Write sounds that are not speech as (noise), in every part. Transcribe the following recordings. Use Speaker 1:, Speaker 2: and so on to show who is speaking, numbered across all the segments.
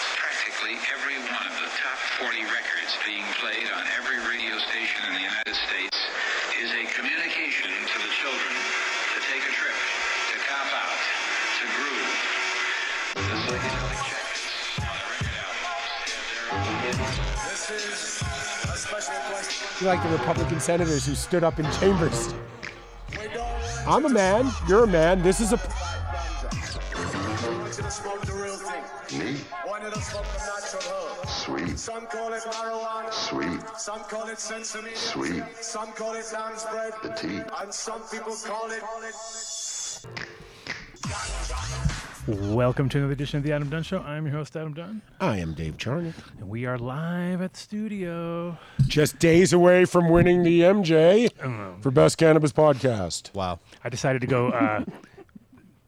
Speaker 1: virtually every one of the top 40 records being played on every radio station in the United States is a communication to the children to take a trip, to cop out, to groove. The psychedelic jackets on the record album have their own
Speaker 2: You're like the Republican senators who stood up in chambers. I'm a man. You're a man. This is a.
Speaker 3: want you to smoke the real thing.
Speaker 4: Me?
Speaker 3: Want you to smoke the natural herb.
Speaker 4: Sweet.
Speaker 3: Some call it marijuana.
Speaker 4: Sweet.
Speaker 3: Some call it sesame.
Speaker 4: Sweet.
Speaker 3: Some call it lamb's bread.
Speaker 4: The tea.
Speaker 3: And some people call it.
Speaker 5: Welcome to another edition of the Adam Dunn Show. I'm your host, Adam Dunn,
Speaker 2: I am Dave Charney.
Speaker 5: and we are live at the studio. (laughs)
Speaker 2: Just days away from winning the MJ for Best Cannabis Podcast.
Speaker 6: Wow.
Speaker 5: Oh. I decided to go uh,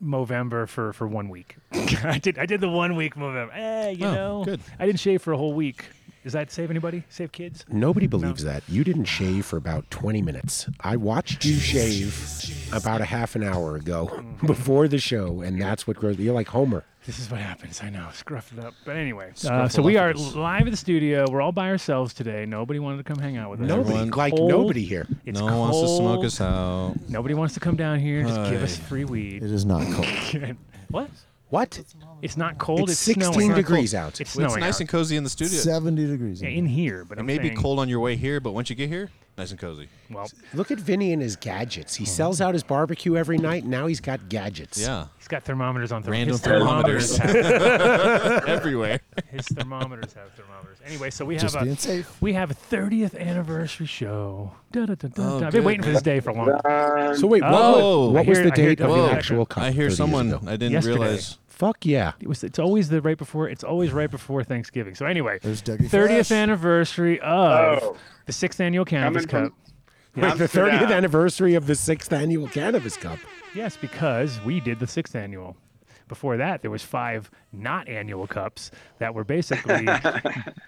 Speaker 5: Movember for for one week. I did I did the one week Movember. Eh, you
Speaker 6: Oh,
Speaker 5: know,
Speaker 6: good.
Speaker 5: I didn't shave for a whole week. Does that save anybody? Save kids?
Speaker 2: Nobody believes that. You didn't shave for about 20 minutes. I watched you shave about a half an hour ago (laughs) before the show, and that's what grows. You're like Homer.
Speaker 5: This is what happens. I know. Scruff it up. But anyway, uh,
Speaker 6: Scruffle
Speaker 5: so we
Speaker 6: up
Speaker 5: are
Speaker 6: it is.
Speaker 5: live at the studio. We're all by ourselves today. Nobody wanted to come hang out with us.
Speaker 2: Nobody,
Speaker 6: Everyone
Speaker 2: like
Speaker 5: cold.
Speaker 2: nobody here.
Speaker 5: It's
Speaker 6: no one wants to smoke
Speaker 5: cold.
Speaker 6: us out.
Speaker 5: Nobody wants to come down here. and Just give
Speaker 6: Hi.
Speaker 5: us free weed.
Speaker 7: It is not cold.
Speaker 5: what?
Speaker 2: What?
Speaker 5: It's not cold. It's,
Speaker 2: it's 16
Speaker 5: snowing.
Speaker 2: degrees out.
Speaker 5: It's
Speaker 6: Well,
Speaker 5: snowing.
Speaker 6: it's nice
Speaker 5: out.
Speaker 6: and cozy in the studio.
Speaker 7: 70 degrees.
Speaker 5: Yeah,
Speaker 7: in
Speaker 5: in here, but
Speaker 6: It
Speaker 5: I'm
Speaker 6: may be
Speaker 5: saying-
Speaker 6: cold on your way here, but once you get here, nice and cozy.
Speaker 5: Well,
Speaker 2: Look at Vinny and his gadgets. He sells out his barbecue every night. Now he's got gadgets.
Speaker 6: Yeah.
Speaker 5: he's got thermometers on. Therm-
Speaker 6: Random
Speaker 5: his (laughs) thermometers. have,
Speaker 6: (laughs)
Speaker 2: (laughs)
Speaker 6: Everywhere.
Speaker 5: his thermometers have thermometers. Anyway, so we have
Speaker 7: Just being
Speaker 5: a
Speaker 7: safe.
Speaker 5: we have a 30th anniversary show. Da, da, da, da,
Speaker 6: Oh,
Speaker 5: da. I've been
Speaker 6: good.
Speaker 5: waiting for this day for a long time. Uh,
Speaker 2: So wait, what,
Speaker 6: Oh.
Speaker 2: was- what
Speaker 5: I
Speaker 2: was
Speaker 5: hear-
Speaker 2: the
Speaker 5: I hear
Speaker 2: date of
Speaker 5: Whoa.
Speaker 2: the actual cut?
Speaker 6: I hear
Speaker 2: 30 years
Speaker 6: someone.
Speaker 2: ago?
Speaker 6: I didn't
Speaker 5: Yesterday.
Speaker 6: realize.
Speaker 2: Fuck yeah.
Speaker 5: It was. It's always the right before. It's always right before Thanksgiving. So anyway,
Speaker 7: There's Dougie
Speaker 5: 30th
Speaker 7: Fresh.
Speaker 5: anniversary of
Speaker 8: Oh.
Speaker 5: the sixth annual Cannabis
Speaker 8: Coming
Speaker 5: Cup.
Speaker 8: from-
Speaker 2: Wait, the
Speaker 8: Amsterdam.
Speaker 2: 30th anniversary of the sixth annual Cannabis Cup.
Speaker 5: Yes, because we did the sixth annual. Before that, there was five not annual cups that were
Speaker 8: (laughs)
Speaker 5: basically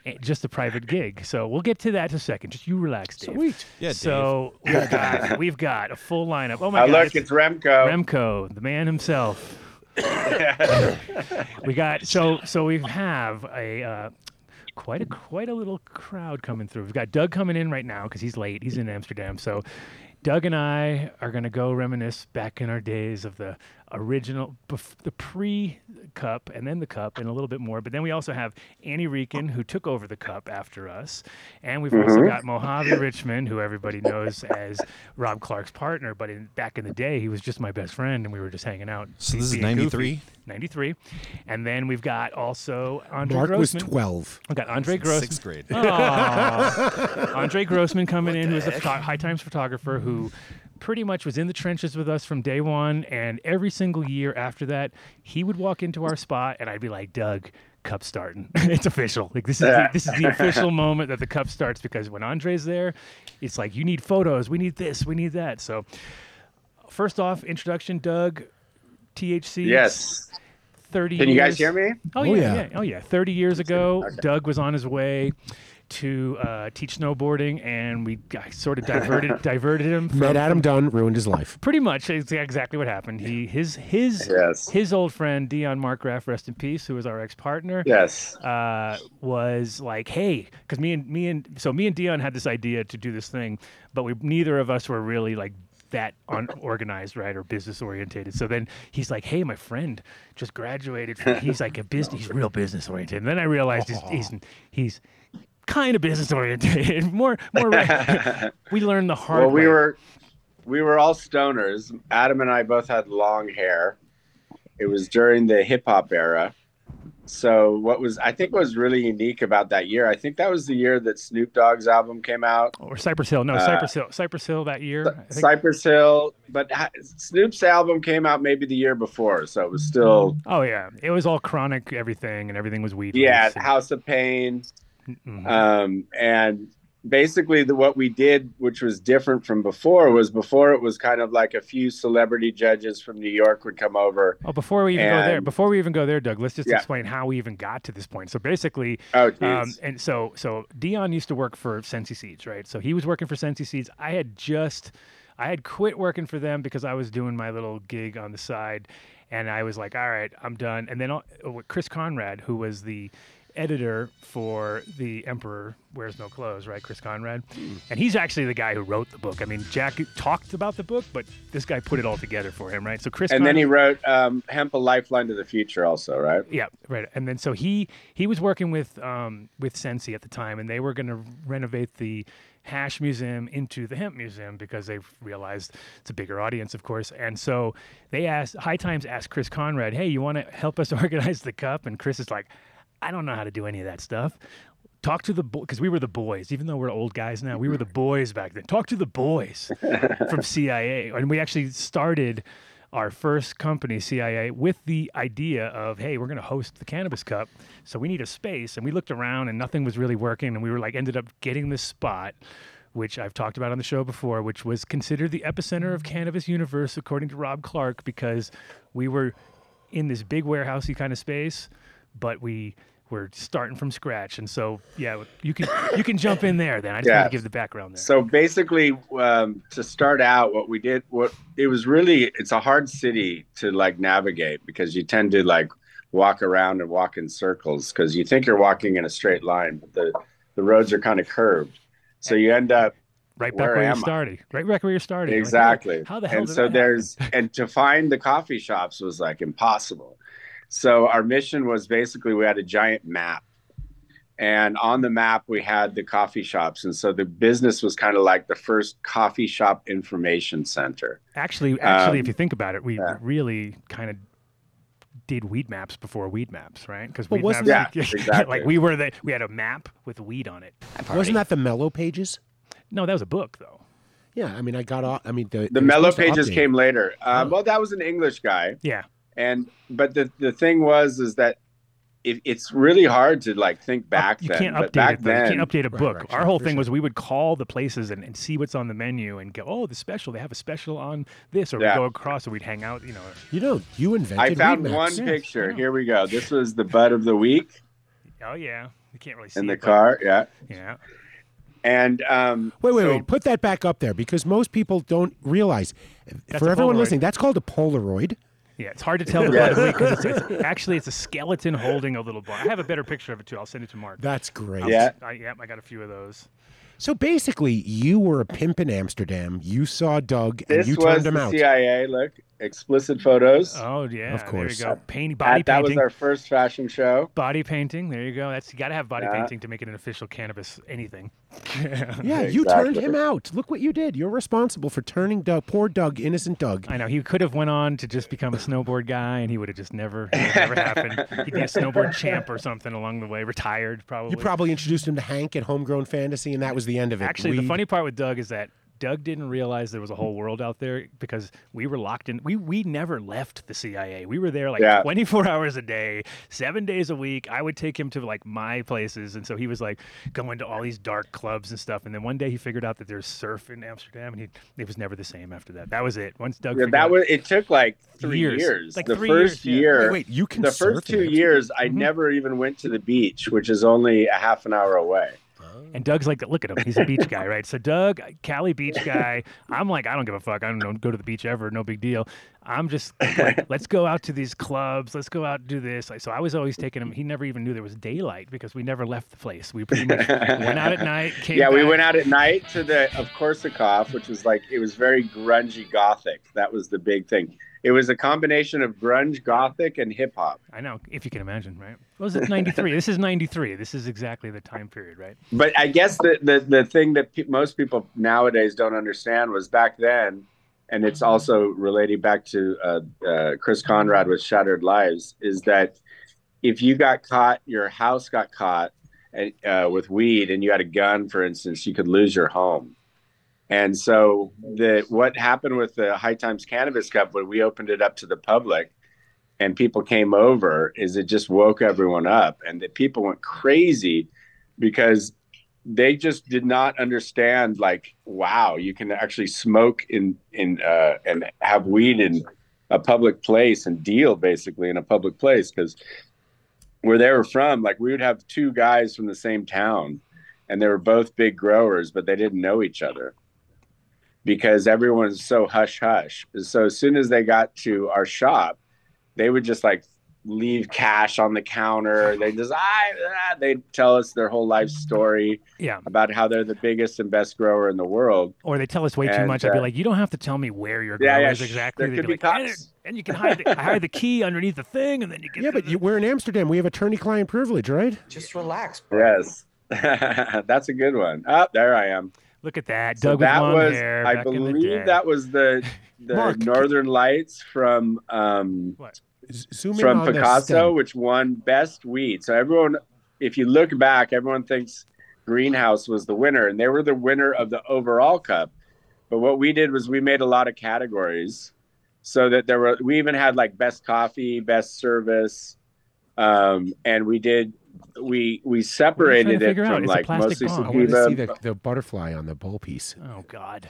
Speaker 5: eh, just a private gig. So we'll get to that in a second. Just you relax, Dave.
Speaker 2: Sweet.
Speaker 6: Yeah, Dave.
Speaker 5: So we've got we've got a full lineup. Oh my
Speaker 8: I
Speaker 5: God!
Speaker 8: look, it's Remco.
Speaker 5: Remco, the man himself. (laughs) we got so so we have a uh, quite a quite a little crowd coming through. We've got Doug coming in right now because he's late. He's in Amsterdam. So Doug and I are gonna go reminisce back in our days of the original, bef- the pre cup, and then the cup, and a little bit more. But then we also have Annie Reekin who took over the cup after us, and we've also got Mojave Richmond who everybody knows as Rob Clark's partner. But in, back in the day, he was just my best friend, and we were just hanging out.
Speaker 6: So this is
Speaker 5: being goofy.
Speaker 6: 93?
Speaker 5: 93. And then we've got also Andre
Speaker 2: Mark was
Speaker 5: Grossman.
Speaker 2: 12.
Speaker 5: We've got Andre Grossman.
Speaker 6: Sixth grade.
Speaker 2: (laughs)
Speaker 5: Aw. Andre Grossman coming in, who is a photo- High Times photographer who pretty much was in the trenches with us from day one. And every single year after that, he would walk into our spot and I'd be like, Doug, cup
Speaker 2: (laughs)
Speaker 5: starting. it's official. Like this is the, this is the
Speaker 8: (laughs)
Speaker 5: official moment that the cup starts because when Andre's there, it's like you need photos, we need this, we need that. So first off, introduction, Doug. THC.
Speaker 8: Yes.
Speaker 5: 30
Speaker 8: Can you guys
Speaker 5: years-
Speaker 8: hear me?
Speaker 5: Oh,
Speaker 2: Oh,
Speaker 5: yeah,
Speaker 2: yeah.
Speaker 5: yeah. Oh yeah. Thirty years ago, Doug was on his way to uh, teach snowboarding, and we got, sort of
Speaker 8: (laughs)
Speaker 5: diverted diverted him. From,
Speaker 2: Met Adam Dunn, ruined his life.
Speaker 5: Pretty much is exactly what happened. He his his
Speaker 8: Yes.
Speaker 5: his old friend Dion Markgraf, rest in peace, who was our ex partner
Speaker 8: Yes.
Speaker 5: uh, was like, "Hey," because me and me and so me and Dion had this idea to do this thing, but we neither of us were really like that unorganized, right, or business orientated. So then he's like, "Hey, my friend just graduated. From, he's
Speaker 8: (laughs)
Speaker 5: like a business. He's real business oriented." And then I realized he's he's, he's kind of business oriented. (laughs) more
Speaker 8: (laughs)
Speaker 5: more. Right. we learned the hard.
Speaker 8: Well, we
Speaker 5: way.
Speaker 8: were we were all stoners. Adam and I both had long hair. It was during the hip hop era. So what was I think was really unique about that year? I think that was the year that Snoop Dogg's album came out.
Speaker 5: Or Cypress Hill, no
Speaker 8: uh,
Speaker 5: Cypress Hill, Cypress Hill that year. Oh, I think-
Speaker 8: Cypress Hill, but ha- Snoop's album came out maybe the year before, so it was still
Speaker 5: oh yeah, it was all chronic everything, and everything was weed.
Speaker 8: yeah,
Speaker 5: related.
Speaker 8: House of Pain.
Speaker 5: Mhm.
Speaker 8: um, and basically the, what we did which was different from before was before it was kind of like a few celebrity judges from new york would come over
Speaker 5: Oh, before we even go there,
Speaker 8: And-
Speaker 5: before we even go there, Doug, let's just
Speaker 8: Yeah.
Speaker 5: explain how we even got to this point. So basically,
Speaker 8: oh geez.
Speaker 5: um, and so so Dion used to work for Sensi Seeds, right? So he was working for Sensi Seeds. I had just, I had quit working for them because I was doing my little gig on the side, and I was like, all right, I'm done. And then uh, Chris Conrad, who was the editor for The Emperor Wears No Clothes, right? Chris Conrad.
Speaker 8: Hmm.
Speaker 5: And he's actually the guy who wrote the book. I mean, Jack talked about the book, but this guy put it all together for him, right? So Chris
Speaker 8: And then
Speaker 5: Conrad-
Speaker 8: he wrote um, "Hemp: A Lifeline to the Future," also, right?
Speaker 5: yeah, right. And then so he he was working with um with Sensi at the time, and they were going to renovate the Hash Museum into the Hemp Museum because they realized it's a bigger audience, of course. And so they asked High Times asked Chris Conrad, "Hey, you want to help us (laughs) organize the cup?" And Chris is like, "I don't know how to do any of that stuff." Talk to the boy because we were the boys, even though we're old guys now. We were the boys back then. Talk to the boys from CIA, and we actually started our first company, CIA, with the idea of, hey, we're going to host the Cannabis Cup, so we need a space. And we looked around, and nothing was really working, and we were like, ended up getting this spot, which I've talked about on the show before, which was considered the epicenter of cannabis universe, according to Rob Clark, because we were in this big warehousey kind of space, but we were starting from scratch. And so, yeah, you can you can jump in there. Then I just want
Speaker 8: Yeah.
Speaker 5: to give the background there.
Speaker 8: So basically, um, to start out, what we did, what it was really, it's a hard city to like navigate because you tend to like walk around and walk in circles because you think you're walking in a straight line, but the the roads are kind of curved. So you end up
Speaker 5: right back
Speaker 8: where
Speaker 5: where, you're
Speaker 8: am I?
Speaker 5: starting. Right back where you're starting. Like,
Speaker 8: exactly.
Speaker 5: how the hell
Speaker 8: and
Speaker 5: did
Speaker 8: so
Speaker 5: that happen?
Speaker 8: there's and to find the coffee shops was like impossible. So our mission was basically we had a giant map. And on the map we had the coffee shops. And so the business was kind of like the first coffee shop information center.
Speaker 5: Actually, actually, if
Speaker 8: Um,
Speaker 5: you think about it, we
Speaker 8: yeah.
Speaker 5: really kind of did weed maps before weed maps, right? Because
Speaker 2: But
Speaker 5: weed
Speaker 2: wasn't
Speaker 5: maps,
Speaker 8: that- Yeah,
Speaker 5: like, (laughs)
Speaker 8: exactly.
Speaker 5: we were the we had a map with weed on it.
Speaker 2: Wasn't that the Mellow Pages?
Speaker 5: No, that was a book though.
Speaker 2: Yeah, I mean, I got off. I mean, the,
Speaker 8: The mellow pages came later. Um, Well, that was an English guy.
Speaker 5: Oh. Yeah,
Speaker 8: And but the the thing was is that it, it's really hard to like think back
Speaker 5: Up- you
Speaker 8: then.
Speaker 5: can't
Speaker 8: but
Speaker 5: update
Speaker 8: back
Speaker 5: it. though.
Speaker 8: then,
Speaker 5: you can't update a
Speaker 2: Right,
Speaker 5: book.
Speaker 2: right,
Speaker 5: Our
Speaker 2: sure,
Speaker 5: whole
Speaker 2: for
Speaker 5: thing
Speaker 2: sure.
Speaker 5: was we would call the places and, and see what's on the menu and go, oh, the special. They have a special on this, or
Speaker 8: Yeah.
Speaker 5: we go across, or we'd hang out. You know,
Speaker 2: You know, you invented.
Speaker 8: I
Speaker 2: weed
Speaker 8: found
Speaker 2: maps.
Speaker 8: one
Speaker 2: Yeah.
Speaker 8: picture. Here we go. This was the bud of the week
Speaker 5: oh yeah, you can't really see
Speaker 8: in the
Speaker 5: it, but-
Speaker 8: car. Yeah.
Speaker 5: Yeah,
Speaker 8: And um,
Speaker 2: Wait, wait,
Speaker 8: so-
Speaker 2: wait. Put that back up there because most people don't realize.
Speaker 5: a
Speaker 2: for everyone
Speaker 5: Polaroid.
Speaker 2: listening, that's called a Polaroid.
Speaker 5: yeah. It's hard to
Speaker 8: (laughs)
Speaker 5: tell the
Speaker 8: Yeah.
Speaker 5: bud of weed 'cause it's, (laughs) it's- actually it's a skeleton holding a little bud. I have a better picture of it too. I'll send it to Mark.
Speaker 2: That's great.
Speaker 8: Yeah.
Speaker 5: I, yep, I got a few of those.
Speaker 2: So basically, you were a pimp in Amsterdam. You saw Doug, and
Speaker 8: This
Speaker 2: you
Speaker 8: was
Speaker 2: turned him
Speaker 8: the
Speaker 2: out.
Speaker 8: CIA. Look, explicit photos.
Speaker 5: Oh yeah,
Speaker 2: course.
Speaker 5: There you go. Paint, body
Speaker 8: that, that was
Speaker 5: painting.
Speaker 8: our first fashion show.
Speaker 5: Body painting. There you go. That's you got to have body
Speaker 8: Yeah.
Speaker 5: painting to make it an official cannabis anything. (laughs)
Speaker 2: (laughs) Yeah, you turned
Speaker 8: Exactly.
Speaker 2: him out. Look what you did. You're responsible for turning Doug, poor Doug, innocent Doug.
Speaker 5: I know he could have went on to just become a snowboard guy, and he would have just never, it would never happened. He'd be a snowboard champ or something along the way. Retired probably.
Speaker 2: (laughs) You probably introduced him to Hank at Homegrown Fantasy, and that was the end of it.
Speaker 5: Actually,
Speaker 2: Weed.
Speaker 5: the funny part with Doug is that Doug didn't realize there was a whole world out there because we were locked in. We we never left the CIA. We were there like
Speaker 8: Yeah.
Speaker 5: 24 (laughs) hours a day, seven days a week. I would take him to like my places, and so he was like going to all these dark clubs and stuff. And then one day he figured out that there's surf in Amsterdam, and he it was never the same after that. That was it. Once Doug,
Speaker 8: Yeah,
Speaker 5: figured
Speaker 8: that
Speaker 5: out-
Speaker 8: was. It took like three
Speaker 5: Years.
Speaker 8: years.
Speaker 5: Like
Speaker 8: the
Speaker 5: three
Speaker 8: first
Speaker 5: years, yeah.
Speaker 8: year,
Speaker 2: Wait, wait, you can
Speaker 8: the
Speaker 2: surf
Speaker 8: first
Speaker 2: in
Speaker 8: two
Speaker 2: Amsterdam?
Speaker 8: years, I
Speaker 5: Mhm.
Speaker 8: never even went to the beach, which is only a half an hour away.
Speaker 5: And Doug's like, look at him. He's a beach guy, right? So Doug, Cali
Speaker 8: (laughs)
Speaker 5: beach guy. I'm like, I don't give a fuck. I don't know- go to the beach ever. No big deal. I'm just like, let's go out to these clubs. Let's go out and do this. Like, So I was always taking him. He never even knew there was daylight because we never left the place. We pretty much went
Speaker 8: (laughs)
Speaker 5: out at night. Came
Speaker 8: yeah, we
Speaker 5: back.
Speaker 8: went out at night to the of Korsakoff, which was like it was very grungy gothic. That was the big thing. It was a combination of grunge gothic and hip hop.
Speaker 5: I know, if you can imagine, right? What was it 93? this is 93. This is exactly the time period, right?
Speaker 8: But I guess the the, the thing that pe- most people nowadays don't understand was back then, and it's also relating back to uh, uh, Chris Conrad with Shattered Lives, is that if you got caught, your house got caught and, uh, with weed, and you had a gun, for instance, you could lose your home. And so the what happened with the High Times Cannabis Cup when we opened it up to the public and people came over is it just woke everyone up and the people went crazy because they just did not understand like wow you can actually smoke in in uh, and have weed in a public place and deal basically in a public place because where they were from like we would have two guys from the same town and they were both big growers but they didn't know each other because everyone's so hush hush so as soon as they got to our shop they would just like leave cash on the counter. They just I ah, they tell us their whole life story
Speaker 5: Yeah.
Speaker 8: about how they're the biggest and best grower in the world.
Speaker 5: Or they tell us way too
Speaker 8: And,
Speaker 5: much. I'd be
Speaker 8: uh,
Speaker 5: like, you don't have to tell me where your grow
Speaker 8: Yeah, yeah,
Speaker 5: is
Speaker 8: shh,
Speaker 5: exactly.
Speaker 8: there
Speaker 5: They'd
Speaker 8: could
Speaker 5: be
Speaker 8: be
Speaker 5: like, and,
Speaker 8: cops.
Speaker 5: and you can hide the, hide the
Speaker 8: (laughs)
Speaker 5: key underneath the thing, and then you get.
Speaker 2: Yeah,
Speaker 5: to
Speaker 2: but
Speaker 5: the-
Speaker 2: you, we're in Amsterdam. We have attorney-client privilege, right?
Speaker 4: Just relax, bro.
Speaker 8: Yes. (laughs) That's a good one. Up there I am.
Speaker 5: look at that.
Speaker 8: So
Speaker 5: Doug
Speaker 8: that
Speaker 5: with long
Speaker 8: was
Speaker 5: hair.
Speaker 8: I
Speaker 5: back in the day.
Speaker 8: believe that
Speaker 5: (laughs)
Speaker 8: was the the
Speaker 2: Mark.
Speaker 8: Northern Lights from um
Speaker 2: Z- Zoom in
Speaker 8: from
Speaker 2: on the
Speaker 8: Picasso,
Speaker 2: stem.
Speaker 8: which won best weed. So everyone if you look back, everyone thinks Greenhouse was the winner and they were the winner of the overall cup. But what we did was we made a lot of categories so that there were we even had like best coffee, best service um and we did we we
Speaker 5: What are you trying to
Speaker 8: separated it
Speaker 5: figure out?
Speaker 8: from
Speaker 5: It's a
Speaker 8: like
Speaker 5: plastic
Speaker 8: mostly
Speaker 5: bomb.
Speaker 2: I want to
Speaker 8: sativa
Speaker 2: see the, the butterfly on the bowl piece.
Speaker 5: Oh God,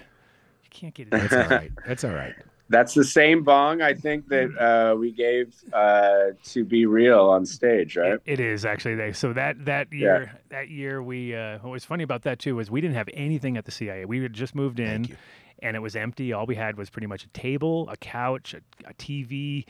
Speaker 5: you can't get
Speaker 2: That's
Speaker 5: it.
Speaker 2: all right. That's all right.
Speaker 8: That's the same bong I think that uh, we gave uh, to be real on stage, right?
Speaker 5: It- it is actually they. So that that year, that year we. Uh, what was funny about that too was we didn't have anything at the CIA. We had just moved in, and it was empty. All we had was pretty much a table, a couch, a, a TV,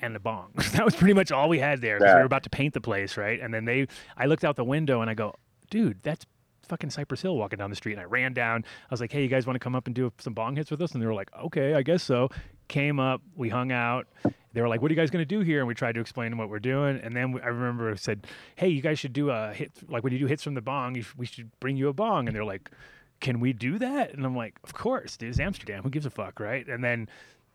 Speaker 5: and a bong. (laughs) that was pretty much all we had there. 'cause We
Speaker 8: Yeah.
Speaker 5: were about to paint the place, right? And then they, I looked out the window and I go, dude, that's fucking Cypress Hill walking down the street. And I ran down. I was like, hey, you guys want to come up and do some bong hits with us? And they were like, okay, I guess so. Came up, we hung out. They were like, what are you guys going to do here? And we tried to explain what we're doing. And then we, I remember I said, hey, you guys should do a hit. Like when you do hits from the bong, you sh- we should bring you a bong. And they're like, can we do that? And I'm like, of course, dude. It's Amsterdam. Who gives a fuck, right? And then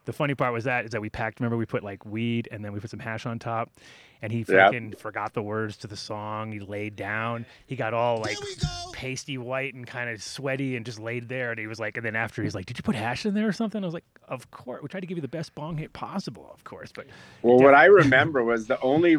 Speaker 5: the funny part was that is that we packed. Remember, we put like weed and then we put some hash on top. And he
Speaker 8: Yeah.
Speaker 5: fucking forgot the words to the song. He laid down. He got all like pasty white and kind of sweaty and just laid there. And he was like, and then after he's like, "Did you put hash in there or something?" I was like, "Of course." We tried to give you the best bong hit possible, of course. But
Speaker 8: Well, what I remember was the only,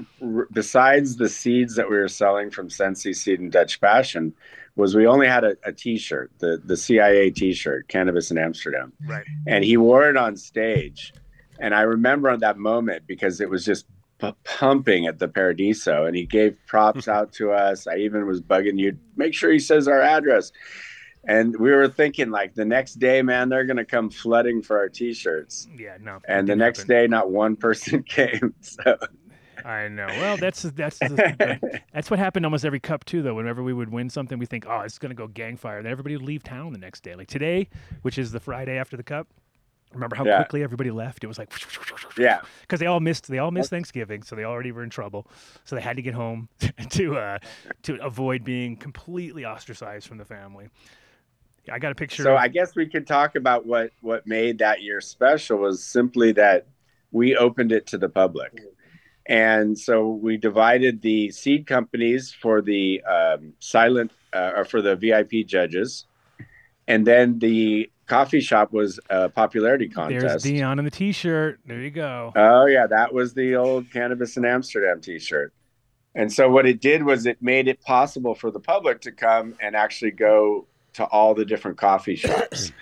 Speaker 8: besides the seeds that we were selling from Sensi Seed and Dutch Passion, was we only had a, a T-shirt, the the CIA T-shirt, Cannabis in Amsterdam,
Speaker 5: Right.
Speaker 8: And he wore it on stage, and I remember on that moment because it was just p- pumping at the Paradiso, and he gave props out to us. I even was bugging you, make sure he says our address. And we were thinking, like the next day, man, they're gonna come flooding for our T-shirts
Speaker 5: yeah, no.
Speaker 8: and the
Speaker 5: didn't
Speaker 8: next
Speaker 5: happen.
Speaker 8: day not one (laughs) person came so
Speaker 5: I know. Well, that's that's
Speaker 8: (laughs)
Speaker 5: the- that's what happened almost every cup too, though. Whenever we would win something, we think, oh, it's gonna go gang fire. Then everybody would leave town the next day. Like today, which is the Friday after the cup. Remember how
Speaker 8: Yeah.
Speaker 5: quickly everybody left? It was like (laughs)
Speaker 8: yeah
Speaker 5: because they all missed they all missed Thanksgiving, so they already were in trouble. So they had to get home (laughs) to uh, to avoid being completely ostracized from the family. I got a picture.
Speaker 8: so
Speaker 5: of-
Speaker 8: i guess we could talk about what what made that year special was simply that we opened it to the public and so we divided the seed companies for the um, silent uh, or for the vip judges and then the coffee shop was a popularity contest
Speaker 5: there's Dion in the t-shirt. There you go.
Speaker 8: Oh yeah, that was the old cannabis in Amsterdam T-shirt. And so what it did was it made it possible for the public to come and actually go to all the different coffee shops.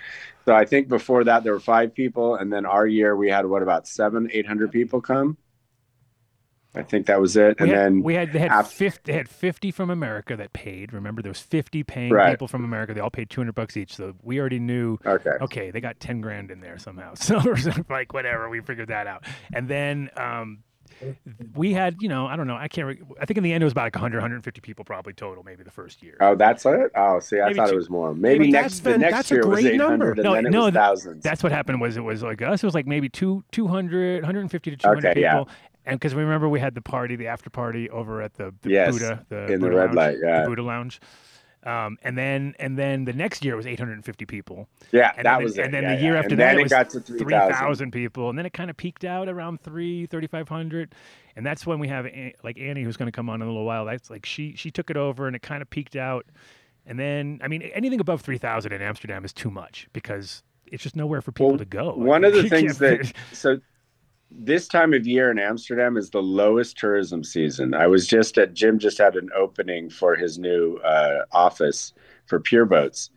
Speaker 8: so I think before that there were five people, and then our year we had what about seven, eight hundred people come. I think that was it,
Speaker 5: we had,
Speaker 8: and then
Speaker 5: we had they had
Speaker 8: af-
Speaker 5: 50, they had 50 from America that paid. Remember, there was 50 paying
Speaker 8: Right.
Speaker 5: people from America. They all paid 200 bucks each. So we already knew.
Speaker 8: okay,
Speaker 5: Okay, they got 10 grand in there somehow. (laughs) So we're sort of like whatever, we figured that out. And then um, we had, you know, I don't know, I can't. Re- I think in the end it was about like 100, 150 people probably total, maybe the first year.
Speaker 8: oh that's it. Oh, see, I
Speaker 5: Maybe
Speaker 8: thought
Speaker 5: two-
Speaker 8: it was more. Maybe,
Speaker 2: maybe that's
Speaker 8: next the
Speaker 2: been-
Speaker 8: next
Speaker 2: that's a
Speaker 8: year was
Speaker 2: great
Speaker 8: eight
Speaker 2: number.
Speaker 8: hundred, and
Speaker 5: No,
Speaker 8: then it
Speaker 5: no,
Speaker 8: was
Speaker 5: that-
Speaker 8: thousands.
Speaker 5: That's what happened. Was it was like us? It was like maybe two, 200, 150 to 200
Speaker 8: Okay,
Speaker 5: people.
Speaker 8: yeah.
Speaker 5: And because we remember we had the party, the after party over at the, the
Speaker 8: Yes,
Speaker 5: Buddha, the
Speaker 8: in the
Speaker 5: Buddha Lounge,
Speaker 8: red light, yeah.
Speaker 5: the Buddha Lounge. Um, and then and then the next year it was 850 people.
Speaker 8: yeah,
Speaker 5: and
Speaker 8: that
Speaker 5: then-
Speaker 8: was it.
Speaker 5: and then
Speaker 8: yeah,
Speaker 5: the year
Speaker 8: yeah.
Speaker 5: after
Speaker 8: and
Speaker 5: that,
Speaker 8: then
Speaker 5: it
Speaker 8: it,
Speaker 5: was
Speaker 8: got to three thousand.
Speaker 5: 3,000 people. And then it kind of peaked out around 3, 3,500. And that's when we have An- like Annie, who's going to come on in a little while. That's like she she took it over and it kind of peaked out. And then, I mean, anything above 3,000 in Amsterdam is too much because it's just nowhere for people
Speaker 8: Well,
Speaker 5: to go. I
Speaker 8: one
Speaker 5: mean,
Speaker 8: of the
Speaker 5: Oh, you can't
Speaker 8: things that
Speaker 5: fit-
Speaker 8: (laughs) so this time of year in Amsterdam is the lowest tourism season. I was just at Jim just had an opening for his new uh, office for Pure Boats,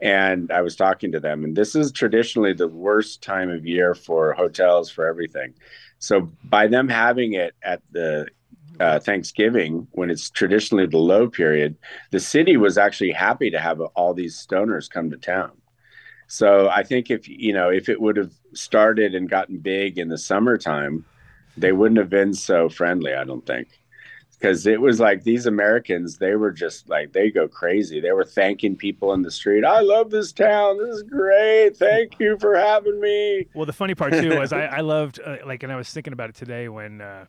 Speaker 8: and I was talking to them, and this is traditionally the worst time of year for hotels for everything. So by them having it at the uh, Thanksgiving, when it's traditionally the low period, the city was actually happy to have all these stoners come to town. So I think if you know if it would have started and gotten big in the summertime, they wouldn't have been so friendly, I don't think. Because it was like these Americans, they were just like, they go crazy. They were thanking people in the street. "Oh, I love this town. This is great. Thank you for having me.
Speaker 5: Well, the funny part too
Speaker 8: (laughs)
Speaker 5: was I, I loved uh, like, and I was thinking about it today when uh,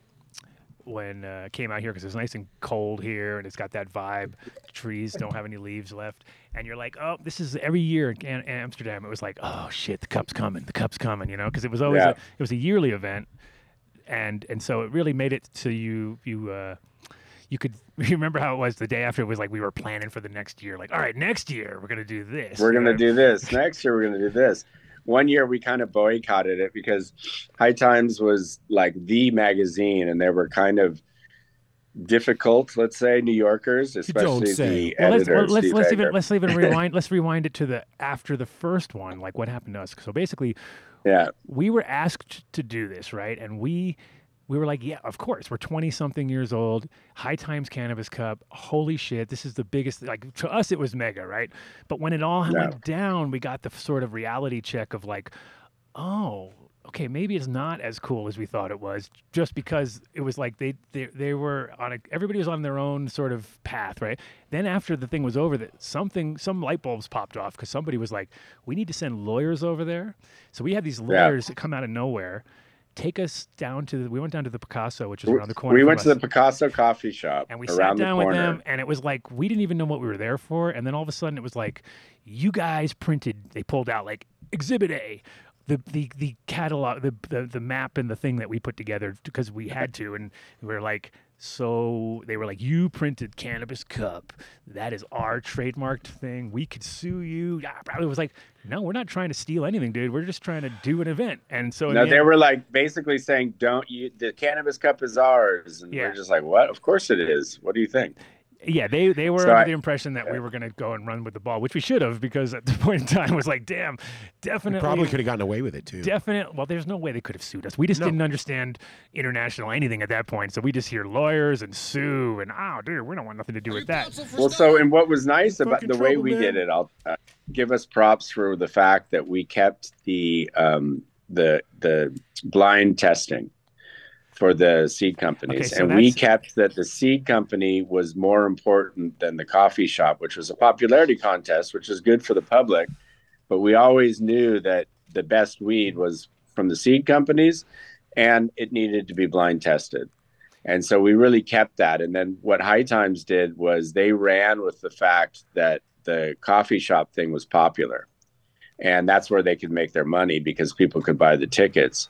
Speaker 5: when uh, I came out here because it's nice and cold here, and it's got that vibe. Trees don't have any leaves left, and you're like, oh, this is every year in Am- Amsterdam. It was like, oh shit, the cup's coming, the cup's coming, you know, because it was always
Speaker 8: Yeah.
Speaker 5: a, it was a yearly event, and and so it really made it to you you. Uh, you could (laughs) you remember how it was the day after it was like we were planning for the next year like all right next year we're gonna do this
Speaker 8: We're
Speaker 5: you know?
Speaker 8: gonna do this next year. We're gonna do this. One year we kind of boycotted it because High Times was like the magazine, and they were kind of difficult. Let's say New Yorkers, especially
Speaker 6: say.
Speaker 8: the
Speaker 5: Well, let's,
Speaker 8: editor.
Speaker 5: well, let's,
Speaker 8: Steve
Speaker 5: let's even
Speaker 8: Hager.
Speaker 5: let's
Speaker 8: (laughs)
Speaker 5: even rewind let's rewind it to the after the first one like what happened to us so basically
Speaker 8: yeah,
Speaker 5: we were asked to do this right and we we were like yeah of course we're 20 something years old high times cannabis cup holy shit this is the biggest like to us it was mega right but when it all
Speaker 8: Yeah.
Speaker 5: went down we got the sort of reality check of like oh okay maybe it's not as cool as we thought it was just because it was like they they, they were on a, everybody was on their own sort of path right then after the thing was over that something some light bulbs popped off because somebody was like we need to send lawyers over there so we had these lawyers that come out of nowhere take us down to the, we went down to the picasso which is around the corner
Speaker 8: we
Speaker 5: from
Speaker 8: went to
Speaker 5: us
Speaker 8: the Picasso coffee shop
Speaker 5: and we
Speaker 8: around
Speaker 5: sat down
Speaker 8: the
Speaker 5: with
Speaker 8: corner.
Speaker 5: them and it was like we didn't even know what we were there for and then all of a sudden it was like you guys printed they pulled out like exhibit a the, the, the catalog the, the the map and the thing that we put together because we had to and we were like so they were like you printed cannabis cup that is our trademarked thing we could sue you Ah, blah, blah. it was like no we're not trying to steal anything dude we're just trying to do an event and so in
Speaker 8: No,
Speaker 5: the
Speaker 8: they
Speaker 5: end-
Speaker 8: were like basically saying, "Don't you? The cannabis cup is ours," and
Speaker 5: Yeah.
Speaker 8: we're just like, "What? Of course it is. What do you think?"
Speaker 5: Yeah, they they were
Speaker 8: So
Speaker 5: under
Speaker 8: I-
Speaker 5: the impression that we were going to go and run with the ball, which we should have because at the (laughs) point in time it was like, damn,
Speaker 2: We
Speaker 5: definitely,
Speaker 2: probably could have gotten away with it too.
Speaker 5: definite. Well, there's no way they could have sued us. We just
Speaker 2: No.
Speaker 5: didn't understand international anything at that point, so we just hear lawyers and sue and oh, dude, we don't want nothing to do with that.
Speaker 8: Well, so and what was nice
Speaker 6: You're
Speaker 8: about
Speaker 6: fucking
Speaker 8: the way
Speaker 6: trouble,
Speaker 8: we
Speaker 6: man.
Speaker 8: did it, I'll uh, give us props for the fact that we kept the um, the the blind testing for the seed companies,
Speaker 5: Okay, so
Speaker 8: and we
Speaker 5: that's-
Speaker 8: kept that the seed company was more important than the coffee shop, which was a popularity contest, which is good for the public, but we always knew that the best weed was from the seed companies, and it needed to be blind tested. And so we really kept that. And then what High Times did was they ran with the fact that the coffee shop thing was popular. And that's where they could make their money because people could buy the tickets.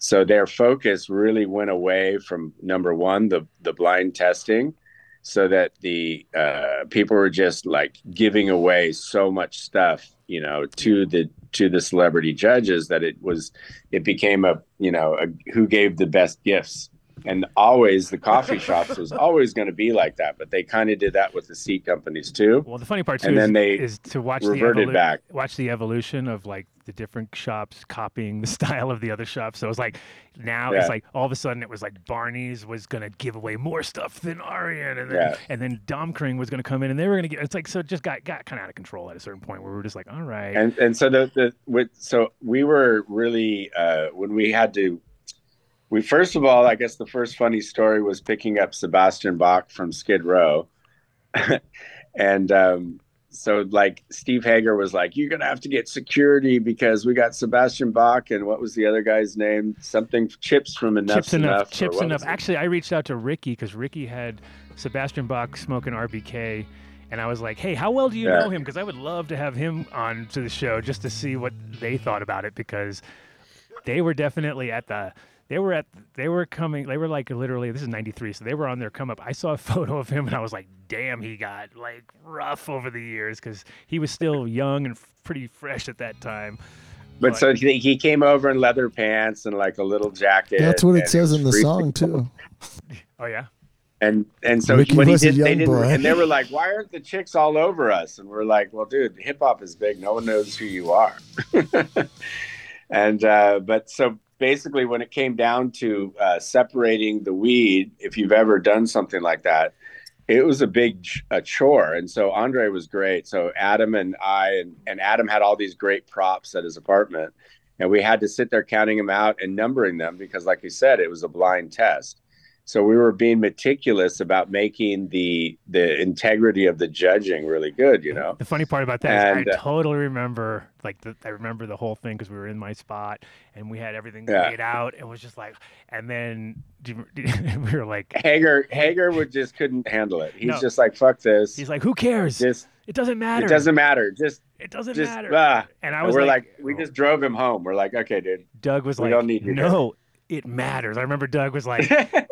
Speaker 8: So their focus really went away from number one, the, the blind testing, so that the uh, people were just like giving away so much stuff, you know, to the to the celebrity judges that it was it became a you know a, who gave the best gifts and always the
Speaker 5: (laughs)
Speaker 8: coffee shops was always going to be like that but they kind of did that with the seed companies too
Speaker 5: Well, the funny part too
Speaker 8: And
Speaker 5: is,
Speaker 8: then they
Speaker 5: is to watch the
Speaker 8: reverted
Speaker 5: evolu-
Speaker 8: back.
Speaker 5: watch the evolution of like the different shops copying the (laughs) style of the other shops. So it was like now
Speaker 8: Yeah.
Speaker 5: it's like all of a sudden it was like Barney's was gonna give away more stuff than Aryan, and then
Speaker 8: Yeah.
Speaker 5: and then Domkring was gonna come in and they were gonna get. It's like so it just got got kind of out of control at a certain point where we were just like, all right,
Speaker 8: and and so the, the with, so we were really uh when we had to we first of all i guess the first funny story was picking up sebastian bach from skid row (laughs) and um so like steve hager was like you're gonna have to get security because we got sebastian bach and what was the other guy's name something chips from enough
Speaker 5: chips enough,
Speaker 8: enough or
Speaker 5: chips
Speaker 8: what
Speaker 5: enough.
Speaker 8: was it?
Speaker 5: Actually, I reached out to Ricky because Ricky had Sebastian Bach smoking RBK, and I was like, "Hey, how well do you
Speaker 8: Yeah.
Speaker 5: know him? Because I would love to have him on to the show just to see what they thought about it because they were definitely at the." They were at, they were coming, they were like literally, this is 93, so they were on their come up. I saw a (laughs) photo of him and I was like, damn, he got like rough over the years because he was still young and f- pretty fresh at that time.
Speaker 8: But so he, he came over in leather pants and like a little jacket.
Speaker 4: That's what
Speaker 8: and
Speaker 4: it says in the
Speaker 8: free-
Speaker 4: song too.
Speaker 5: Oh, yeah?
Speaker 8: And and so
Speaker 4: Ricky
Speaker 8: what he
Speaker 4: was a
Speaker 8: did, they
Speaker 4: young
Speaker 8: didn't,
Speaker 4: boy.
Speaker 8: and they were like, "Why aren't the chicks all over us?" And we're like, "Well, dude, hip hop is big. No one knows who you are." and uh, but so basically, when it came down to uh, separating the weed, if you've ever done something like that, it was a big ch- a chore and so andre was great so adam and i and, and adam had all these great props at his apartment and we had to sit there counting them out and numbering them because, like you said, it was a blind test. So we were being meticulous about making the the integrity of the judging really good. You know,
Speaker 5: The funny part about that is
Speaker 8: And,
Speaker 5: I
Speaker 8: uh,
Speaker 5: totally remember, like, the, I remember the whole thing because we were in my spot and we had everything
Speaker 8: Yeah.
Speaker 5: laid out. It was just like, and then (laughs) do you- do you- we were like,
Speaker 8: Hager Hager would just couldn't handle it. He's
Speaker 5: No.
Speaker 8: just like, "Fuck this!
Speaker 5: he's like, who cares?
Speaker 8: just
Speaker 5: it doesn't matter.
Speaker 8: it doesn't matter. Just
Speaker 5: It doesn't
Speaker 8: just
Speaker 5: matter.
Speaker 8: ah."
Speaker 5: and I
Speaker 8: And
Speaker 5: was
Speaker 8: we're
Speaker 5: like,
Speaker 8: like, we just drove him home. We're like, okay, dude.
Speaker 5: Doug was
Speaker 8: we
Speaker 5: like,
Speaker 8: don't need you here."
Speaker 5: no, it matters. I remember Doug was
Speaker 8: (laughs)
Speaker 5: like,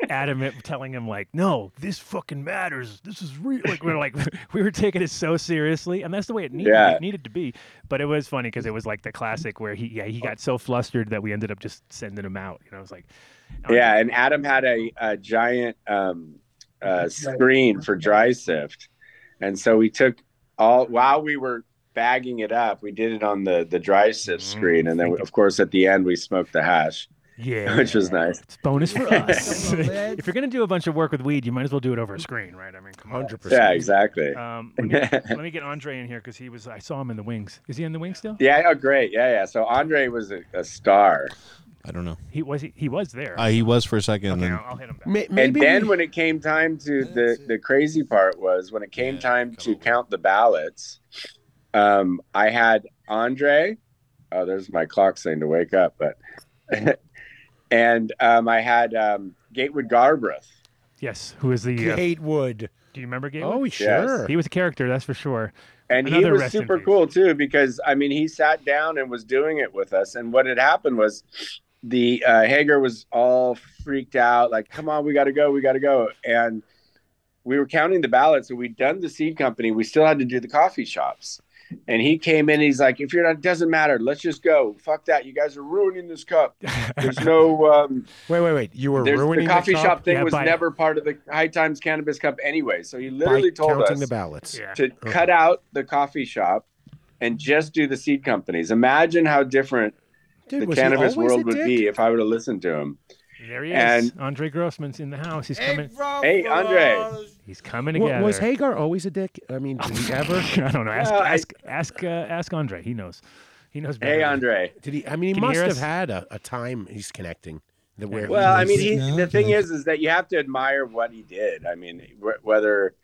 Speaker 5: adamant telling him like no this fucking matters this is real like we were like (laughs) we were taking it so seriously and that's the way it needed,
Speaker 8: Yeah.
Speaker 5: it needed to be but it was funny because it was like the classic where he yeah he
Speaker 8: Oh.
Speaker 5: got so flustered that we ended up just sending him out you know it was like I was
Speaker 8: Yeah, and Adam had a, a giant um, uh, screen for dry sift, and so we took all while we were bagging it up. We did it on the the dry sift
Speaker 5: Mm,
Speaker 8: screen, and then of course at the end we smoked the hash,
Speaker 5: like, yeah
Speaker 8: (laughs) which was nice.
Speaker 5: it's bonus for us
Speaker 8: (laughs)
Speaker 5: if you're gonna do a bunch of work with weed you might as well do it over a screen right I mean come on
Speaker 2: Hundred
Speaker 8: Yeah,
Speaker 2: percent.
Speaker 8: exactly.
Speaker 5: um,
Speaker 8: (laughs)
Speaker 5: let, me, let me get Andre in here because he was I saw him in the wings is he in the wings still
Speaker 8: Yeah. Oh, great. Yeah, yeah. So Andre was a, a star,
Speaker 6: I don't know.
Speaker 5: he was he, he was there
Speaker 6: Uh, he was for a second. and
Speaker 5: okay,
Speaker 6: then
Speaker 5: I'll, I'll hit him back.
Speaker 8: and then when it came time to the the crazy part was when it came
Speaker 6: Yeah,
Speaker 8: time
Speaker 6: come
Speaker 8: to
Speaker 6: over.
Speaker 8: count the ballots. Um, I had Andre. Oh, there's my clock saying to wake up, but (laughs) and um, I had um, Gatewood Garbruth.
Speaker 5: yes who is the uh,
Speaker 2: Gatewood.
Speaker 5: do you remember Gatewood?
Speaker 2: Oh, sure.
Speaker 5: He was a character, that's for sure.
Speaker 8: And he
Speaker 5: Another
Speaker 8: was
Speaker 5: rest in
Speaker 8: super
Speaker 5: peace.
Speaker 8: cool too because I mean he sat down and was doing it with us. And what had happened was the uh, Hager was all freaked out, like, "Come on, we got to go, we got to go." And we were counting the ballots, and we'd done the seed company. We still had to do the coffee shops. And he came in, he's like, "If you're not, it doesn't matter. Let's just go. Fuck that. You guys are ruining this cup.
Speaker 5: (laughs)
Speaker 8: There's no um,
Speaker 2: Wait, wait, wait. You were
Speaker 8: There's
Speaker 2: ruining
Speaker 8: the coffee
Speaker 2: cup
Speaker 8: shop thing
Speaker 5: Yeah,
Speaker 8: was
Speaker 5: by-
Speaker 8: never part of the High Times Cannabis Cup anyway. So he
Speaker 2: by
Speaker 8: literally told
Speaker 2: counting
Speaker 8: us
Speaker 2: the ballots. Uh-huh.
Speaker 5: Yeah.
Speaker 8: to cut out the coffee shop and just do the seed companies. Imagine how different
Speaker 2: Dude,
Speaker 8: the
Speaker 2: was he always
Speaker 8: cannabis
Speaker 2: a
Speaker 8: world would
Speaker 2: dick?
Speaker 8: be if I would have listened to him.
Speaker 5: There he is.
Speaker 8: And-
Speaker 5: Andre Grossman's in the house. He's coming.
Speaker 8: Hey, Andre.
Speaker 5: He's coming
Speaker 2: Wa-
Speaker 5: together.
Speaker 2: was Hagar always a dick? I mean, did he ever?
Speaker 5: (laughs) I don't know. Ask
Speaker 8: Well, I-
Speaker 5: ask ask, uh, ask Andre. He knows. He knows better.
Speaker 8: Hey,
Speaker 5: than-
Speaker 8: Andre.
Speaker 2: Did he? I mean, he
Speaker 5: Can you
Speaker 2: must
Speaker 5: hear
Speaker 2: have
Speaker 5: us?
Speaker 2: had a, a time. He's connecting. The where?
Speaker 8: Well, I mean,
Speaker 2: he,
Speaker 8: he, the thing is, is that you have to admire what he did. I mean, wh- whether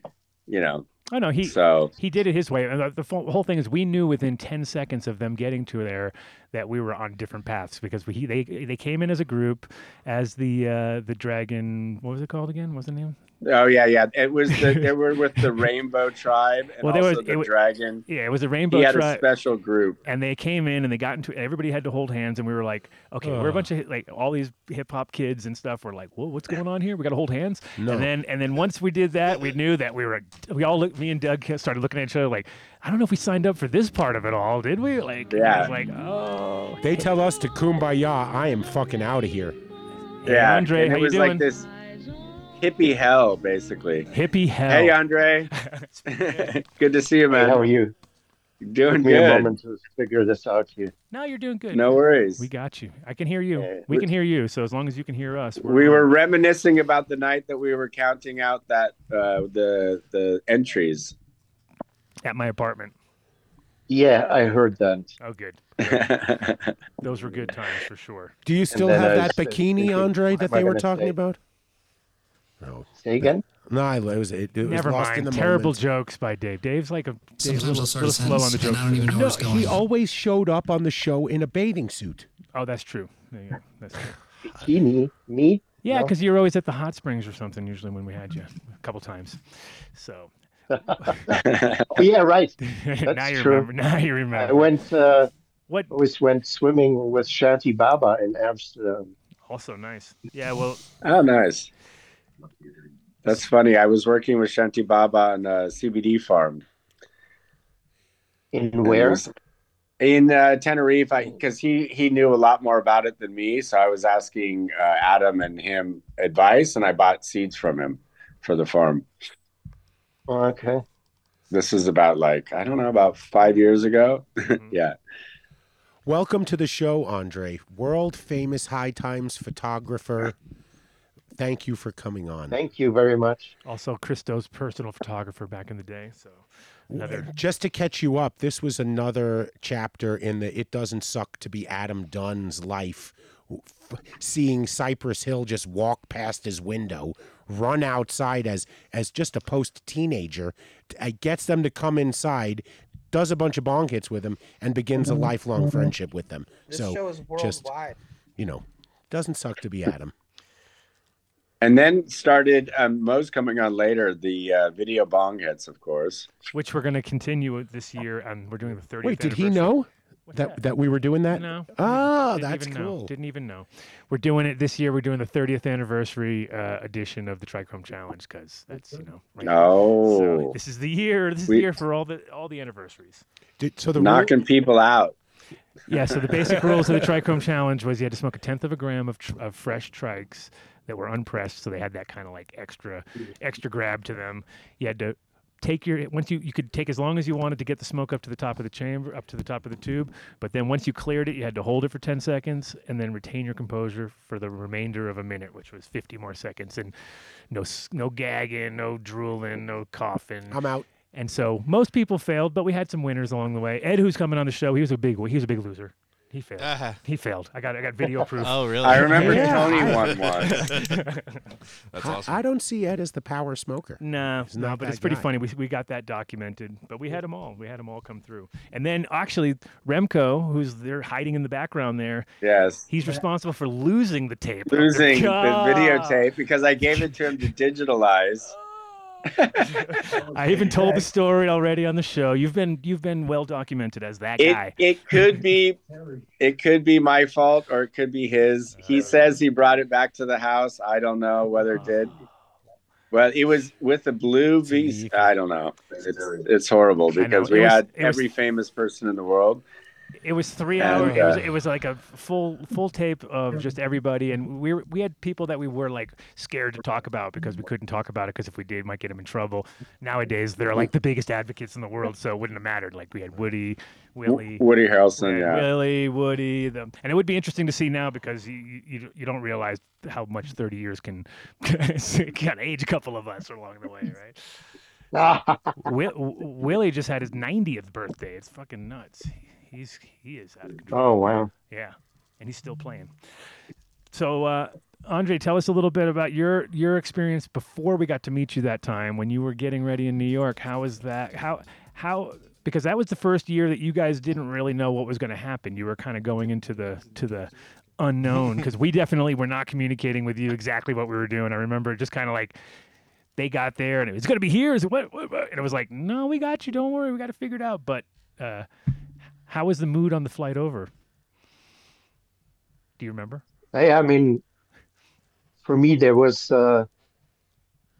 Speaker 8: you know.
Speaker 5: Oh no, he
Speaker 8: So
Speaker 5: he did it his way. And the, the fo- whole thing is, we knew within ten seconds of them getting to there that we were on different paths because we he, they they came in as a group, as the uh, the dragon. What was it called again? What's the name?
Speaker 8: oh yeah, yeah. It was the, they were with
Speaker 2: (laughs)
Speaker 8: the Rainbow Tribe and
Speaker 5: Well, there
Speaker 8: also
Speaker 5: was-
Speaker 8: the
Speaker 5: it wa-
Speaker 8: Dragon.
Speaker 5: Yeah, it was the rainbow.
Speaker 8: He had
Speaker 5: Tri-
Speaker 8: a special group.
Speaker 5: and they came in and they got into it. Everybody had to hold hands, and we were like, okay, we're a bunch of like all these hip hop kids and stuff. We're like, whoa, what's going on here? We got to hold hands.
Speaker 2: No.
Speaker 5: And then and then once we did that, we knew that we were we all looked. Me and Doug started looking at each other like, I don't know if we signed up for this part of it all, did we? Like, and I was
Speaker 8: Yeah.
Speaker 5: like, oh,
Speaker 2: they tell us to kumbaya. I am fucking out of here.
Speaker 5: Hey,
Speaker 8: yeah,
Speaker 5: Andre,
Speaker 8: and
Speaker 5: how
Speaker 8: it
Speaker 5: you
Speaker 8: was
Speaker 5: doing?
Speaker 8: like this hippie hell, basically.
Speaker 5: hippie hell. (laughs)
Speaker 8: Hey, Andre. (laughs) good to see you, man.
Speaker 4: Hey, how are you?
Speaker 8: Doing
Speaker 4: Give me a
Speaker 8: good.
Speaker 4: moment to figure this out here.
Speaker 5: no, you're doing good.
Speaker 8: No worries.
Speaker 5: we got you. I can hear you.
Speaker 4: Yeah.
Speaker 5: we can hear you. So as long as you can hear us, we're uh,
Speaker 8: We
Speaker 5: on.
Speaker 8: were reminiscing about the night that we were counting out that uh, the the entries.
Speaker 5: at my apartment.
Speaker 4: Yeah, I heard that.
Speaker 5: Oh, good.
Speaker 8: yeah,
Speaker 5: Those were good times for sure.
Speaker 2: Do you still
Speaker 4: then
Speaker 2: have
Speaker 4: I
Speaker 2: that
Speaker 4: was
Speaker 2: bikini,
Speaker 4: thinking,
Speaker 2: Andre,
Speaker 4: what
Speaker 2: that
Speaker 4: am I
Speaker 2: they were
Speaker 4: gonna
Speaker 2: talking
Speaker 4: say?
Speaker 2: about? No,
Speaker 4: Say again.
Speaker 2: no, I it was it. it was
Speaker 5: Never
Speaker 2: lost
Speaker 5: mind.
Speaker 2: in the
Speaker 5: Terrible
Speaker 2: moment.
Speaker 5: jokes by Dave. Dave's like a Dave's
Speaker 7: Sometimes
Speaker 5: a
Speaker 7: I'll
Speaker 5: little,
Speaker 7: start a
Speaker 5: little slow on the
Speaker 7: sentence
Speaker 5: jokes.
Speaker 7: and I don't even know where
Speaker 2: No,
Speaker 7: it's going.
Speaker 2: he always showed up on the show in a bathing suit.
Speaker 5: Oh, that's true. There you go. That's true.
Speaker 4: Bikini, me.
Speaker 5: Yeah,
Speaker 4: No?
Speaker 5: because you're always at the hot springs or something usually when we had you a couple times.
Speaker 4: (laughs)
Speaker 5: So
Speaker 4: (laughs) Oh, yeah, right.
Speaker 5: (laughs) now you
Speaker 4: true.
Speaker 5: remember. Now you
Speaker 4: I
Speaker 5: remember.
Speaker 4: went. Uh,
Speaker 5: what?
Speaker 4: always went swimming with Shanti Baba in Amsterdam.
Speaker 5: Also nice. Yeah. Well,
Speaker 8: oh, nice. That's funny. I was working with Shanti Baba on a CBD farm.
Speaker 4: In
Speaker 8: And it
Speaker 4: where?
Speaker 8: was In uh, Tenerife, because he he knew a lot more about it than me, so I was asking uh, Adam and him advice, and I bought seeds from him for the farm.
Speaker 4: Oh, okay.
Speaker 8: This was about like I don't know about five years ago. (laughs)
Speaker 5: Mm-hmm.
Speaker 8: yeah.
Speaker 2: Welcome to the show, Andre, world famous high times photographer, Thank you for coming on.
Speaker 4: Thank you very much.
Speaker 5: Also, Christo's personal photographer back in the day. So another
Speaker 2: Just to catch you up, this was another chapter in the It Doesn't Suck to Be Adam Dunn's life. F- Seeing Cypress Hill just walk past his window, run outside as as just a post teenager, uh, gets them to come inside, does a bunch of bong hits with them, and begins a lifelong friendship with them.
Speaker 7: Mm-hmm. This
Speaker 2: so
Speaker 7: show is
Speaker 2: just
Speaker 7: worldwide.
Speaker 2: you know, doesn't suck to be Adam.
Speaker 8: And then started um, Mo's coming on later. The uh, video bong hits, of course.
Speaker 5: which we're going to continue with this year, and we're doing the 30th.
Speaker 2: Wait, did he
Speaker 5: anniversary.
Speaker 2: know that that we were doing that?
Speaker 5: No.
Speaker 2: Oh,
Speaker 5: Didn't
Speaker 2: that's
Speaker 5: even know.
Speaker 2: cool.
Speaker 5: Didn't even know. We're doing it this year. We're doing the 30th anniversary uh, edition of the Trichrome Challenge because that's you know. Right So
Speaker 8: No,
Speaker 5: this is the year. This is
Speaker 8: Oh. We-
Speaker 5: the year for all the all the anniversaries.
Speaker 2: Did, so the rule-
Speaker 8: knocking people out.
Speaker 5: Yeah.
Speaker 2: (laughs)
Speaker 5: So the basic rules of the Trichrome Challenge was you had to smoke a tenth of a gram of, tr- of fresh trikes that were unpressed, so they had that kind of like extra extra grab to them. You had to take your once you you could take as long as you wanted to get the smoke up to the top of the chamber, up to the top of the tube. But then once you cleared it, you had to hold it for ten seconds and then retain your composure for the remainder of a minute, which was fifty more seconds. And no s- no gagging, no drooling, no coughing.
Speaker 2: I'm out.
Speaker 5: And so most people failed, but we had some winners along the way. Ed, who's coming on the show, he was a big he was a big loser. He failed.
Speaker 2: Uh-huh.
Speaker 6: Ah.
Speaker 5: He failed. I got I got
Speaker 2: (laughs)
Speaker 5: video proof.
Speaker 6: Oh, really?
Speaker 8: I remember
Speaker 2: Yeah.
Speaker 8: Tony won one.
Speaker 5: (laughs)
Speaker 6: That's
Speaker 2: I-
Speaker 6: awesome.
Speaker 2: I don't see Ed as the power smoker.
Speaker 5: No,
Speaker 2: not
Speaker 5: no, but
Speaker 2: that
Speaker 5: it's pretty
Speaker 2: guy.
Speaker 5: funny. We, we got that documented, but we had them all. We had them all come through. And then actually, Remco, who's there hiding in the background there,
Speaker 8: Yes.
Speaker 5: he's responsible for losing the tape. of the-
Speaker 8: Losing the
Speaker 5: Ah!
Speaker 8: videotape because I gave it to him to digitalize.
Speaker 5: I even told the story already on the show. You've been you've been well documented as that
Speaker 8: It
Speaker 5: guy.
Speaker 8: it could be it could be my fault or it could be his. He
Speaker 5: Uh.
Speaker 8: says he brought it back to the house. I don't know whether
Speaker 5: (sighs)
Speaker 8: it did. Well, it was with the blue V. I don't know. It's, it's horrible
Speaker 5: know.
Speaker 8: because
Speaker 5: It
Speaker 8: we
Speaker 5: was-
Speaker 8: had
Speaker 5: it was-
Speaker 8: every famous person in the world.
Speaker 5: It was three
Speaker 8: And,
Speaker 5: hours. It was,
Speaker 8: uh,
Speaker 5: it was like a full full tape of just everybody, and we were, we had people that we were like scared to talk about because we couldn't talk about it because if we did, might get them in trouble. Nowadays, they're like the biggest advocates in the world, so it wouldn't have mattered. Like we had Woody, Willie.
Speaker 8: Woody
Speaker 5: we
Speaker 8: Harrelson.
Speaker 5: had
Speaker 8: Yeah.
Speaker 5: Willie, Woody, the, and it would be interesting to see now because you, you- you you don't realize how much thirty years can (laughs) can age a couple of us along the way, right? Wi- Willie just had his 90th birthday. It's fucking nuts. He's he is out of control.
Speaker 4: oh wow.
Speaker 5: Yeah, and he's still playing. So, uh, Andre, tell us a little bit about your your experience before we got to meet you that time when you were getting ready in New York. How was that? How how because that was the first year that you guys didn't really know what was going to happen. You were kind of going into the to the unknown because we definitely were not communicating with you exactly what we were doing. I remember just kind of like they got there and it was going to be here. Is it what, what, what? And it was like, no, we got you. Don't worry, we got it figured out. But uh, how was the mood on the flight over? Do you remember?
Speaker 4: Hey, I mean, for me, there was uh,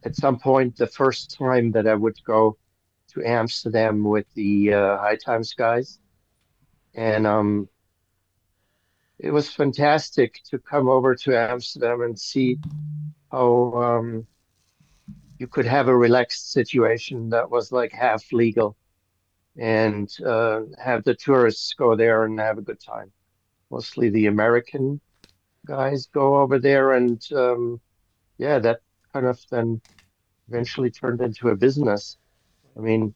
Speaker 4: at some point the first time that I would go to Amsterdam with the uh, High Times guys, and um, it was fantastic to come over to Amsterdam and see how um, you could have a relaxed situation that was like half legal, and uh, have the tourists go there and have a good time, mostly the American guys go over there and um, yeah that kind of then eventually turned into a business i mean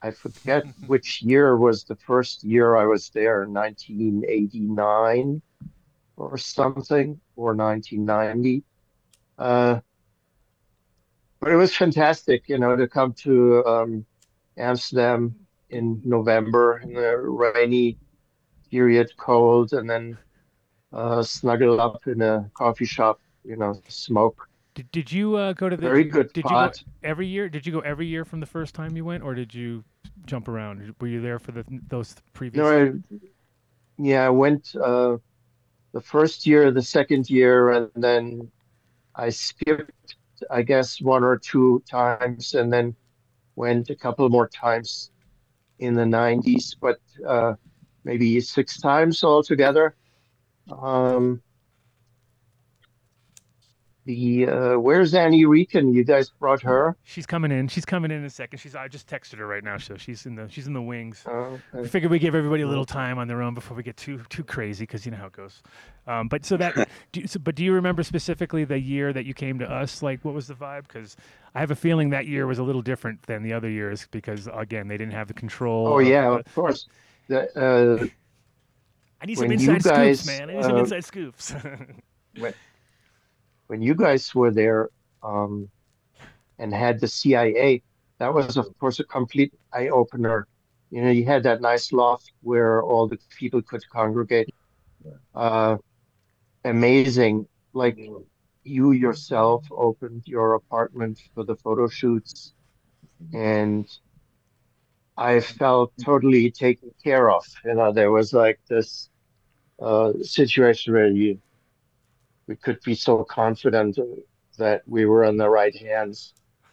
Speaker 4: i forget which year was the first year i was there 1989 or something or 1990 uh, but it was fantastic you know to come to um, amsterdam in november in a rainy period cold and then uh, snuggle up in a coffee shop, you know, smoke.
Speaker 5: Did, did you uh, go to the
Speaker 4: Very
Speaker 5: did-
Speaker 4: good
Speaker 5: Did
Speaker 4: pot.
Speaker 5: you go every year? Did you go every year from the first time you went, or did you jump around? Were you there for the those previous?
Speaker 4: No, I, yeah, I went uh, the first year, the second year, and then I skipped, I guess, one or two times, and then went a couple more times in the 90s, but uh, maybe six times altogether. Um, the uh, where's Annie Regan? You guys brought her.
Speaker 5: She's coming in. She's coming in in a second. She's I just texted her right now, so she's in the she's in the wings.
Speaker 4: Oh,
Speaker 5: We
Speaker 4: okay. Mm-hmm.
Speaker 5: figured we give everybody a little time on their own before we get too too crazy because you know how it goes. Um,
Speaker 4: (laughs)
Speaker 5: but so that, do, you- so, but do you remember specifically the year that you came to us? Like, what was the vibe? Because I have a feeling that year was a little different than the other years because again, they didn't have the control.
Speaker 4: Oh
Speaker 5: of
Speaker 4: yeah,
Speaker 5: the-
Speaker 4: of course. The, uh,
Speaker 5: uh, I need some
Speaker 4: when you
Speaker 5: inside
Speaker 4: guys,
Speaker 5: scoops, man. I need some
Speaker 4: uh,
Speaker 5: inside scoops. (laughs)
Speaker 4: when you guys were there um, and had the CIA, that was, of course, a complete eye opener. You know, you had that nice loft where all the people could congregate. Uh, amazing. Like you yourself opened your apartment for the photo shoots, and I felt totally taken care of. You know, there was like this uh, situation where you we could be so confident that we were in the right hands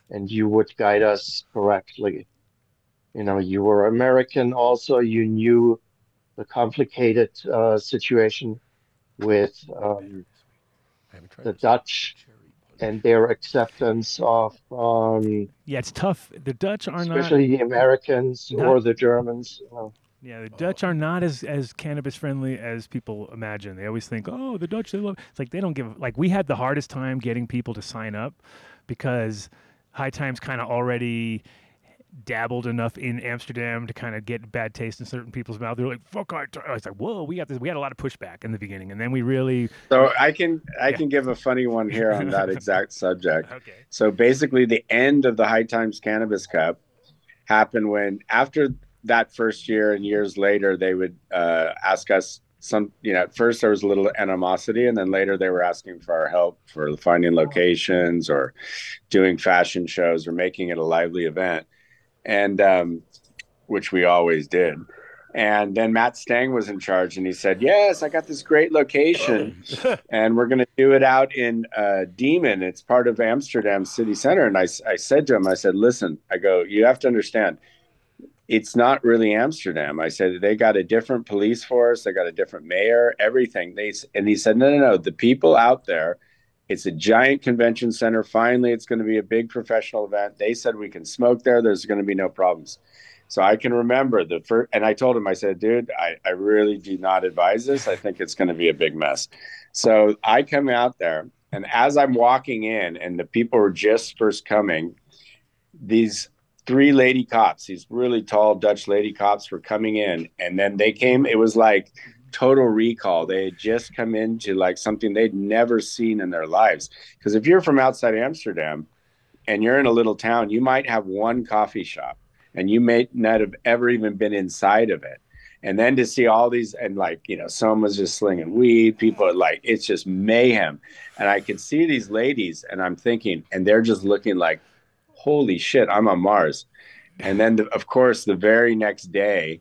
Speaker 4: and you would guide us correctly. You know, you were American also, you knew the complicated uh, situation with um, the Dutch and their acceptance of, um,
Speaker 5: yeah, it's tough. The Dutch are not.
Speaker 4: especially the Americans
Speaker 5: not-
Speaker 4: or the Germans. You know.
Speaker 5: Yeah, the Dutch are not as as cannabis friendly as people imagine. They always think, "Oh, the Dutch they love." It's like they don't give like we had the hardest time getting people to sign up because High Times kind of already dabbled enough in Amsterdam to kind of get bad taste in certain people's mouth. They're like, "Fuck High Times." It's like, "Whoa, we got this. We had a lot of pushback in the beginning." And then we really
Speaker 8: So I can I
Speaker 5: Yeah.
Speaker 8: can give a funny one here
Speaker 5: (laughs)
Speaker 8: on that exact subject.
Speaker 5: Okay.
Speaker 8: So basically, the end of the High Times Cannabis Cup happened when, after that first year and years later, they would uh, ask us some. You know, at first there was a little animosity, and then later they were asking for our help for finding locations or doing fashion shows or making it a lively event, and um, which we always did. And then Matt Stang was in charge, and he said, "Yes, I got this great location." and we're going to do it out in uh, Demon. It's part of Amsterdam city center. And I, s- I said to him, I said, listen, I go, you have to understand, it's not really Amsterdam. I said, they got a different police force, they got a different mayor, everything. They s- and he said, no, no, no, the people out there. It's a giant convention center. Finally, it's going to be a big professional event. They said we can smoke there. There's going to be no problems. So I can remember the first, and I told him, I said, dude, I, I really do not advise this. I think it's going to be a big mess. So I come out there, and as I'm walking in, and the people are just first coming, these three lady cops, these really tall Dutch lady cops, were coming in, and then they came. It was like total recall. They had just come into like something they'd never seen in their lives. Because if you're from outside Amsterdam and you're in a little town, you might have one coffee shop, and you may not have ever even been inside of it and then to see all these and like you know someone's just slinging weed people are like it's just mayhem and i can see these ladies and i'm thinking and they're just looking like holy shit i'm on mars and then the, of course the very next day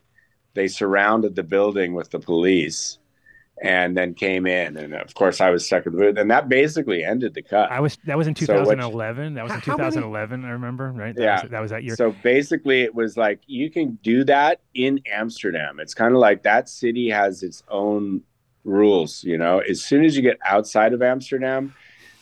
Speaker 8: they surrounded the building with the police and then came in and of course i was stuck in the booth and that basically ended the cut
Speaker 5: I was that was in
Speaker 8: So what-
Speaker 5: 2011. that was in
Speaker 2: How- how many-
Speaker 5: 2011, I remember, right? That
Speaker 8: Yeah.
Speaker 5: was, that was that year.
Speaker 8: So basically, it was like you can do that in Amsterdam. It's kind of like that city has its own rules. You know, as soon as you get outside of Amsterdam,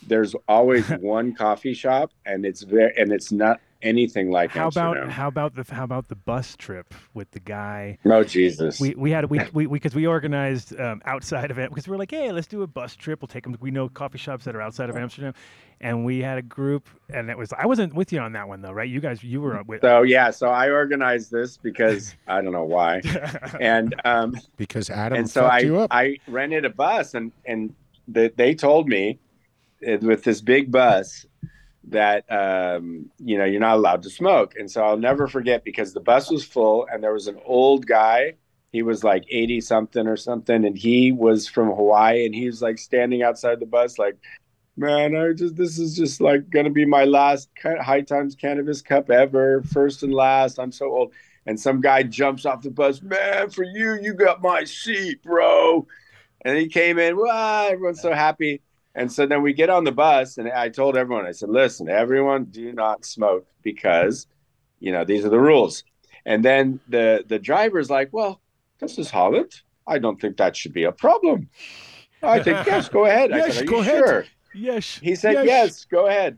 Speaker 8: there's
Speaker 5: (laughs)
Speaker 8: always one coffee shop, and it's very and it's not anything like
Speaker 5: how about
Speaker 8: Amsterdam.
Speaker 5: how about the how about the bus trip with the guy
Speaker 8: No, Oh, Jesus.
Speaker 5: We, we had
Speaker 8: (laughs)
Speaker 5: we we because we, organized um, outside of it because we were like, hey, let's do a bus trip. We'll take them. We know coffee shops that are outside of Amsterdam, and we had a group, and it was I wasn't with you on that one though, right? You guys, you were with.
Speaker 8: so yeah, so I organized this because I don't know why, and um,
Speaker 2: because Adam
Speaker 8: and so
Speaker 2: fucked
Speaker 8: I,
Speaker 2: you up.
Speaker 8: I rented a bus and and the, they told me uh, with this big bus that um, you know you're not allowed to smoke and so i'll never forget because the bus was full and there was an old guy he was like 80 something or something and he was from hawaii and he was like standing outside the bus like man i just this is just like gonna be my last ca- high times cannabis cup ever first and last i'm so old and some guy jumps off the bus man for you you got my seat bro and he came in wow everyone's so happy and so then we get on the bus and i told everyone i said listen everyone do not smoke because you know these are the rules and then the the driver's like well this is
Speaker 2: (laughs)
Speaker 8: holland (laughs) i don't think that should be a problem i think yes go ahead i
Speaker 5: (laughs)
Speaker 2: Yes,
Speaker 8: said are
Speaker 2: go
Speaker 8: you
Speaker 2: ahead.
Speaker 8: sure
Speaker 5: Yes.
Speaker 8: He said, yes. go ahead.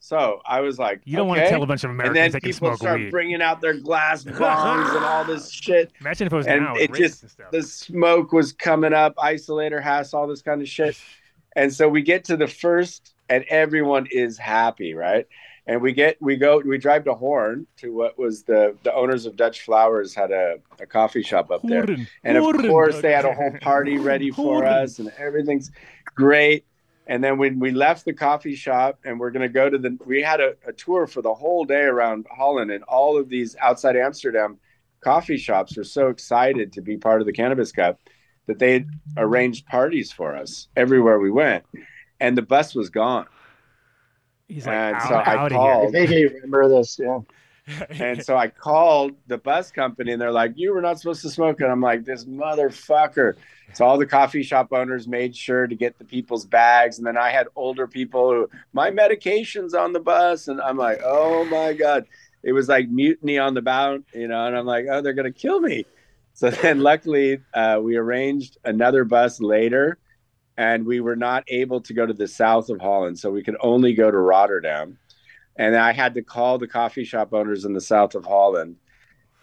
Speaker 8: So I was like,
Speaker 5: You don't want to
Speaker 8: okay.
Speaker 5: tell a bunch of
Speaker 8: And
Speaker 5: Americans
Speaker 8: then
Speaker 5: that can
Speaker 8: people
Speaker 5: smoke
Speaker 8: start
Speaker 5: weed.
Speaker 8: bringing out their
Speaker 5: (laughs)
Speaker 8: glass bombs and all this shit.
Speaker 5: Imagine if it was
Speaker 8: and
Speaker 5: now.
Speaker 8: it
Speaker 5: with rings
Speaker 8: just-
Speaker 5: and stuff.
Speaker 8: The smoke was coming up, isolator has all this kind of shit.
Speaker 5: (laughs)
Speaker 8: And so we get to the first, and everyone is happy, right? And we get we go we drive to Horn to what was the the owners of Dutch Flowers had a, a coffee shop up there.
Speaker 5: Hoorden,
Speaker 8: And of
Speaker 5: hoorden.
Speaker 8: course, they had a whole party ready for
Speaker 5: Hoorden.
Speaker 8: us, and everything's great. And then when we left the coffee shop, and we're going to go to the, we had a, a tour for the whole day around Holland, and all of these outside Amsterdam coffee shops were so excited to be part of the Cannabis Cup that they arranged parties for us everywhere we went. And the bus was gone.
Speaker 5: He's like,
Speaker 8: and
Speaker 5: "I'm
Speaker 8: so I
Speaker 5: outta
Speaker 8: called.
Speaker 4: I think I remember this. Yeah.
Speaker 5: here."
Speaker 8: And so I called the bus company and they're like, You were not supposed to smoke. And I'm like, This motherfucker. So all the coffee shop owners made sure to get the people's bags. And then I had older people who, my medication's on the bus. And I'm like, Oh my God. It was like mutiny on the bound, you know. And I'm like, Oh, they're going to kill me. So (laughs) then luckily, uh, we arranged another bus later. And we were not able to go to the south of Holland. So we could only go to Rotterdam and I had to call the coffee shop owners in the south of Holland.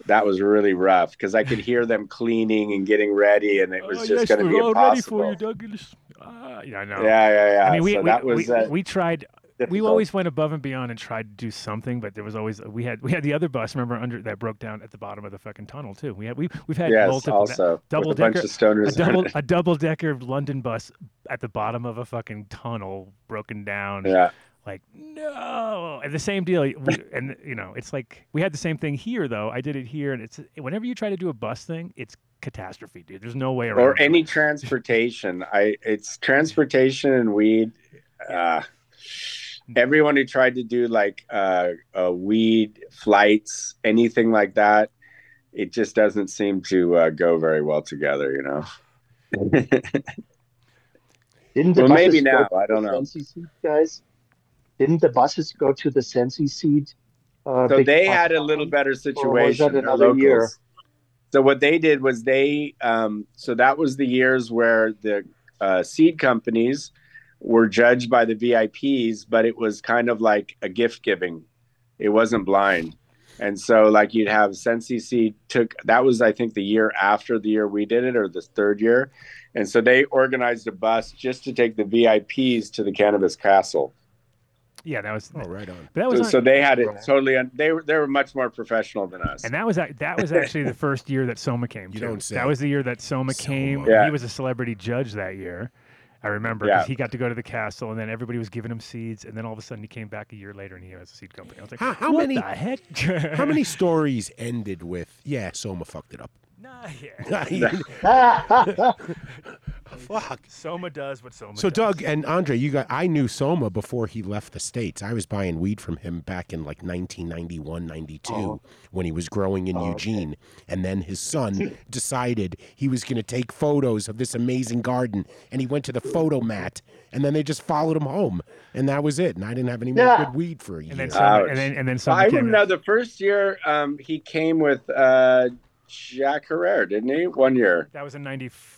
Speaker 8: That was really rough because I could hear them cleaning and getting ready, and it was
Speaker 5: Oh,
Speaker 8: just
Speaker 5: yes,
Speaker 8: going to
Speaker 5: we're
Speaker 8: be
Speaker 5: all ready for
Speaker 8: impossible.
Speaker 5: you, Douglas. Ah, yeah, I know.
Speaker 8: yeah, yeah, yeah.
Speaker 5: I mean, we,
Speaker 8: so
Speaker 5: we,
Speaker 8: that was
Speaker 5: we,
Speaker 8: uh,
Speaker 5: we tried we
Speaker 8: difficult.
Speaker 5: always went above and beyond and tried to do something, but there was always we had we had the other bus. Remember under that broke down at the bottom of the fucking tunnel too. We had we we've had
Speaker 8: yes,
Speaker 5: multiple that-
Speaker 8: also
Speaker 5: double
Speaker 8: with a bunch
Speaker 5: decker-
Speaker 8: of stoners.
Speaker 5: a
Speaker 8: in
Speaker 5: double
Speaker 8: it.
Speaker 5: a double decker London bus at the bottom of a fucking tunnel broken down.
Speaker 8: yeah,
Speaker 5: Like no, and the same deal. We, and you know, it's like we had the same thing here though. I did it here, and it's whenever you try to do a bus thing, it's catastrophe, dude. There's no way around.
Speaker 8: or
Speaker 5: it.
Speaker 8: any transportation. I it's transportation and weed. Uh, everyone who tried to do like uh, uh, weed flights, anything like that, it just doesn't seem to uh, go very well together. You know. (laughs)
Speaker 4: Didn't the
Speaker 8: Well,
Speaker 4: buses
Speaker 8: maybe
Speaker 4: go
Speaker 8: now,
Speaker 4: to
Speaker 8: I don't
Speaker 4: the
Speaker 8: know.
Speaker 4: Sensi seat, guys. Didn't the buses go to the Sensi seat? Uh,
Speaker 8: So
Speaker 4: big
Speaker 8: they
Speaker 4: bus
Speaker 8: had a
Speaker 4: company?
Speaker 8: little better
Speaker 4: that
Speaker 8: situation. They're
Speaker 4: another
Speaker 8: locals.
Speaker 4: year?
Speaker 8: So what they did was they um, so that was the years where the uh, seed companies were judged by the VIPs, but it was kind of like a gift giving. It wasn't blind. And so like you'd have Sensi Seed took that was I think the year after the year we did it or the third year. And so they organized a bus just to take the VIPs to the cannabis castle.
Speaker 5: yeah, that was
Speaker 2: Oh, right on.
Speaker 5: but that was
Speaker 8: So,
Speaker 5: on-
Speaker 8: so they had it
Speaker 4: Right.
Speaker 8: totally. Un- they were they were much more professional than us.
Speaker 5: And that was ac- that was actually
Speaker 2: (laughs)
Speaker 5: the first year that Soma came.
Speaker 2: You
Speaker 5: too.
Speaker 2: don't say.
Speaker 5: That was the year that Soma,
Speaker 2: Soma.
Speaker 5: came.
Speaker 8: Yeah.
Speaker 5: He was a celebrity judge that year. I remember because
Speaker 8: Yeah.
Speaker 5: he got to go to the castle, and then everybody was giving him seeds, and then all of a sudden he came back a year later and he has a seed company. I was like,
Speaker 2: How- how
Speaker 5: what
Speaker 2: many-
Speaker 5: The heck?
Speaker 2: (laughs) How
Speaker 5: (laughs)
Speaker 2: many stories ended with, yeah, Soma fucked it up? (laughs)
Speaker 5: Nah, yeah.
Speaker 8: (laughs)
Speaker 2: Fuck.
Speaker 5: Soma does what Soma.
Speaker 2: So
Speaker 5: does.
Speaker 2: Doug and Andre, you got I knew Soma before he left the states. I was buying weed from him back in like 1991, 92
Speaker 4: Oh.
Speaker 2: when he was growing in
Speaker 4: Oh, okay.
Speaker 2: Eugene, and then
Speaker 5: (laughs)
Speaker 2: his son decided he was going to take photos of this amazing garden, and he went to the photo mat, and then they just followed him home, and that was it. And I didn't have any more
Speaker 4: Yeah.
Speaker 2: good weed for a year.
Speaker 5: and then
Speaker 8: Ouch.
Speaker 5: Soma, and then and then Soma
Speaker 8: I
Speaker 5: came.
Speaker 8: remember
Speaker 5: in.
Speaker 8: now the first year um, he came with uh, Jack Herrera, didn't he? One year.
Speaker 5: That was in '94.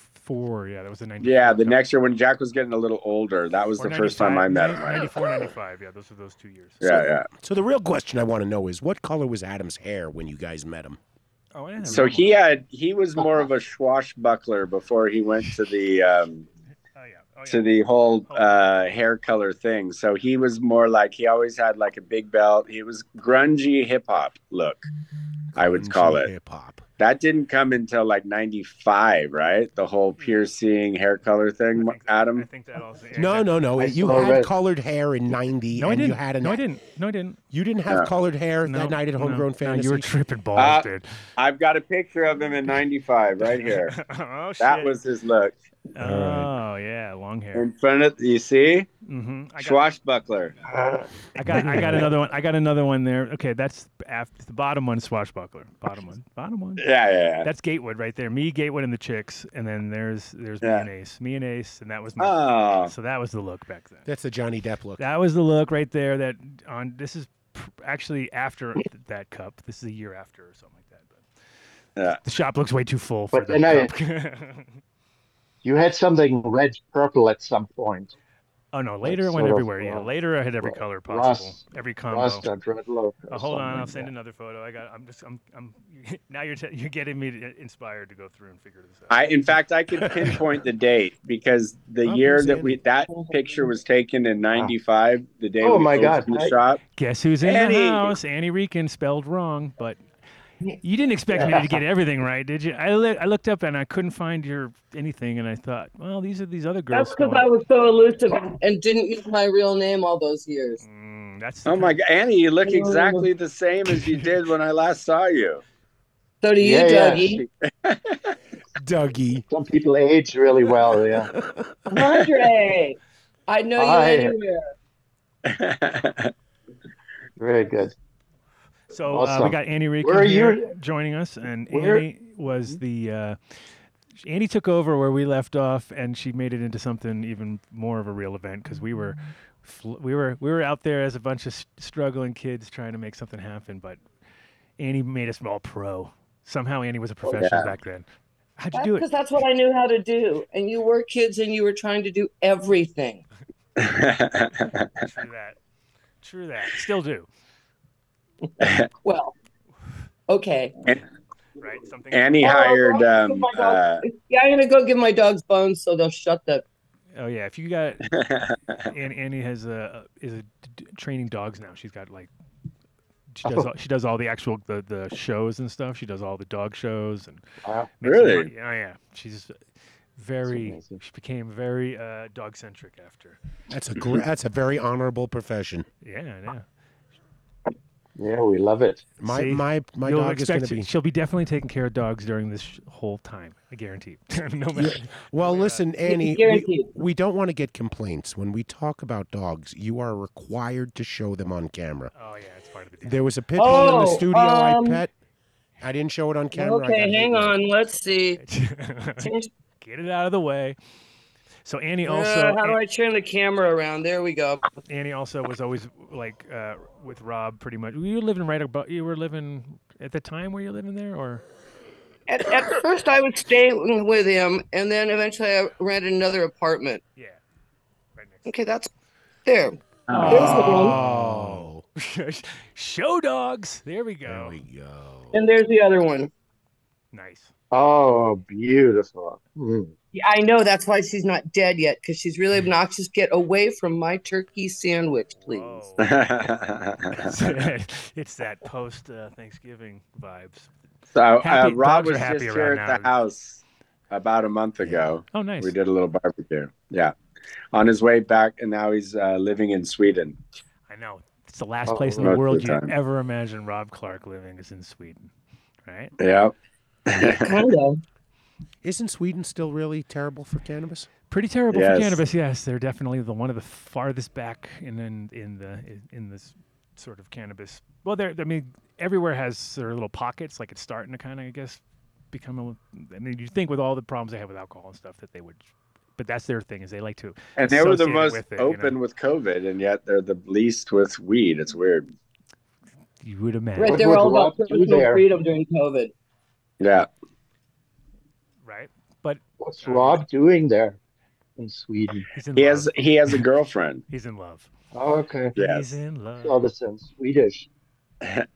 Speaker 5: Yeah, that was in '94.
Speaker 8: Yeah, the next year when Jack was getting a little older, that was
Speaker 5: Or
Speaker 8: the first time I
Speaker 5: 95,
Speaker 8: met him. right?
Speaker 5: '94, '95. Yeah, those are those two years.
Speaker 8: Yeah, yeah.
Speaker 2: so the real question I want to know is, what color was Adam's hair when you guys met him?
Speaker 5: Oh, I didn't
Speaker 8: So
Speaker 5: remember.
Speaker 8: he had he was more of a swashbuckler before he went to the um,
Speaker 5: Oh yeah. Oh, yeah.
Speaker 8: to the whole uh, hair color thing. So he was more like he always had like a big belt. He was grungy hip hop look, I would call it.
Speaker 2: hip hop.
Speaker 8: That didn't come until like '95, right? The whole piercing hair color thing,
Speaker 5: Mm. I think- I
Speaker 8: Adam.
Speaker 5: think that also. yeah,
Speaker 2: No,
Speaker 5: exactly.
Speaker 2: no, no.
Speaker 4: I
Speaker 2: You
Speaker 4: saw
Speaker 2: had
Speaker 4: red.
Speaker 2: colored hair in '90,
Speaker 5: No, I
Speaker 2: and
Speaker 5: didn't.
Speaker 2: you had an
Speaker 5: no, I didn't. No, I didn't.
Speaker 2: You didn't have
Speaker 8: Yeah.
Speaker 2: colored hair
Speaker 5: No,
Speaker 2: that night at
Speaker 5: no,
Speaker 2: Homegrown
Speaker 5: no,
Speaker 2: Fantasy.
Speaker 5: you were tripping balls,
Speaker 8: Uh,
Speaker 5: dude.
Speaker 8: I've got a picture of him in '95 right here.
Speaker 5: (laughs) oh shit.
Speaker 8: That was his look
Speaker 5: Oh yeah, long hair.
Speaker 8: in front of you see
Speaker 5: hmm I got,
Speaker 8: swashbuckler.
Speaker 5: I got,
Speaker 4: (laughs)
Speaker 5: I got another one. I got another one there. Okay, that's after the bottom one, swashbuckler. Bottom one. Bottom one.
Speaker 8: (laughs) Yeah, yeah. yeah.
Speaker 5: That's Gatewood right there. Me, Gatewood, and the chicks, and then there's there's me
Speaker 8: Yeah.
Speaker 5: and Ace. Me and Ace, and that was me.
Speaker 8: Oh,
Speaker 5: So that was the look back then.
Speaker 2: That's the Johnny Depp look.
Speaker 5: That was the look right there. That on this is pr- actually after that cup. This is a year after or something like that. But
Speaker 8: Yeah.
Speaker 5: the shop looks way too full for
Speaker 4: But
Speaker 5: the (laughs)
Speaker 4: then I-
Speaker 5: cup.
Speaker 4: you had something red purple at some point.
Speaker 5: Oh no, later
Speaker 4: That's
Speaker 5: it went
Speaker 4: sort of,
Speaker 5: everywhere. yeah,
Speaker 4: uh,
Speaker 5: later I had every
Speaker 4: Ru-
Speaker 5: color possible,
Speaker 4: Rust- uh,
Speaker 5: every combo.
Speaker 4: Rasta, Dreadlock. or
Speaker 5: Oh,
Speaker 4: something
Speaker 5: hold on, I'll
Speaker 4: like
Speaker 5: send
Speaker 4: that.
Speaker 5: another photo. I got. I'm just. I'm. I'm. (laughs) Now you're. T- you're getting me to- uh, inspired to go through and figure this out.
Speaker 8: I, in fact, I could pinpoint the date because the
Speaker 2: Oh,
Speaker 8: year
Speaker 2: please,
Speaker 8: that
Speaker 2: Andy.
Speaker 8: we that picture was taken in '95, the day
Speaker 4: Oh
Speaker 8: we
Speaker 4: my God,
Speaker 8: opened
Speaker 4: I-
Speaker 8: the shop.
Speaker 5: Guess who's in
Speaker 8: Annie!
Speaker 5: the house? Annie Reekin, spelled wrong, but you didn't expect me to
Speaker 8: (laughs)
Speaker 5: get everything right, did you? I, li- I looked up and I couldn't find your anything, and I thought, well, these are these other girls.
Speaker 7: That's because I
Speaker 5: spelling-
Speaker 7: was so elusive and didn't use my real name all those years.
Speaker 5: Mm, that's the
Speaker 8: Oh
Speaker 5: kind-
Speaker 8: my God, Annie, you look
Speaker 7: Oh.
Speaker 8: exactly the same as you did when I last saw you.
Speaker 7: So do you,
Speaker 4: Yeah, yeah.
Speaker 7: Dougie.
Speaker 2: Dougie.
Speaker 4: Some people age really
Speaker 7: (laughs)
Speaker 4: well. Yeah.
Speaker 7: Andre, I know you
Speaker 4: Hi.
Speaker 7: anywhere.
Speaker 4: Very good.
Speaker 5: So uh, we
Speaker 4: Awesome.
Speaker 5: got Annie Reekin
Speaker 4: Where are
Speaker 5: here
Speaker 4: you-
Speaker 5: joining us, and
Speaker 4: Where- Hmm?
Speaker 5: Annie was the. Uh, Annie took over where we left off, and she made it into something even more of a real event because we
Speaker 4: Hmm.
Speaker 5: were, fl- we were, we were out there as a bunch of s- struggling kids trying to make something happen. But Annie made us all pro. Somehow Annie
Speaker 4: Oh,
Speaker 5: was a professional
Speaker 8: yeah.
Speaker 5: back then. How'd you
Speaker 7: That's
Speaker 5: do
Speaker 7: (laughs)
Speaker 5: it?
Speaker 7: because that's what I knew how to do. And you were kids and you were trying to do everything.
Speaker 5: True that. True that. Still
Speaker 8: (laughs)
Speaker 5: do.
Speaker 7: Well, okay.
Speaker 5: Right. Something.
Speaker 8: Annie
Speaker 7: Oh,
Speaker 8: hired.
Speaker 7: I'll go
Speaker 8: Um,
Speaker 7: give my
Speaker 8: uh,
Speaker 7: dog- yeah, I'm gonna go give my dogs bones so they'll shut the.
Speaker 5: Oh yeah. If you
Speaker 2: (laughs)
Speaker 5: got and Annie has a is a, d- training dogs now. She's got like she
Speaker 2: Oh.
Speaker 5: does all, she does all the actual the, the shows and stuff. She does all the dog shows and
Speaker 4: Wow.
Speaker 5: makes them
Speaker 8: Really?
Speaker 5: run- Oh yeah, she's very
Speaker 4: amazing.
Speaker 5: she became very uh, dog centric after.
Speaker 2: That's a gr- that's a very honorable profession.
Speaker 5: Yeah, yeah.
Speaker 4: Yeah, we love it.
Speaker 2: Uh, My
Speaker 5: See?
Speaker 2: my my
Speaker 5: You'll
Speaker 2: dog is going
Speaker 5: expect-
Speaker 2: to be.
Speaker 5: She'll be definitely taking care of dogs during this sh- whole time. I guarantee. (laughs) (laughs) no matter. uh,
Speaker 2: Well, listen, Annie, we,
Speaker 7: guaranteed.
Speaker 2: we don't want to get complaints. When we talk about dogs, you are required to show them on camera.
Speaker 5: Oh yeah, it's part of the deal.
Speaker 2: There was a pit bull in the
Speaker 7: Oh,
Speaker 2: studio
Speaker 7: um,
Speaker 2: I pet. I didn't show it on camera. I got
Speaker 7: Okay,
Speaker 2: hate
Speaker 7: hang
Speaker 2: mail.
Speaker 5: (laughs)
Speaker 7: on. Let's see.
Speaker 5: Get
Speaker 7: Change,
Speaker 5: it out of the way. So Annie also
Speaker 7: uh, how
Speaker 5: An-
Speaker 7: do I turn the camera around? There we go.
Speaker 5: Annie also was always like uh, with Rob pretty much. You were living right about. You were living at the time where you living there, or
Speaker 7: At, at first, I would stay with him, and then eventually, I rented another apartment.
Speaker 5: yeah, right next.
Speaker 7: Okay, that's there. There's the one,
Speaker 2: Oh,
Speaker 5: (laughs) Show dogs. There we
Speaker 2: there
Speaker 5: go.
Speaker 2: we go.
Speaker 7: and there's the other one.
Speaker 5: Nice.
Speaker 4: Oh, beautiful. Mm.
Speaker 7: Yeah, I know that's why she's not dead yet because she's really obnoxious. Get away from my turkey sandwich, please.
Speaker 5: Whoa.
Speaker 8: so (laughs)
Speaker 5: (laughs) it's that post uh, Thanksgiving vibes.
Speaker 8: uh,
Speaker 5: Happy-
Speaker 8: Rob
Speaker 5: dogs are
Speaker 8: was
Speaker 5: happy
Speaker 8: just here
Speaker 5: around
Speaker 8: at the
Speaker 5: now.
Speaker 8: house about a month ago.
Speaker 5: Oh, nice.
Speaker 8: We did a little barbecue. Yeah, on his way back, and now he's uh, living in Sweden.
Speaker 5: I know. It's the last
Speaker 4: Oh,
Speaker 5: place in
Speaker 8: most
Speaker 5: the
Speaker 8: of
Speaker 5: world
Speaker 8: the
Speaker 5: you
Speaker 8: time.
Speaker 5: ever imagine Rob Clark living is in Sweden, right?
Speaker 8: (laughs) Yeah.
Speaker 7: kind of.
Speaker 2: Isn't Sweden still really terrible for cannabis?
Speaker 5: Pretty terrible
Speaker 8: Yes.
Speaker 5: for cannabis. Yes, they're definitely the one of the farthest back in in, in the in, in this sort of cannabis. Well, they're I mean everywhere has their little pockets. Like it's starting to kind of I guess become a. I mean, you think with all the problems they have with alcohol and stuff that they would, but that's their thing is they like to.
Speaker 8: And they were the
Speaker 5: associated
Speaker 8: most
Speaker 5: with it, you know?
Speaker 8: open with COVID, and yet they're the least with weed. It's weird.
Speaker 5: You would imagine,
Speaker 7: Right,
Speaker 4: What
Speaker 7: they're
Speaker 4: would
Speaker 7: all about
Speaker 4: Rob do
Speaker 7: personal
Speaker 4: there?
Speaker 7: freedom during COVID.
Speaker 8: Yeah.
Speaker 5: right? But
Speaker 4: What's
Speaker 5: Uh,
Speaker 4: Rob doing there in Sweden?
Speaker 5: he's in
Speaker 8: He
Speaker 5: love.
Speaker 8: has he has a girlfriend.
Speaker 5: he's in love.
Speaker 4: (laughs) Oh, okay.
Speaker 5: He's
Speaker 8: Yes.
Speaker 5: in
Speaker 4: So
Speaker 5: love.
Speaker 4: this in Swedish.
Speaker 8: (laughs)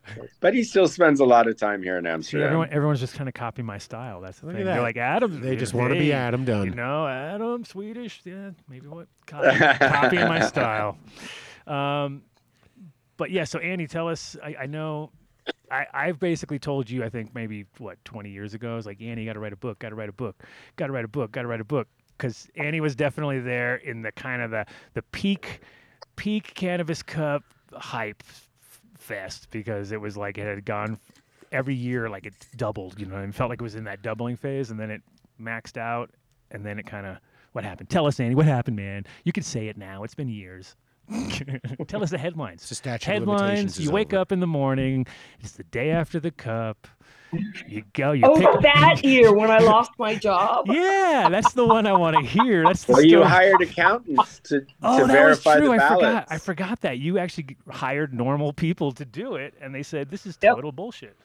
Speaker 8: But he still spends a lot of time here in
Speaker 5: See,
Speaker 8: Amsterdam.
Speaker 5: everyone, everyone's just kind of copying my style. That's the
Speaker 2: Look at
Speaker 5: thing. They're
Speaker 2: that.
Speaker 5: like Adam.
Speaker 2: They just want to be Adam Dunn.
Speaker 5: You know, Adam Swedish. Yeah, maybe what copy, copying
Speaker 8: (laughs)
Speaker 5: my style. Um, but yeah, so Annie, tell us. I, I know. I, I've basically told you, I think maybe what twenty years ago, I was like, Annie, got to write a book, got to write a book, got to write a book, got to write a book, because Annie was definitely there in the kind of the the peak peak cannabis cup hype f- fest because it was like it had gone every year like it doubled you know and felt like it was in that doubling phase and then it maxed out and then it kind of what happened tell us andy what happened man you can say it now it's been years (laughs) tell us the headlines
Speaker 2: It's a statute of limitations.
Speaker 5: headlines
Speaker 2: is
Speaker 5: you wake
Speaker 2: over.
Speaker 5: up in the morning it's the day after the cup you go you
Speaker 7: Oh,
Speaker 5: pick
Speaker 7: that
Speaker 5: (laughs)
Speaker 7: year when I lost my job.
Speaker 5: yeah that's the one i want to hear that's the
Speaker 8: Well, you
Speaker 5: story.
Speaker 8: hired accountants to,
Speaker 5: Oh,
Speaker 8: to
Speaker 5: that was
Speaker 8: verify
Speaker 5: true.
Speaker 8: the
Speaker 5: I
Speaker 8: ballots.
Speaker 5: forgot. I forgot that you actually g- hired normal people to do it, and they said this is
Speaker 7: Yep.
Speaker 5: total bullshit.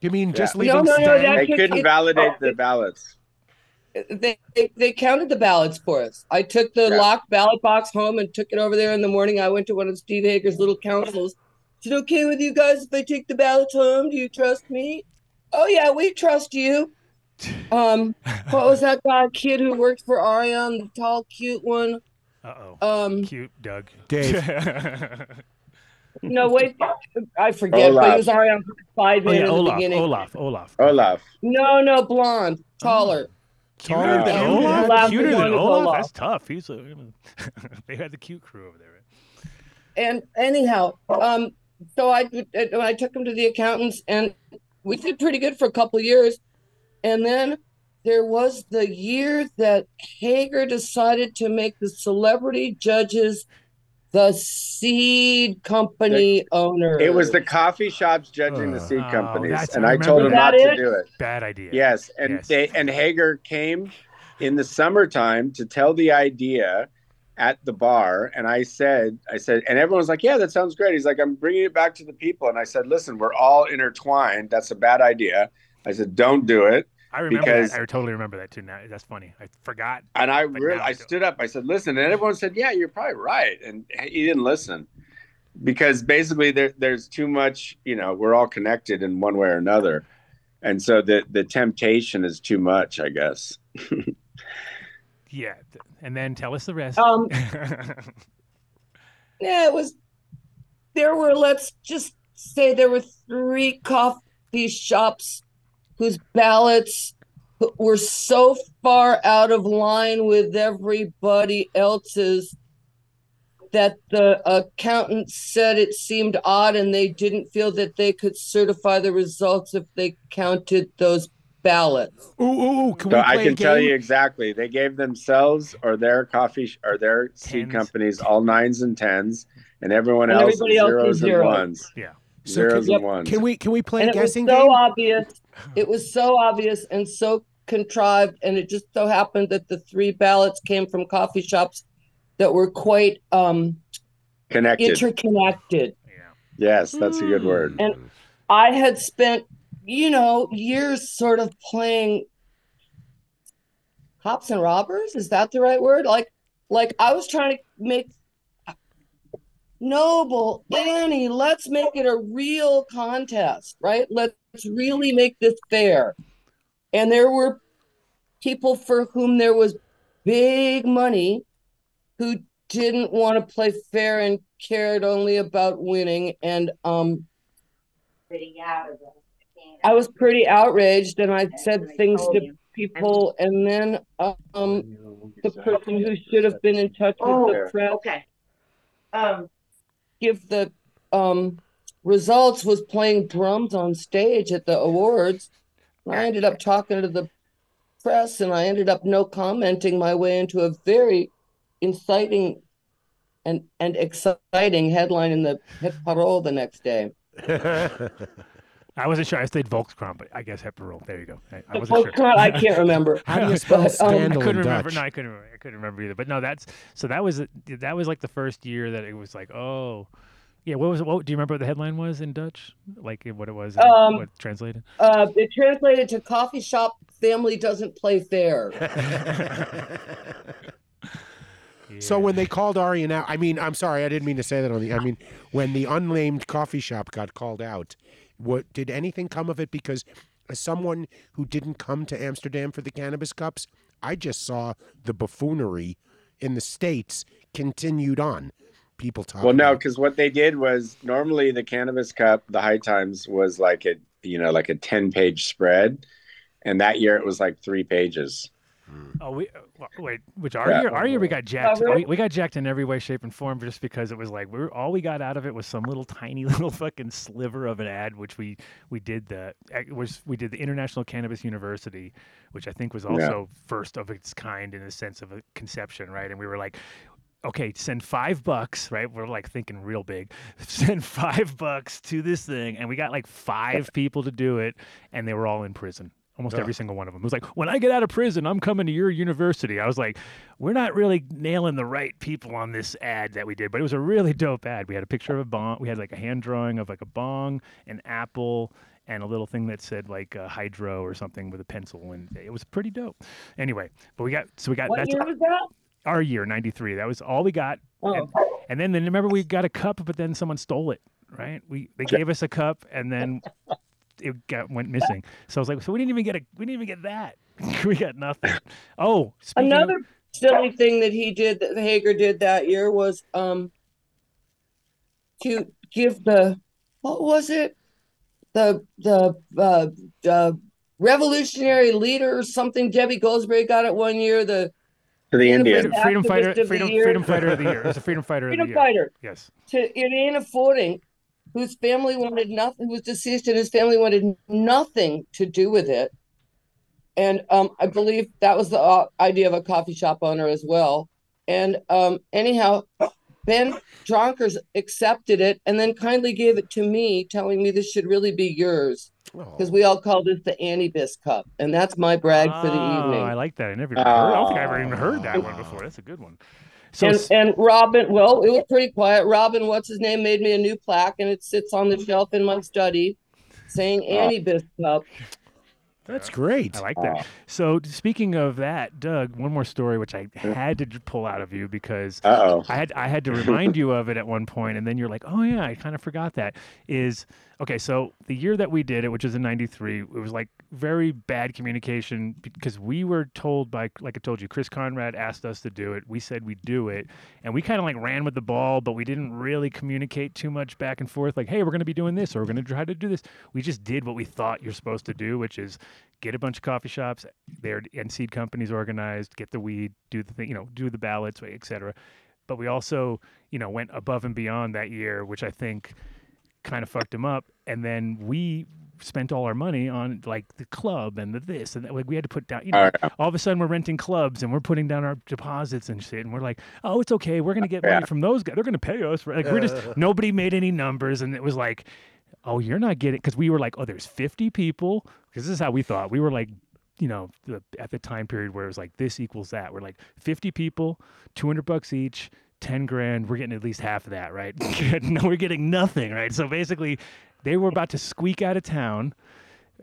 Speaker 2: You mean just
Speaker 8: Yeah.
Speaker 2: leaving
Speaker 7: No, no, no,
Speaker 2: Stan?
Speaker 8: They
Speaker 7: that-
Speaker 8: couldn't
Speaker 7: It-
Speaker 8: validate the ballots.
Speaker 7: they, they they counted the ballots for us. I took the
Speaker 8: Yeah.
Speaker 7: locked ballot box home and took it over there in the morning. I went to one of Steve Hager's little councils. Is it okay with you guys if I take the ballots home? Do you trust me? Oh yeah, we trust you. Um, what was that guy kid who worked for Arion, the tall, cute one?
Speaker 5: Uh oh.
Speaker 7: Um,
Speaker 5: Cute Doug. (laughs) Oh,
Speaker 2: Dave,
Speaker 7: no wait, I forget. But
Speaker 8: Olaf.
Speaker 7: it was Arion for five
Speaker 5: oh
Speaker 7: minutes
Speaker 5: yeah,
Speaker 7: in the
Speaker 5: Olaf.
Speaker 7: beginning.
Speaker 5: Olaf. Olaf.
Speaker 8: Olaf.
Speaker 7: No, no, blonde, taller.
Speaker 5: Cuter Oh. than
Speaker 8: Yeah.
Speaker 5: Olaf.
Speaker 7: Olaf is
Speaker 5: Cuter
Speaker 7: one
Speaker 5: than
Speaker 7: of
Speaker 5: Olaf.
Speaker 7: Olaf.
Speaker 5: That's tough. He's a, (laughs) they had the cute crew over there.
Speaker 7: and anyhow, um, so I when I took him to the accountants, and we did pretty good for a couple of years, and then there was the year that Hager decided to make the celebrity judges the seed company owner.
Speaker 8: It was the coffee shops judging the
Speaker 2: Uh,
Speaker 8: seed
Speaker 5: oh,
Speaker 8: companies,
Speaker 5: that's-
Speaker 8: and
Speaker 5: I
Speaker 8: I told them
Speaker 5: remember
Speaker 8: not
Speaker 7: that.
Speaker 8: to
Speaker 7: Is that
Speaker 8: do it.
Speaker 5: Bad idea.
Speaker 8: Yes, and
Speaker 5: Yes.
Speaker 8: they and Hager came in the summertime to tell the idea at the bar, and I said, I said, and everyone was like, "Yeah, that sounds great." He's like, "I'm bringing it back to the people," and I said, "Listen, we're all intertwined. That's a bad idea." I said, "Don't do it."
Speaker 5: I remember
Speaker 8: because-
Speaker 5: that. I totally remember that too. Now that's funny. I forgot.
Speaker 8: And I
Speaker 5: But
Speaker 8: really,
Speaker 5: now
Speaker 8: I
Speaker 5: I do.
Speaker 8: stood up. I said, "Listen," and everyone said, "Yeah, you're probably right." And he didn't listen because basically there, there's too much. You know, we're all connected in one way or another, and so the the temptation is too much, I guess. (laughs)
Speaker 5: Yeah. th- And then tell us the rest.
Speaker 7: Um, yeah, it was. There were let's just say there were three coffee shops whose ballots were so far out of line with everybody else's that the accountant said it seemed odd and they didn't feel that they could certify the results if they counted those ballots.
Speaker 2: ooh, ooh, ooh, can
Speaker 8: So
Speaker 2: we
Speaker 8: I
Speaker 2: play a
Speaker 8: can tell
Speaker 2: game?
Speaker 8: you exactly. They gave themselves or their coffee sh- or their seed
Speaker 5: Tens.
Speaker 8: companies all nines and tens, and everyone
Speaker 7: And
Speaker 8: else
Speaker 7: everybody else
Speaker 8: zeros
Speaker 7: is
Speaker 8: and
Speaker 7: zeros.
Speaker 8: ones.
Speaker 2: So
Speaker 8: zeros
Speaker 2: can,
Speaker 8: and ones.
Speaker 2: can we can we play
Speaker 7: and
Speaker 2: a
Speaker 7: it was so
Speaker 2: guessing game?
Speaker 7: obvious. It was so obvious and so contrived, and it just so happened that the three ballots came from coffee shops that were quite um,
Speaker 8: Connected.
Speaker 7: interconnected.
Speaker 5: yeah.
Speaker 8: yes, that's a
Speaker 2: Hmm.
Speaker 8: good word.
Speaker 7: And- I had spent, you know, years sort of playing cops and robbers. Is that the right word? Like, like I was trying to make noble Annie. Let's make it a real contest, right? Let's really make this fair. And there were people for whom there was big money who didn't want to play fair and cared only about winning and um I was pretty outraged and I said things to people
Speaker 9: Oh,
Speaker 7: and then um the person who should have been in touch with the press
Speaker 9: Oh, Okay. Um,
Speaker 7: give the um results was playing drums on stage at the awards. I ended up talking to the press and I ended up no commenting my way into a very inciting and and exciting headline in the Hit Parole the next day.
Speaker 5: (laughs) I wasn't sure. I stayed Volkskron, but I guess Hepperol. There you go. I, I
Speaker 7: The
Speaker 5: wasn't sure.
Speaker 7: postcard, I can't
Speaker 5: (laughs)
Speaker 7: remember.
Speaker 2: How do you spell
Speaker 7: But, um,
Speaker 5: I
Speaker 2: scandal in
Speaker 5: couldn't remember.
Speaker 2: Dutch?
Speaker 5: No, I couldn't remember. I couldn't remember either. But no, that's so that was that was like the first year that it was like, oh, yeah. What was it? What do you remember? What the headline was in Dutch, like what it was, and
Speaker 7: Um,
Speaker 5: what translated.
Speaker 7: Uh, it translated to coffee shop family doesn't play fair.
Speaker 2: So
Speaker 5: Yeah.
Speaker 2: when they called Aryan out, I mean, I'm sorry, I didn't mean to say that on the. I mean, when the unnamed coffee shop got called out, what did anything come of it? Because as someone who didn't come to Amsterdam for the cannabis cups, I just saw the buffoonery in the states continued on. People talking.
Speaker 8: Well, no,
Speaker 2: about-
Speaker 8: because what they did was normally the cannabis cup, the high times was like a you know like a ten page spread, and that year it was like three pages.
Speaker 5: Oh, we uh, wa- wait. Which our
Speaker 8: Yeah.
Speaker 5: year, our year, we got jacked.
Speaker 7: really?
Speaker 5: We, we got jacked in every way, shape, and form, just because it was like we were, all we got out of it was some little tiny (laughs) little fucking sliver of an ad, which we we did the it was we did the International Cannabis University, which I think was
Speaker 8: Yeah.
Speaker 5: also first of its kind in the sense of a conception, right? And we were like. Okay, send five bucks, right? We're like thinking real big. (laughs) Send
Speaker 8: (laughs)
Speaker 5: five bucks to this thing. And we got like five people to do it, and they were all in prison. almost every single one of them. It was like, when I get out of prison, I'm coming to your university. I was like, we're not really nailing the right people on this ad that we did, but it was a really dope ad. We had a picture of a bong. We had like a hand drawing of like a bong, an apple, and a little thing that said like uh, hydro or something with a pencil, and it was pretty dope. Anyway, but we got so we got
Speaker 7: What
Speaker 5: that's
Speaker 7: year was that? Oh,
Speaker 5: our year '93. That was all we got. And, and then, then remember we got a cup, but then someone stole it. Right? We they
Speaker 6: Yeah.
Speaker 5: gave us a cup, and then it got went missing. So I was like, so we didn't even get a we didn't even get that. (laughs) we got nothing. Oh, speaking of-
Speaker 7: Another silly thing that he did that Hager did that year was um to give the what was it the the uh, uh, revolutionary leader or something Debbie Goldsberry got it one year the
Speaker 8: To the Indian.
Speaker 5: freedom
Speaker 7: Freedom- Indian. Activist of
Speaker 5: fighter
Speaker 7: the
Speaker 5: freedom
Speaker 7: year.
Speaker 5: freedom fighter of the year. It was a
Speaker 7: (laughs)
Speaker 5: freedom fighter of
Speaker 7: freedom
Speaker 5: the year.
Speaker 7: fighter
Speaker 5: Yes.
Speaker 7: to Irina Fording whose family wanted nothing who was deceased and his family wanted nothing to do with it and um, I believe that was the uh, idea of a coffee shop owner as well. And um, anyhow, Ben Dronkers accepted it and then kindly gave it to me, telling me this should really be yours
Speaker 5: Oh.
Speaker 7: because we all call this the Annie Bis Cup, and that's my brag for the
Speaker 5: Oh,
Speaker 7: evening.
Speaker 5: I like that. I never even heard. I don't think I ever even heard that one before. That's a good one. So
Speaker 7: and,
Speaker 5: s-
Speaker 7: and Robin, well, it was pretty quiet. Robin, what's his name, made me a new plaque, and it sits on
Speaker 5: Mm-hmm.
Speaker 7: the shelf in my study, saying
Speaker 5: Oh.
Speaker 7: Annie Bis Cup.
Speaker 2: That's great.
Speaker 5: I like that. So speaking of that, Doug, one more story which I had to j- pull out of you because
Speaker 8: Uh-oh.
Speaker 5: I had I had to remind you of it at one point, and then you're like, oh yeah, I kind of forgot that. Is okay. So the year that we did it, which is in '93, it was like very bad communication because we were told by, like I told you, Chris Conrad asked us to do it. We said we do it, and we kind of like ran with the ball, but we didn't really communicate too much back and forth. Like, hey, we're going to be doing this, or we're going to try to do this. We just did what we thought you're supposed to do, which is get a bunch of coffee shops there and seed companies organized, get the weed, do the thing, you know, do the ballots, et cetera but we also you know went above and beyond that year which i think kind of fucked him up and then we spent all our money on like the club and the this and that like we had to put down you know all of a sudden we're renting clubs and we're putting down our deposits and shit and we're like oh it's okay we're gonna get money
Speaker 6: Yeah.
Speaker 5: from those guys they're gonna pay us right? like we're just nobody made any numbers and it was like oh you're not getting because we were like oh there's 50 people because this is how we thought we were like you know the, at the time period where it was like this equals that we're like 50 people 200 bucks each 10 grand we're getting at least half of that right (laughs) no we're getting nothing right so basically they were about to squeak out of town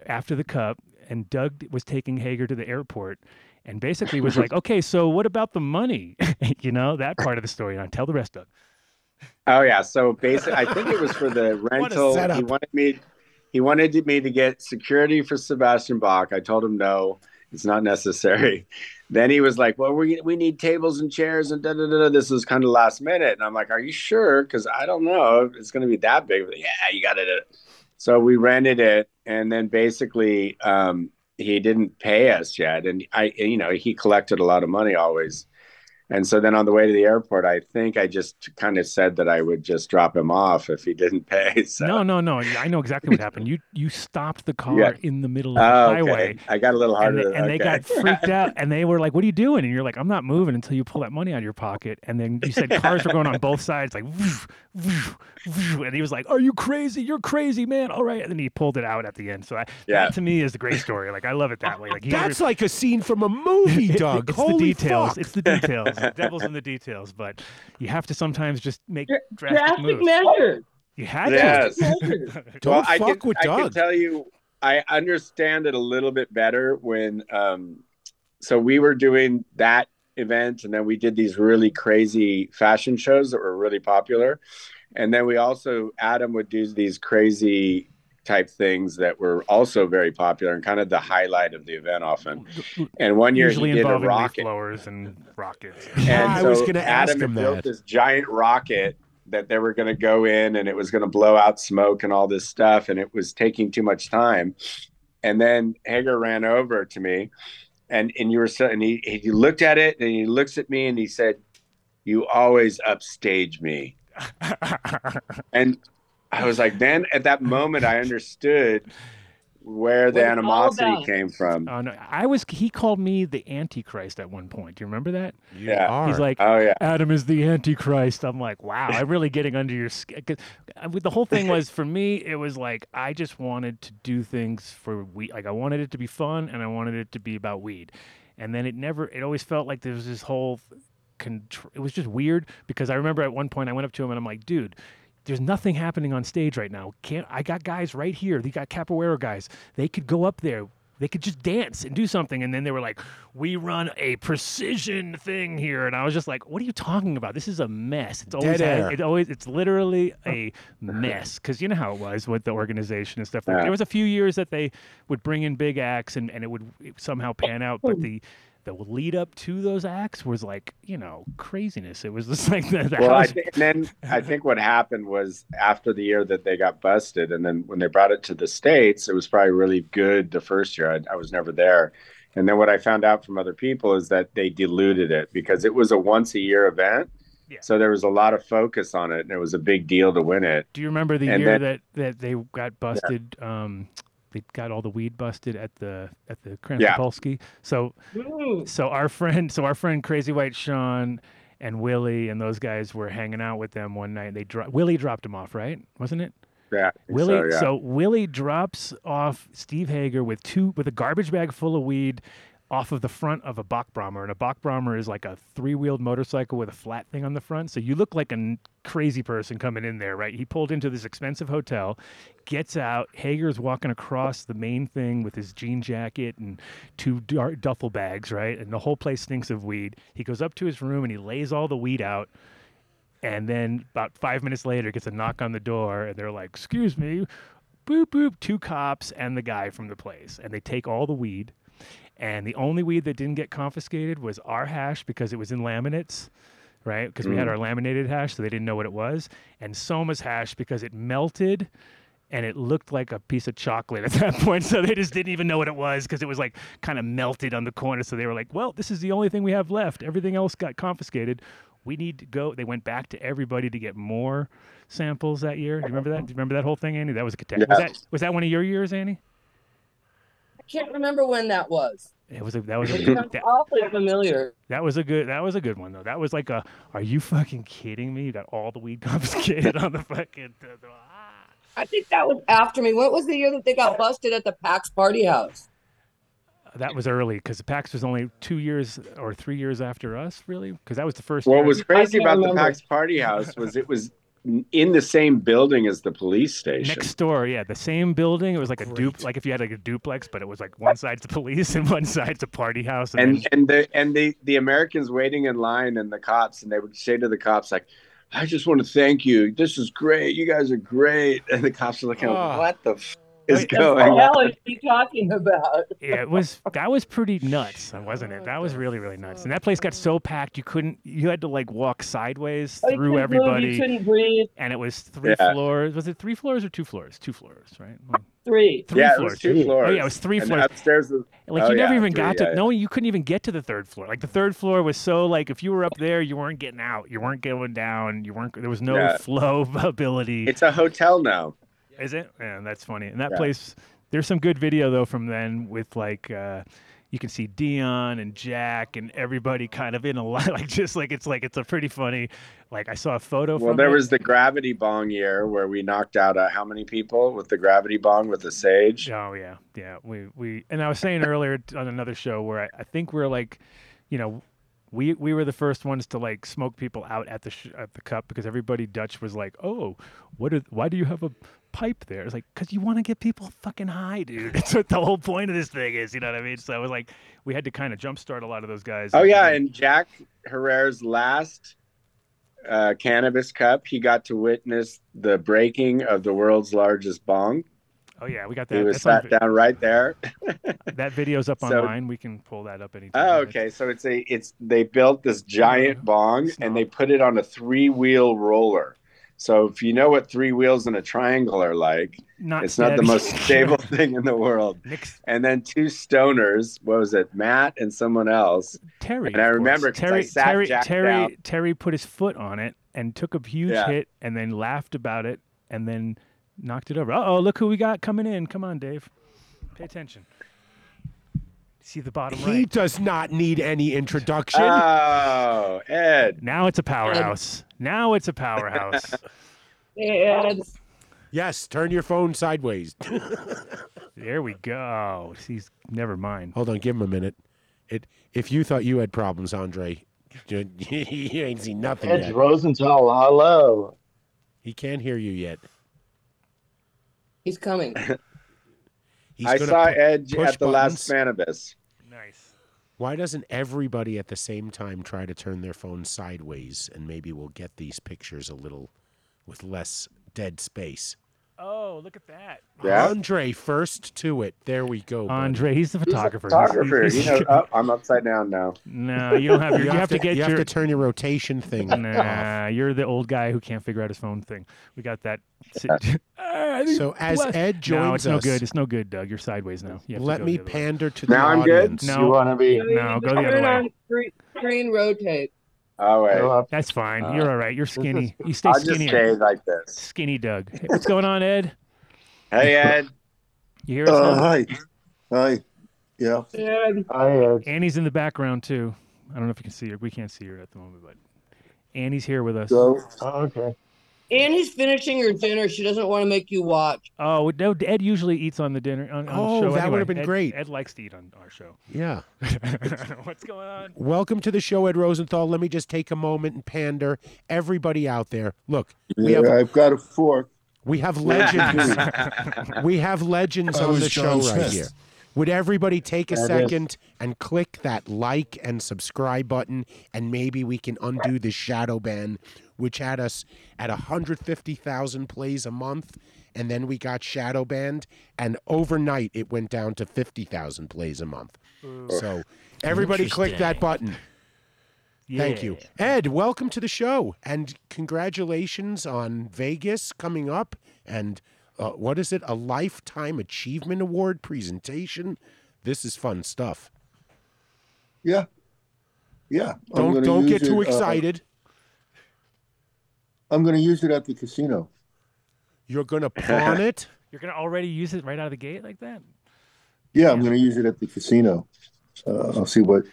Speaker 5: after the cup and Doug was taking Hager to the airport and basically was like, okay, so what about the money? (laughs) you know, that part of the story. Now tell the rest, Doug.
Speaker 8: Oh yeah. So basically, I think it was for the rental. He
Speaker 5: setup.
Speaker 8: wanted me. He wanted me to get security for Sebastian Bach. I told him no, it's not necessary. (laughs) Then he was like, "Well, we we need tables and chairs and da da da." da. This was kind of last minute, and I'm like, "Are you sure?" Because I don't know if it's going to be that big. But, yeah, you got it. So we rented it, and then basically, um, he didn't pay us yet, and I, and, you know, he collected a lot of money always. And so then on the way to the airport, I think I just kind of said that I would just drop him off if he didn't pay. (laughs) So
Speaker 5: No, no, no. I know exactly what happened. You you stopped the car
Speaker 8: (laughs) Yeah.
Speaker 5: in the middle of
Speaker 8: Oh,
Speaker 5: the
Speaker 8: okay.
Speaker 5: highway.
Speaker 8: I got a little
Speaker 5: and
Speaker 8: harder.
Speaker 5: they, and they got
Speaker 8: okay. (laughs)
Speaker 5: freaked out and they were like what are you doing and you're like i'm not moving until you pull that money out of your pocket and then you said cars were going on both sides like "Woof, woof, woof," and he was like are you crazy you're crazy man all right and then he pulled it out at the end so I,
Speaker 2: Yeah.
Speaker 5: that to me is the great story like i love it that way like he
Speaker 2: That's like a scene from a
Speaker 5: (laughs)
Speaker 2: movie,
Speaker 5: It-
Speaker 2: Doug.
Speaker 5: it's the
Speaker 2: Holy
Speaker 5: details
Speaker 2: fuck.
Speaker 5: it's the details the devil's in the details but you have to sometimes just make drastic,
Speaker 7: Drastic
Speaker 5: moves
Speaker 7: measure.
Speaker 5: you had
Speaker 8: Yes.
Speaker 5: (laughs) to
Speaker 8: Well, I can, I can tell you, I understand it a little bit better when. Um, so we were doing that event, and then we did these really crazy fashion shows that were really popular, and then we also Adam would do these crazy type things that were also very popular and kind of the highlight of the event often. And one year
Speaker 5: usually
Speaker 8: he did a
Speaker 5: involving leaf
Speaker 8: rocket.
Speaker 5: blowers and rockets
Speaker 8: (laughs) And
Speaker 2: I was
Speaker 8: so
Speaker 2: gonna ask
Speaker 8: Adam
Speaker 2: him
Speaker 8: had built
Speaker 2: that.
Speaker 8: this giant rocket that they were going to go in, and it was going to blow out smoke and all this stuff, and it was taking too much time. And then Hager ran over to me, and and you were so, and he he looked at it, and he looks at me, and he said, "You always upstage
Speaker 2: (laughs)
Speaker 8: me." and I was like, then at that moment, I understood where
Speaker 5: What
Speaker 8: the
Speaker 5: it's all
Speaker 8: animosity
Speaker 5: about.
Speaker 8: came from.
Speaker 5: Oh, no, I was. He called me the Antichrist at one point. Do you remember that?
Speaker 8: Yeah.
Speaker 5: He's like,
Speaker 8: oh yeah.
Speaker 5: Adam is the Antichrist. I'm like, wow, I'm really getting under your skin. 'Cause, uh, with The whole
Speaker 8: (laughs)
Speaker 5: thing was for me, it was like I just wanted to do things for weed. Like I wanted it to be fun, and I wanted it to be about weed. And then it never. It always felt like there was this whole. Contr- it was just weird because I remember at one point I went up to him and I'm like, dude. There's nothing happening on stage right now. Can't I got guys right here? They got capoeira guys. They could go up there. They could just dance and do something. And then they were like, "We run a precision thing here," and I was just like, "What are you talking about? This is a mess. It's always
Speaker 2: Dead
Speaker 5: had-
Speaker 2: air.
Speaker 5: it always it's literally a mess." Because you know how it was with the organization and stuff. Like,
Speaker 2: Yeah.
Speaker 5: There was a few years that they would bring in big acts and and it would somehow pan out, but the the lead up to those acts was like you know craziness. It was just (laughs) like the, the
Speaker 8: well, I
Speaker 5: house-
Speaker 8: think, and then I think what happened was after the year that they got busted, and then when they brought it to the states, it was probably really good the first year. I, I was never there, and then what I found out from other people is that they diluted it because it was a once a year event, so there was a lot of focus on it, and it was a big deal to win it.
Speaker 5: Do you remember the
Speaker 8: And
Speaker 5: year
Speaker 8: then-
Speaker 5: that, that they got busted? Um, they got all the weed busted at the at the
Speaker 8: Yeah.
Speaker 5: Krampolski. So so our friend so our friend Crazy White Sean and Willie and those guys were hanging out with them one night. They dro- Willie dropped him off, right? Wasn't it?
Speaker 8: Yeah, I think
Speaker 5: Willie. So,
Speaker 8: yeah.
Speaker 5: Willie drops off Steve Hager with two with a garbage bag full of weed off of the front of a Bach Brommer, and a Bach Brommer is like a three-wheeled motorcycle with a flat thing on the front. So you look like a n- crazy person coming in there, right? He pulled into this expensive hotel, gets out. Hager's walking across the main thing with his jean jacket and two dar- duffel bags, right? And the whole place stinks of weed. He goes up to his room and he lays all the weed out. And then about five minutes later, gets a knock on the door, and they're like, "Excuse me," boop boop. Two cops and the guy from the place, and they take all the weed. And the only weed that didn't get confiscated was our hash because it was in laminates, right? Because we had
Speaker 10: Mm.
Speaker 5: our laminated hash, so they didn't know what it was. And Soma's hash because it melted. And it looked like a piece of chocolate at (laughs) that point, so they just didn't even know what it was because it was like kind of melted on the corner. So they were like, "Well, this is the only thing we have left. Everything else got confiscated we need to go. They went back to everybody to get more samples that year. Do you remember that? Do you remember that whole thing, Andy? That was a catastrophe.
Speaker 7: Yeah.
Speaker 5: Was that was that one of your years, Andy?
Speaker 7: I can't remember when that was.
Speaker 5: It was a, that was a,
Speaker 7: It sounds
Speaker 5: that,
Speaker 7: awfully familiar.
Speaker 5: that was a good that was a good one though. That was like a are you fucking kidding me? You got all the weed (laughs) confiscated on the fucking
Speaker 7: I think that was after me. What was the year that they got busted at the PAX party house?
Speaker 5: that was early because the PAX was only two years or three years after us, really, because that was the first.
Speaker 8: What
Speaker 5: year.
Speaker 8: was crazy about the Pax Party House was it was in the same building as the police station.
Speaker 5: Next door, yeah, the same building. It was like a dupe, like if you had like a duplex, but it was like one side's the police and (laughs) one side's a party house. And, then-
Speaker 8: (laughs) and and the and the the Americans waiting in line and the cops and they would say to the cops like, "I just want to thank you. This is great. You guys are great." And the cops are looking,
Speaker 5: Oh.
Speaker 8: "What the f- is
Speaker 5: Wait,
Speaker 7: What
Speaker 8: going
Speaker 7: the hell
Speaker 8: on?"
Speaker 7: are you talking about? Oh,
Speaker 5: yeah, it was that was pretty
Speaker 7: (laughs)
Speaker 5: nuts, wasn't it? That was really really nuts. And that place got so packed you couldn't you had to like walk sideways
Speaker 7: Oh, you
Speaker 5: through
Speaker 7: couldn't move, you
Speaker 5: everybody.
Speaker 7: couldn't breathe.
Speaker 5: And it was three
Speaker 7: Yeah.
Speaker 5: floors. Was it three floors or two floors? Two floors, right? Like,
Speaker 7: Three.
Speaker 5: Three
Speaker 8: yeah,
Speaker 5: floors.
Speaker 8: It was two floors.
Speaker 5: Oh, yeah, it was three
Speaker 8: And
Speaker 5: floors.
Speaker 8: Upstairs was,
Speaker 5: Like
Speaker 8: oh,
Speaker 5: you never
Speaker 8: yeah,
Speaker 5: even
Speaker 8: three,
Speaker 5: got
Speaker 8: yeah,
Speaker 5: to no, you couldn't even get to the third floor. Like the third floor was so like if you were up there, you weren't getting out, you weren't going down, you weren't there was no
Speaker 8: Yeah.
Speaker 5: flow (laughs) of ability.
Speaker 8: It's a hotel now.
Speaker 5: Is it? Yeah, that's funny. And that
Speaker 8: Yeah.
Speaker 5: place, there's some good video though from then with like, uh, you can see Dion and Jack and everybody kind of in a lot, (laughs) like just like it's like it's a pretty funny. Like I saw a photo.
Speaker 8: Well,
Speaker 5: from
Speaker 8: there
Speaker 5: it.
Speaker 8: was the gravity bong year where we knocked out uh, how many people with the gravity bong with the sage.
Speaker 5: Oh yeah, yeah. We we and I was saying earlier t- on another show where I, I think we're like, you know, we we were the first ones to like smoke people out at the sh- at the cup because everybody Dutch was like, oh, what are, why do you have a pipe there? It's like because you want to get people fucking high, dude. (laughs) That's what the whole point of this thing is. You know what I mean? So I was like, we had to kind of jumpstart a lot of those guys.
Speaker 8: Oh yeah,
Speaker 5: we-
Speaker 8: and Jack Herrera's last uh, cannabis cup, he got to witness the breaking of the world's largest bong.
Speaker 5: oh yeah, we got
Speaker 8: he
Speaker 5: that.
Speaker 8: was
Speaker 5: That's on
Speaker 8: sat
Speaker 5: vi-
Speaker 8: down right there.
Speaker 5: that video's up
Speaker 8: (laughs) So-
Speaker 5: online. we can pull that up anytime.
Speaker 8: Oh, okay. So it's a it's they built this giant bong and they put it on a three wheel roller. So if you know what three wheels in a triangle are like,
Speaker 5: Not
Speaker 8: it's not the
Speaker 5: steady. (laughs)
Speaker 8: most stable thing in the world.
Speaker 5: Nick's-
Speaker 8: And then two stoners, what was it, Matt and someone else?
Speaker 5: Terry.
Speaker 8: And I
Speaker 5: of course.
Speaker 8: remember 'cause I
Speaker 5: Terry
Speaker 8: sat
Speaker 5: Terry
Speaker 8: Jack
Speaker 5: Terry
Speaker 8: down.
Speaker 5: Terry put his foot on it and took a huge
Speaker 8: Yeah.
Speaker 5: hit and then laughed about it and then knocked it over. Uh oh, look who we got coming in. Come on, Dave. Pay attention. See the bottom
Speaker 2: He
Speaker 5: right.
Speaker 2: does not need any introduction.
Speaker 8: Oh, Ed.
Speaker 5: Now it's a (laughs) powerhouse. Now it's a
Speaker 8: (laughs)
Speaker 5: powerhouse.
Speaker 7: And
Speaker 2: yes, turn your phone sideways.
Speaker 5: (laughs) there we go. He's never mind.
Speaker 2: Hold on, give him a minute. It, if you thought you had problems, Andre, you, (laughs) you ain't seen nothing
Speaker 4: Edge
Speaker 2: yet.
Speaker 4: Rosenthal, hello.
Speaker 2: He can't hear you yet.
Speaker 8: (laughs)
Speaker 7: he's coming.
Speaker 2: He's
Speaker 8: I
Speaker 2: gonna
Speaker 8: saw
Speaker 2: pu-
Speaker 8: Edge
Speaker 2: push
Speaker 8: at the last
Speaker 2: buttons.
Speaker 8: Manibus.
Speaker 5: Nice.
Speaker 2: Why doesn't everybody at the same time try to turn their phone sideways, and maybe we'll get these pictures a little with less dead space.
Speaker 5: Oh, look at that.
Speaker 8: Yeah.
Speaker 2: Andre first to it. There we
Speaker 5: Oh,
Speaker 2: go. buddy.
Speaker 5: Andre, he's the
Speaker 8: He's a
Speaker 5: photographer. He's-
Speaker 8: Photographer.
Speaker 5: he's-
Speaker 8: You know, oh, I'm upside down now.
Speaker 5: no, you don't have. Your, you, have to, get
Speaker 2: you
Speaker 5: your.
Speaker 2: have to turn your rotation thing. off.
Speaker 5: nah, you're the old guy who can't figure out his phone thing. We got
Speaker 8: (laughs)
Speaker 5: that. sit- (laughs) Ah,
Speaker 2: So as
Speaker 5: bless-
Speaker 2: Ed joins
Speaker 5: no, it's
Speaker 2: us,
Speaker 5: no good. It's no good, Doug. You're sideways now. You have to
Speaker 2: let
Speaker 5: go
Speaker 2: me
Speaker 5: the other way.
Speaker 2: pander to
Speaker 8: Now
Speaker 2: the
Speaker 8: I'm good?
Speaker 2: audience.
Speaker 5: No.
Speaker 4: You want to be?
Speaker 5: No, go the other
Speaker 7: Turn
Speaker 5: way.
Speaker 7: on screen, screen rotate.
Speaker 8: All right.
Speaker 4: Hello.
Speaker 5: That's fine.
Speaker 8: Uh,
Speaker 5: You're
Speaker 4: (laughs)
Speaker 5: all right. You're skinny. You stay
Speaker 8: I'll just
Speaker 5: skinnier.
Speaker 8: stay like this.
Speaker 5: Skinny Doug. Hey, what's going on, Ed?
Speaker 8: Hey, Ed.
Speaker 5: You hear us? now?
Speaker 10: Uh, hi. Hi. Yeah.
Speaker 7: And
Speaker 4: Hi, Ed.
Speaker 5: Annie's in the background too. I don't know if you can see her. We can't see her at the moment, but Annie's here with us.
Speaker 10: So
Speaker 4: Oh, okay.
Speaker 7: Annie's finishing her dinner. She doesn't want to make you watch.
Speaker 5: Oh no, Ed usually eats on the dinner on, on the
Speaker 2: Oh,
Speaker 5: show.
Speaker 2: that
Speaker 5: anyway.
Speaker 2: would've been
Speaker 5: Ed-
Speaker 2: great.
Speaker 5: Ed likes to eat on our show.
Speaker 2: Yeah.
Speaker 5: (laughs) What's going on?
Speaker 2: Welcome to the show, Ed Rosenthal. Let me just take a moment and pander everybody out there. Look, we
Speaker 10: yeah,
Speaker 2: have
Speaker 10: I've got a fork.
Speaker 2: we have legends.
Speaker 4: (laughs)
Speaker 2: we have legends
Speaker 10: I
Speaker 2: on
Speaker 10: was
Speaker 2: the
Speaker 10: John
Speaker 2: show right
Speaker 10: Smith.
Speaker 2: here. Would everybody take a
Speaker 4: That is-
Speaker 2: second and click that like and subscribe button, and maybe we can undo this shadow ban, which had us at 150,000 plays a month, and then we got shadow banned, and overnight it went down to 50,000 plays a month. So everybody click that
Speaker 11: Interesting.
Speaker 2: button. Thank you. Ed, welcome to the show and congratulations on Vegas coming up and uh, what is it? A Lifetime Achievement Award presentation. This is fun stuff.
Speaker 10: Yeah. Yeah. I'm
Speaker 2: Don't
Speaker 10: gonna
Speaker 2: don't
Speaker 10: use
Speaker 2: get too
Speaker 10: it, uh,
Speaker 2: excited.
Speaker 10: I'm going to use it at the casino.
Speaker 2: You're going
Speaker 8: (laughs)
Speaker 2: to pawn it.
Speaker 5: You're gonna already use it right out of the gate like that?
Speaker 10: Yeah, I'm going to use it at the casino. Uh, I'll see what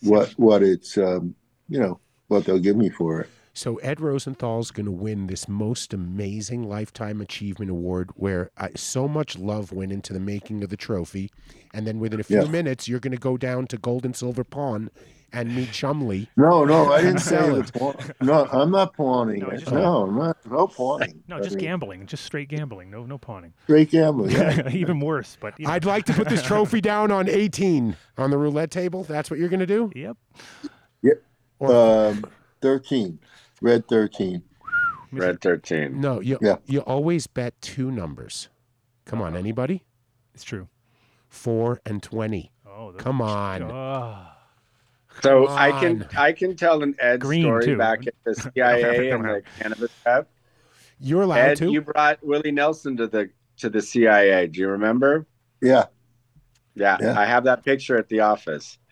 Speaker 10: what what it's um, you know what they'll give me for it.
Speaker 2: So Ed Rosenthal's going to win this most amazing lifetime achievement award, where uh, so much love went into the making of the trophy, and then within a few
Speaker 10: Yeah.
Speaker 2: minutes, you're going to go down to Gold and Silver Pawn and meet Chumley.
Speaker 10: No, no,
Speaker 2: (laughs)
Speaker 10: I didn't say
Speaker 2: Sell
Speaker 10: the pawn. No, I'm not pawning.
Speaker 5: No,
Speaker 10: No,
Speaker 5: I just-
Speaker 10: no, I'm not, no pawning.
Speaker 5: No,
Speaker 10: I
Speaker 5: just
Speaker 10: mean,
Speaker 5: gambling. Just straight gambling. No, no pawning.
Speaker 10: Straight gambling.
Speaker 5: (laughs)
Speaker 10: Yeah.
Speaker 2: (laughs)
Speaker 5: Even worse, but you know.
Speaker 2: I'd like to put this trophy down on 18 on the roulette table. That's what you're going to do?
Speaker 5: Yep.
Speaker 2: Or
Speaker 10: um, thirteen, red thirteen.
Speaker 8: Red 13.
Speaker 2: no, you
Speaker 10: yeah.
Speaker 2: you always bet two numbers. Come on, anybody?
Speaker 5: Uh-huh. It's true.
Speaker 2: 4 and 20.
Speaker 5: Oh, those-
Speaker 2: Come on.
Speaker 5: Oh,
Speaker 8: So
Speaker 2: Come
Speaker 8: I can
Speaker 2: on.
Speaker 8: I can tell an Ed
Speaker 5: Green,
Speaker 8: story
Speaker 5: too.
Speaker 8: back at the CIA
Speaker 5: (laughs)
Speaker 8: and the cannabis rep.
Speaker 2: You're allowed
Speaker 8: Ed,
Speaker 2: to?
Speaker 8: you brought Willie Nelson to the to the CIA. Do you remember?
Speaker 10: Yeah.
Speaker 8: Yeah,
Speaker 10: Yeah.
Speaker 8: I have that picture at the office.
Speaker 5: (laughs)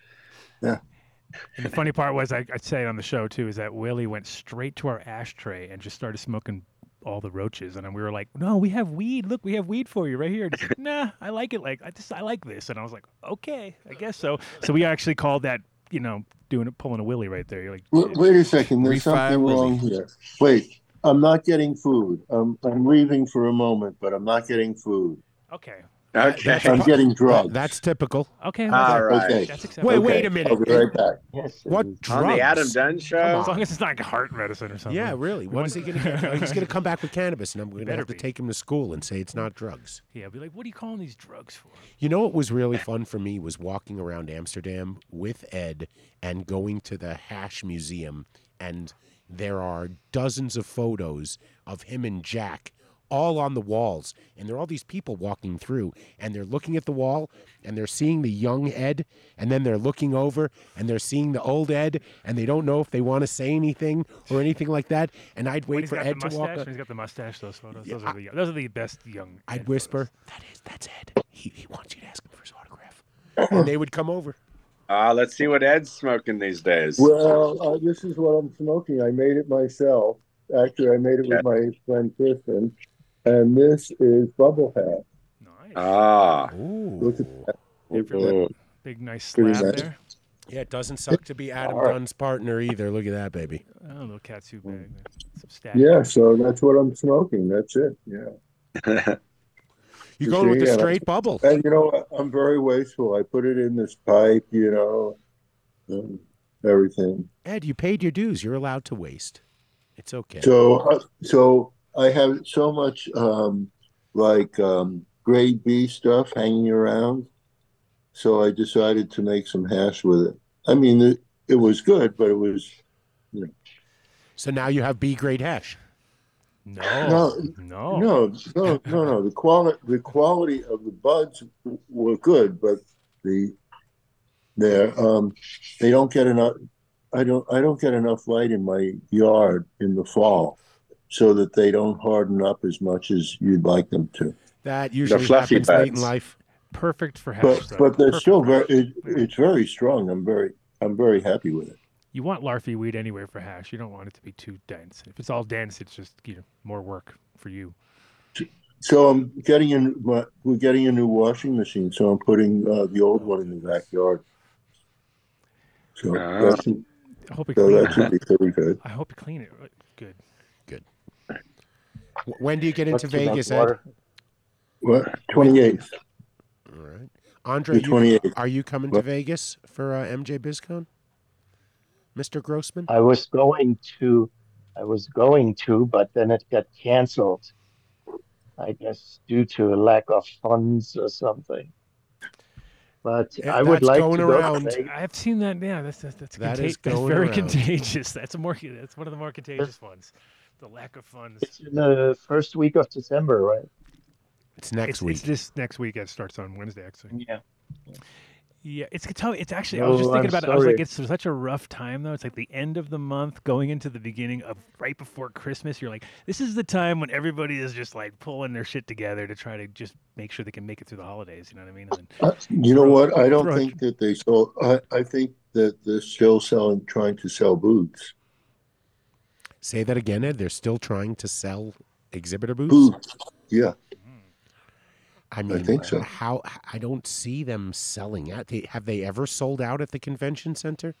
Speaker 5: And the funny part was, I, I'd say it on the show too, is that Willie went straight to our ashtray and just started smoking all the roaches, and then we were like, "No, we have weed. Look, we have weed for you right here." And he's like, nah, I like it. Like I just, I like this, and I was like, "Okay, I guess so." So we actually called that, you know, doing it, pulling a Willie right there. You're like,
Speaker 10: Wait, wait a second. There's
Speaker 11: Refire
Speaker 10: something
Speaker 11: Willie.
Speaker 10: wrong here. Wait, I'm not getting food. I'm, I'm leaving for a moment, but I'm not getting food.
Speaker 5: "Okay,
Speaker 8: Okay.
Speaker 2: that's-
Speaker 10: I'm getting
Speaker 2: That- (laughs)
Speaker 10: drugs.
Speaker 2: that's typical.
Speaker 5: okay,
Speaker 8: All
Speaker 5: that's,
Speaker 8: right.
Speaker 10: Okay.
Speaker 5: that's
Speaker 2: Wait,
Speaker 5: acceptable."
Speaker 10: okay.
Speaker 2: wait a minute.
Speaker 10: I'll be right back.
Speaker 4: Yes. it is.
Speaker 2: What drugs?
Speaker 8: On the Adam Dunn show.
Speaker 5: As long as it's not heart medicine or something.
Speaker 2: Yeah, really. What is he going to
Speaker 5: (laughs)
Speaker 2: get? He's going to come back with cannabis, and I'm going to
Speaker 5: better
Speaker 2: have to
Speaker 5: be.
Speaker 2: take him to school and say it's not drugs.
Speaker 5: Yeah, be like, "What are you calling these drugs for?"
Speaker 2: You know what was really fun for me was walking around Amsterdam with Ed and going to the Hash Museum, and there are dozens of photos of him and Jack all on the walls, and there are all these people walking through, and they're looking at the wall, and they're seeing the young Ed, and then they're looking over, and they're seeing the old Ed, and they don't know if they want to say anything or anything like that, and I'd
Speaker 5: When
Speaker 2: wait
Speaker 5: he's
Speaker 2: for
Speaker 5: got
Speaker 2: Ed
Speaker 5: the
Speaker 2: to
Speaker 5: mustache,
Speaker 2: walk.
Speaker 5: when
Speaker 2: up-
Speaker 5: he's got the mustache. Those photos,
Speaker 2: Yeah,
Speaker 5: those are the those are the best young. Ed
Speaker 2: I'd
Speaker 5: photos.
Speaker 2: whisper, "That is, that's Ed. He, he wants you to ask him for his autograph," and they would come over.
Speaker 8: Uh, let's see what Ed's smoking these days.
Speaker 10: Well, uh, this is what I'm smoking. I made it myself. Actually, I made it with my friend Kristen, and this is bubble hat.
Speaker 5: "Nice."
Speaker 8: Ah.
Speaker 2: Look
Speaker 10: at
Speaker 2: that.
Speaker 5: Ooh. Big nice
Speaker 2: Pretty
Speaker 5: slab
Speaker 2: nice.
Speaker 5: there.
Speaker 2: Yeah, it doesn't suck to be Adam
Speaker 5: Alright.
Speaker 2: Dunn's partner either. Look at that, baby.
Speaker 5: Oh, a little katsu bag. there. Some stack.
Speaker 10: Yeah, so that's what I'm smoking. That's it.
Speaker 4: (laughs)
Speaker 10: Yeah.
Speaker 2: You going with the
Speaker 10: see, and I-
Speaker 2: straight bubble?
Speaker 10: And you know, I'm very wasteful. I put it in this pipe, you know, and everything.
Speaker 2: Ed, you paid your dues. You're allowed to waste. It's okay.
Speaker 10: So, uh, so I have so much um, like um, grade B stuff hanging around. So I decided to make some hash with it. I mean, it, it was good, but it was you know,
Speaker 2: So now you have B grade hash.
Speaker 10: no,
Speaker 5: no,
Speaker 10: no, no, no, no. The quality, the quality of the buds w- were good, but the there, um, they don't get enough. I don't, I don't get enough light in my yard in the fall, so that they don't harden up as much as you'd like them to.
Speaker 2: That
Speaker 10: The
Speaker 2: usually
Speaker 10: fluffy
Speaker 2: happens late
Speaker 10: buds.
Speaker 2: in life.
Speaker 5: Perfect for hash.
Speaker 10: But,
Speaker 5: though.
Speaker 10: but they're
Speaker 5: Perfect.
Speaker 10: still very. It, it's very strong. I'm very, I'm very happy with it.
Speaker 5: You want larfy weed anywhere for hash. You don't want it to be too dense. If it's all dense, it's just you know, more work for you.
Speaker 10: So I'm getting in. My, we're getting a new washing machine, so I'm putting uh, the old one in the backyard. So
Speaker 5: Ah.
Speaker 10: that's,
Speaker 5: I hope it
Speaker 10: so that
Speaker 5: cleans.
Speaker 10: should be pretty good.
Speaker 5: I hope you clean it. right. Good.
Speaker 2: W- When do you get into
Speaker 5: Let's keep up
Speaker 2: Vegas,
Speaker 5: the
Speaker 2: Ed?
Speaker 5: water.
Speaker 10: What? Twenty eighth.
Speaker 2: All right. Andre,
Speaker 10: The
Speaker 2: you,
Speaker 10: 28th.
Speaker 2: are you coming to
Speaker 10: What?
Speaker 2: Vegas for uh, MJ BizCon? Mr. Grossman?
Speaker 4: I was going to, I was going to, but then it got canceled. I guess due to a lack of funds or something. But
Speaker 2: Eh,
Speaker 4: I would
Speaker 2: that's
Speaker 4: like
Speaker 2: going
Speaker 4: to go to
Speaker 2: around.
Speaker 4: Vegas.
Speaker 5: I've seen that. Yeah, that's that's that's,
Speaker 2: That
Speaker 5: conta-
Speaker 2: is
Speaker 5: that's
Speaker 2: going
Speaker 5: very
Speaker 2: around.
Speaker 5: contagious. That's a more. That's one of the more contagious ones. The lack of funds.
Speaker 4: It's in the first week of December, right?
Speaker 2: It's next
Speaker 5: it's,
Speaker 2: week.
Speaker 5: It's this next week. It starts on Wednesday, actually.
Speaker 4: Yeah.
Speaker 5: Yeah, it's tough. It's actually. I was just
Speaker 4: No,
Speaker 5: thinking
Speaker 4: I'm
Speaker 5: about it. I was like,
Speaker 4: sorry.
Speaker 5: it's such a rough time though. It's like the end of the month, going into the beginning of right before Christmas. You're like, this is the time when everybody is just like pulling their shit together to try to just make sure they can make it through the holidays. You know what I mean? And then-
Speaker 10: Uh, you know
Speaker 5: Throw-
Speaker 10: what? I don't
Speaker 5: throw-
Speaker 10: think that they sold. I, I think that they're still selling, trying to sell booths.
Speaker 2: Say that again, Ed. They're still trying to sell exhibitor booths.
Speaker 10: Booths. Yeah.
Speaker 2: I mean,
Speaker 10: think so.
Speaker 2: how I don't see them selling out. They- Have they ever sold out at the convention center?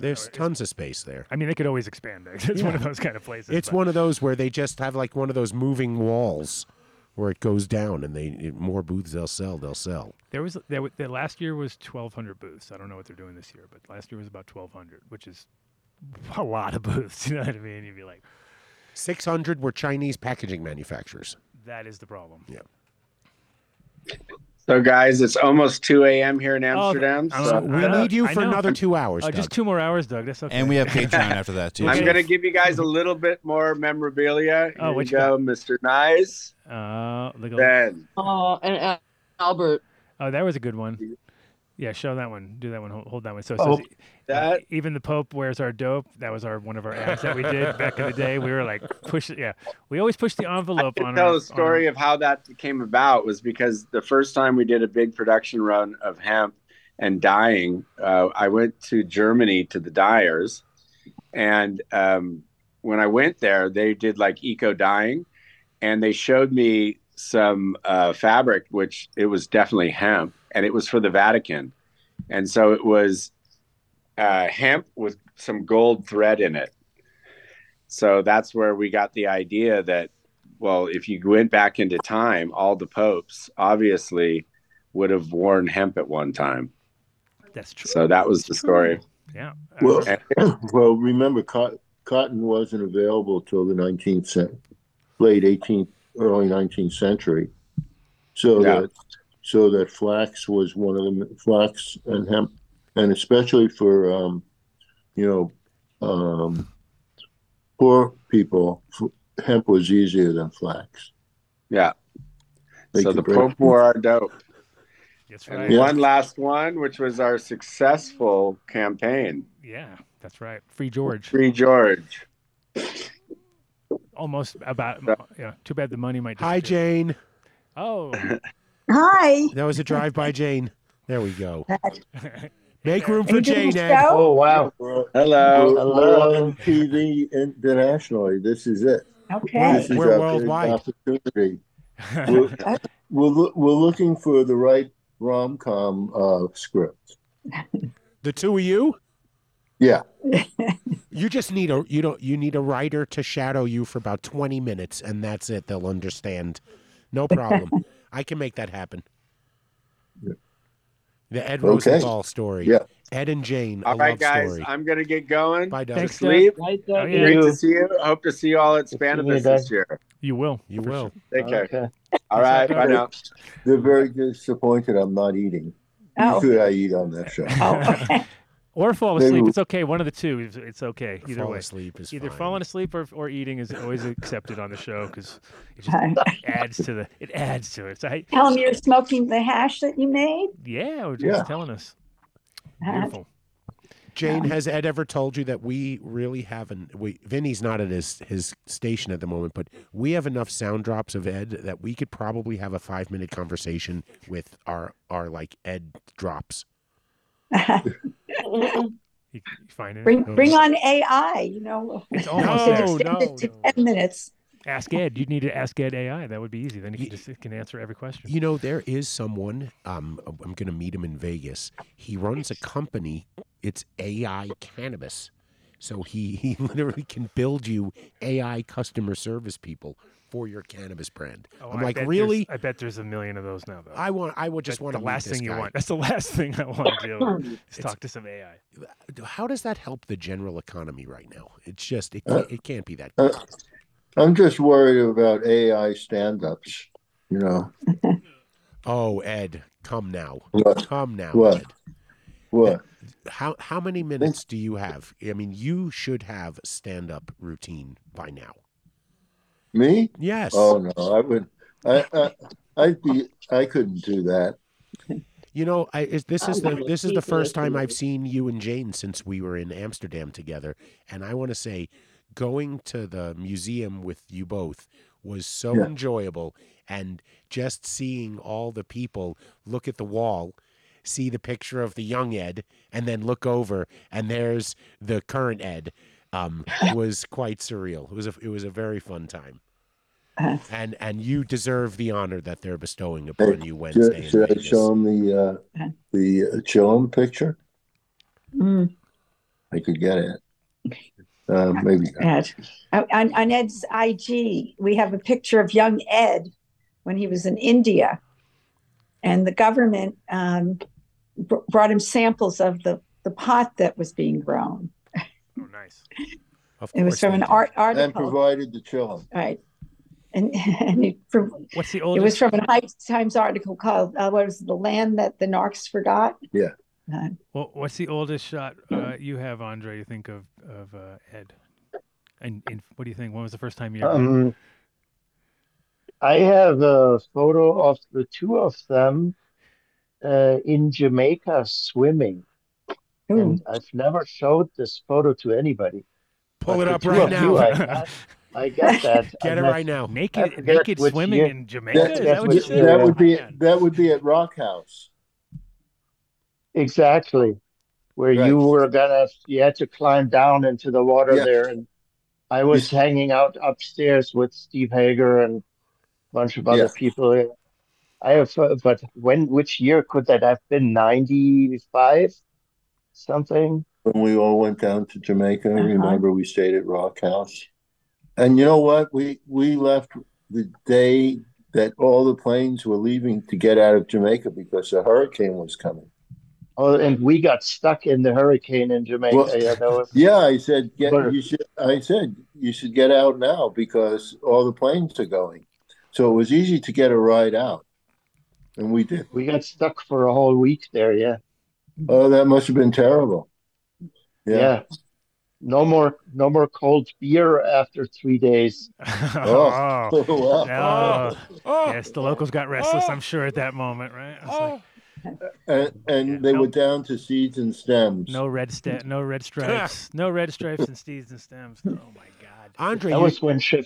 Speaker 2: There's tons of space there.
Speaker 5: I mean, they could always expand it. (laughs) It's one of
Speaker 2: Yeah.
Speaker 5: those kind of places.
Speaker 2: It's
Speaker 5: but-
Speaker 2: one of those where they just have like one of those moving walls where it goes down and they it- more booths they'll sell, they'll sell.
Speaker 5: There was there, wa- the last year was 1,200 booths. I don't know what they're doing this year, but last year was about 1,200, which is a lot of booths. (laughs) You know what I mean? You'd be like,
Speaker 2: 600 were Chinese packaging manufacturers.
Speaker 5: that is the problem.
Speaker 2: Yeah.
Speaker 8: So, guys, it's almost 2 a.m. here in Amsterdam.
Speaker 5: I'm-
Speaker 8: so
Speaker 5: I'm- Oh, I know- I know.
Speaker 2: hours,
Speaker 5: Uh, just
Speaker 2: Doug.
Speaker 5: two more hours, Doug. That's okay.
Speaker 11: And we have Patreon after that too.
Speaker 8: I'm going to give you guys a little bit more memorabilia. Here
Speaker 5: Oh, what
Speaker 8: you
Speaker 5: you
Speaker 8: go, Mr. Nice.
Speaker 5: Uh, look at-
Speaker 8: Ben.
Speaker 7: Oh, and Al- Albert.
Speaker 5: Oh, that was a good one. Yeah, show that one. Do that one. Hold, hold that one. So,
Speaker 8: Oh,
Speaker 5: so uh, even the Pope wears our dope. That was our one of our ads that we did back in the day. We were like push. Yeah, we always push the envelope
Speaker 8: To
Speaker 5: on.
Speaker 8: tell
Speaker 5: our,
Speaker 8: the story of how that came about was because the first time we did a big production run of hemp and dyeing, uh, I went to Germany to the dyers, and um, when I went there, they did like eco dyeing, and they showed me some uh, fabric, which it was definitely hemp, and it was for the Vatican, and so it was uh, hemp with some gold thread in it. So that's where we got the idea that, well, if you went back into time, all the popes obviously would have worn hemp at one time.
Speaker 5: That's true.
Speaker 8: So that was the story.
Speaker 5: Yeah. Uh,
Speaker 10: Well, (clears throat)
Speaker 8: And-
Speaker 10: well, remember, cotton, cotton wasn't available till the nineteenth century, late eighteenth, early nineteenth century. So
Speaker 8: Yeah.
Speaker 10: that so that flax was one of them. Flax and hemp, and especially for um, you know um, poor people, f- hemp was easier than flax.
Speaker 8: Yeah.
Speaker 10: They
Speaker 8: so
Speaker 10: could
Speaker 8: the
Speaker 10: break-
Speaker 8: Pope wore our dope.
Speaker 5: That's
Speaker 8: And
Speaker 5: right.
Speaker 8: one last one, which was our successful campaign.
Speaker 5: Yeah, that's right. Free George.
Speaker 8: Free George.
Speaker 5: Almost about. Yeah. Too bad the money might.
Speaker 2: Hi,
Speaker 5: disappear.
Speaker 2: Jane.
Speaker 8: (laughs)
Speaker 5: Oh.
Speaker 12: Hi.
Speaker 2: That was a
Speaker 12: (laughs)
Speaker 2: drive by Jane. There we go. Make room
Speaker 12: Are
Speaker 2: for
Speaker 12: you doing
Speaker 2: Jane,
Speaker 12: a
Speaker 2: Ed.
Speaker 12: show?
Speaker 4: Oh, wow.
Speaker 10: We're,
Speaker 8: Hello.
Speaker 10: we're- we're on TV internationally. This is it.
Speaker 12: Okay.
Speaker 10: This is
Speaker 2: We're
Speaker 10: our big
Speaker 2: worldwide.
Speaker 10: opportunity. We're, we're, loo- we're looking for the right rom com uh, script.
Speaker 2: The two of you?
Speaker 10: Yeah.
Speaker 2: You just need a you don't you need a writer to shadow you for about 20 minutes and that's it. They'll understand. No
Speaker 12: (laughs)
Speaker 2: problem.
Speaker 5: (laughs)
Speaker 2: I can make that happen. The Ed
Speaker 8: Okay.
Speaker 2: Rosenthal story.
Speaker 8: Yeah.
Speaker 2: Ed and Jane.
Speaker 8: All
Speaker 2: a
Speaker 8: right,
Speaker 2: love
Speaker 8: guys,
Speaker 2: story.
Speaker 8: I'm gonna get going.
Speaker 2: Bye, Doug.
Speaker 8: To
Speaker 2: Thanks, Doug.
Speaker 8: sleep.
Speaker 2: Bye,
Speaker 8: Great
Speaker 2: Doug.
Speaker 8: to see you. Hope to see you all at
Speaker 10: you,
Speaker 8: Spanibus
Speaker 10: Doug.
Speaker 8: this year.
Speaker 5: You will.
Speaker 2: You will.
Speaker 8: Take care.
Speaker 10: Okay.
Speaker 8: All right, bye now.
Speaker 10: They're very disappointed I'm not eating.
Speaker 5: Oh.
Speaker 10: Usually I eat on that show.
Speaker 5: (laughs) or fall
Speaker 10: Maybe
Speaker 5: asleep.
Speaker 10: we-
Speaker 5: It's okay. One of the two. It's, it's okay. Either
Speaker 2: Fall
Speaker 5: way.
Speaker 2: asleep is
Speaker 5: Either
Speaker 2: fine.
Speaker 5: falling asleep or, or eating is always accepted on the show because it just adds to the it adds to it. So I,
Speaker 11: Tell them you're smoking the hash that you made.
Speaker 5: yeah, or just
Speaker 2: Yeah.
Speaker 5: telling us.
Speaker 11: Huh?
Speaker 5: Beautiful.
Speaker 2: Jane, has Ed ever told you that we really haven't? We Vinny's not at his his station at the moment, but we have enough sound drops of Ed that we could probably have a five minute conversation with our our like Ed
Speaker 11: (laughs)
Speaker 2: drops.
Speaker 5: You, you find it.
Speaker 11: Bring, bring on AI, you know. (laughs)
Speaker 5: It's
Speaker 11: No,
Speaker 5: almost there. No,
Speaker 11: to 10 minutes.
Speaker 5: Ask Ed. You'd need to ask Ed AI. That would be easy. Then he can just it can answer every question.
Speaker 2: You know, there is someone. Um, I'm going to meet him in Vegas. He runs a company. It's AI cannabis, so he (laughs) he literally can build you AI customer service people for your cannabis brand.
Speaker 5: Oh,
Speaker 2: I'm
Speaker 5: I bet
Speaker 2: like,
Speaker 5: there's-
Speaker 2: really?
Speaker 5: I bet there's a million of those now, though.
Speaker 2: I want. I would just
Speaker 5: That's
Speaker 2: want to
Speaker 5: the
Speaker 2: meet
Speaker 5: last
Speaker 2: this
Speaker 5: thing you
Speaker 2: guy.
Speaker 5: want. That's the last thing I want to do. Is
Speaker 2: It's-
Speaker 5: talk to some AI.
Speaker 2: How does that help the general economy right now? It's just it
Speaker 10: Uh,
Speaker 2: can't, it can't be that.
Speaker 10: Uh, (laughs) I'm just worried about AI stand ups, you know.
Speaker 2: (laughs) Oh, Ed, come now,
Speaker 10: What?
Speaker 2: come now,
Speaker 10: What?
Speaker 2: Ed.
Speaker 10: What?
Speaker 2: How how many minutes do you have? I mean, you should have stand up routine by now.
Speaker 10: Me?
Speaker 2: Yes.
Speaker 10: Oh no, I would I I I'd be I couldn't do that.
Speaker 2: You know, I, is, this is
Speaker 10: I'm
Speaker 2: the
Speaker 10: gonna
Speaker 2: this is the
Speaker 10: keep
Speaker 2: first time
Speaker 10: listening.
Speaker 2: I've seen you and Jane since we were in Amsterdam together, and I want to say, going to the museum with you both was so
Speaker 10: Yeah.
Speaker 2: enjoyable, and just seeing all the people look at the wall, see the picture of the young Ed, and then look over, and there's the current Ed, (laughs) um, was quite surreal. It was a, it was a very fun time. And and you deserve the honor that they're bestowing upon you Wednesday.
Speaker 10: Should,
Speaker 2: in
Speaker 10: should I
Speaker 2: Vegas.
Speaker 10: show him the uh the uh, show him picture?
Speaker 11: Mm.
Speaker 10: I could get it. Uh, maybe not.
Speaker 11: Ed. On, on on Ed's IG, we have a picture of young Ed when he was in India. And the government um, br- brought him samples of the, the pot that was being grown.
Speaker 5: Oh, nice.
Speaker 2: Of
Speaker 11: It was
Speaker 10: course
Speaker 11: from
Speaker 10: they
Speaker 11: an
Speaker 10: did.
Speaker 11: art article.
Speaker 10: and provided the chillum.
Speaker 11: Right. And, (laughs) and it, from,
Speaker 5: What's the
Speaker 11: it
Speaker 5: oldest?
Speaker 11: was from an High Times article called, uh, what was it, The Land That the Narcs Forgot?
Speaker 10: Yeah.
Speaker 11: Uh,
Speaker 5: Well, what's the oldest shot uh, you have, Andre? You think of of uh, Ed, and, and what do you think? When was the first time you? Ever... (laughs)
Speaker 4: Um, I have a photo of the two of them uh, in Jamaica swimming,
Speaker 7: Hmm.
Speaker 4: and I've never showed this photo to anybody.
Speaker 2: Pull
Speaker 4: But
Speaker 2: it
Speaker 4: the
Speaker 2: up
Speaker 4: two
Speaker 2: right
Speaker 4: of you,
Speaker 2: now. (laughs)
Speaker 4: I got, I got that.
Speaker 2: Get
Speaker 4: I
Speaker 2: it
Speaker 4: have-
Speaker 2: right now.
Speaker 4: I
Speaker 5: Naked,
Speaker 4: forget
Speaker 5: naked
Speaker 4: which
Speaker 5: swimming
Speaker 4: year-
Speaker 5: in Jamaica. Is that
Speaker 10: That, that,
Speaker 5: what you
Speaker 10: would,
Speaker 5: said?
Speaker 10: that would be
Speaker 5: Man.
Speaker 10: that would be at Rock House.
Speaker 4: Exactly, where you
Speaker 10: Right.
Speaker 4: were gonna, you had to climb down into the water
Speaker 10: Yeah.
Speaker 4: there, and I was hanging out upstairs with Steve Hager and a bunch of other
Speaker 10: Yeah.
Speaker 4: people. I have, uh, but when, which year could that have been? 95, something?
Speaker 10: When we all went down to Jamaica,
Speaker 4: Uh-huh.
Speaker 10: remember we stayed at Rock House. And you know what? We we left the day that all the planes were leaving to get out of Jamaica because the hurricane was coming.
Speaker 4: Oh, and we got stuck in the hurricane in
Speaker 10: Well,
Speaker 4: Jamaica. Yeah, that was,
Speaker 10: (laughs) yeah, I said get
Speaker 4: but
Speaker 10: you should I said you should get out now because all the planes are going. So it was easy to get a ride out. And we did.
Speaker 4: we got stuck for a whole week there. Yeah.
Speaker 10: Oh, that must have been terrible. Yeah.
Speaker 4: Yeah. No more, no more cold beer after three days.
Speaker 10: Oh. (laughs)
Speaker 4: (laughs)
Speaker 10: wow.
Speaker 5: Oh. Yes, the locals got restless. I'm sure at that moment, right? I
Speaker 2: Oh.
Speaker 5: was like,
Speaker 10: And, and they were down to seeds and stems.
Speaker 5: no red sta- no red stripes, no red stripes and steeds and stems. Oh my god.
Speaker 2: Andre,
Speaker 4: That was when Chef,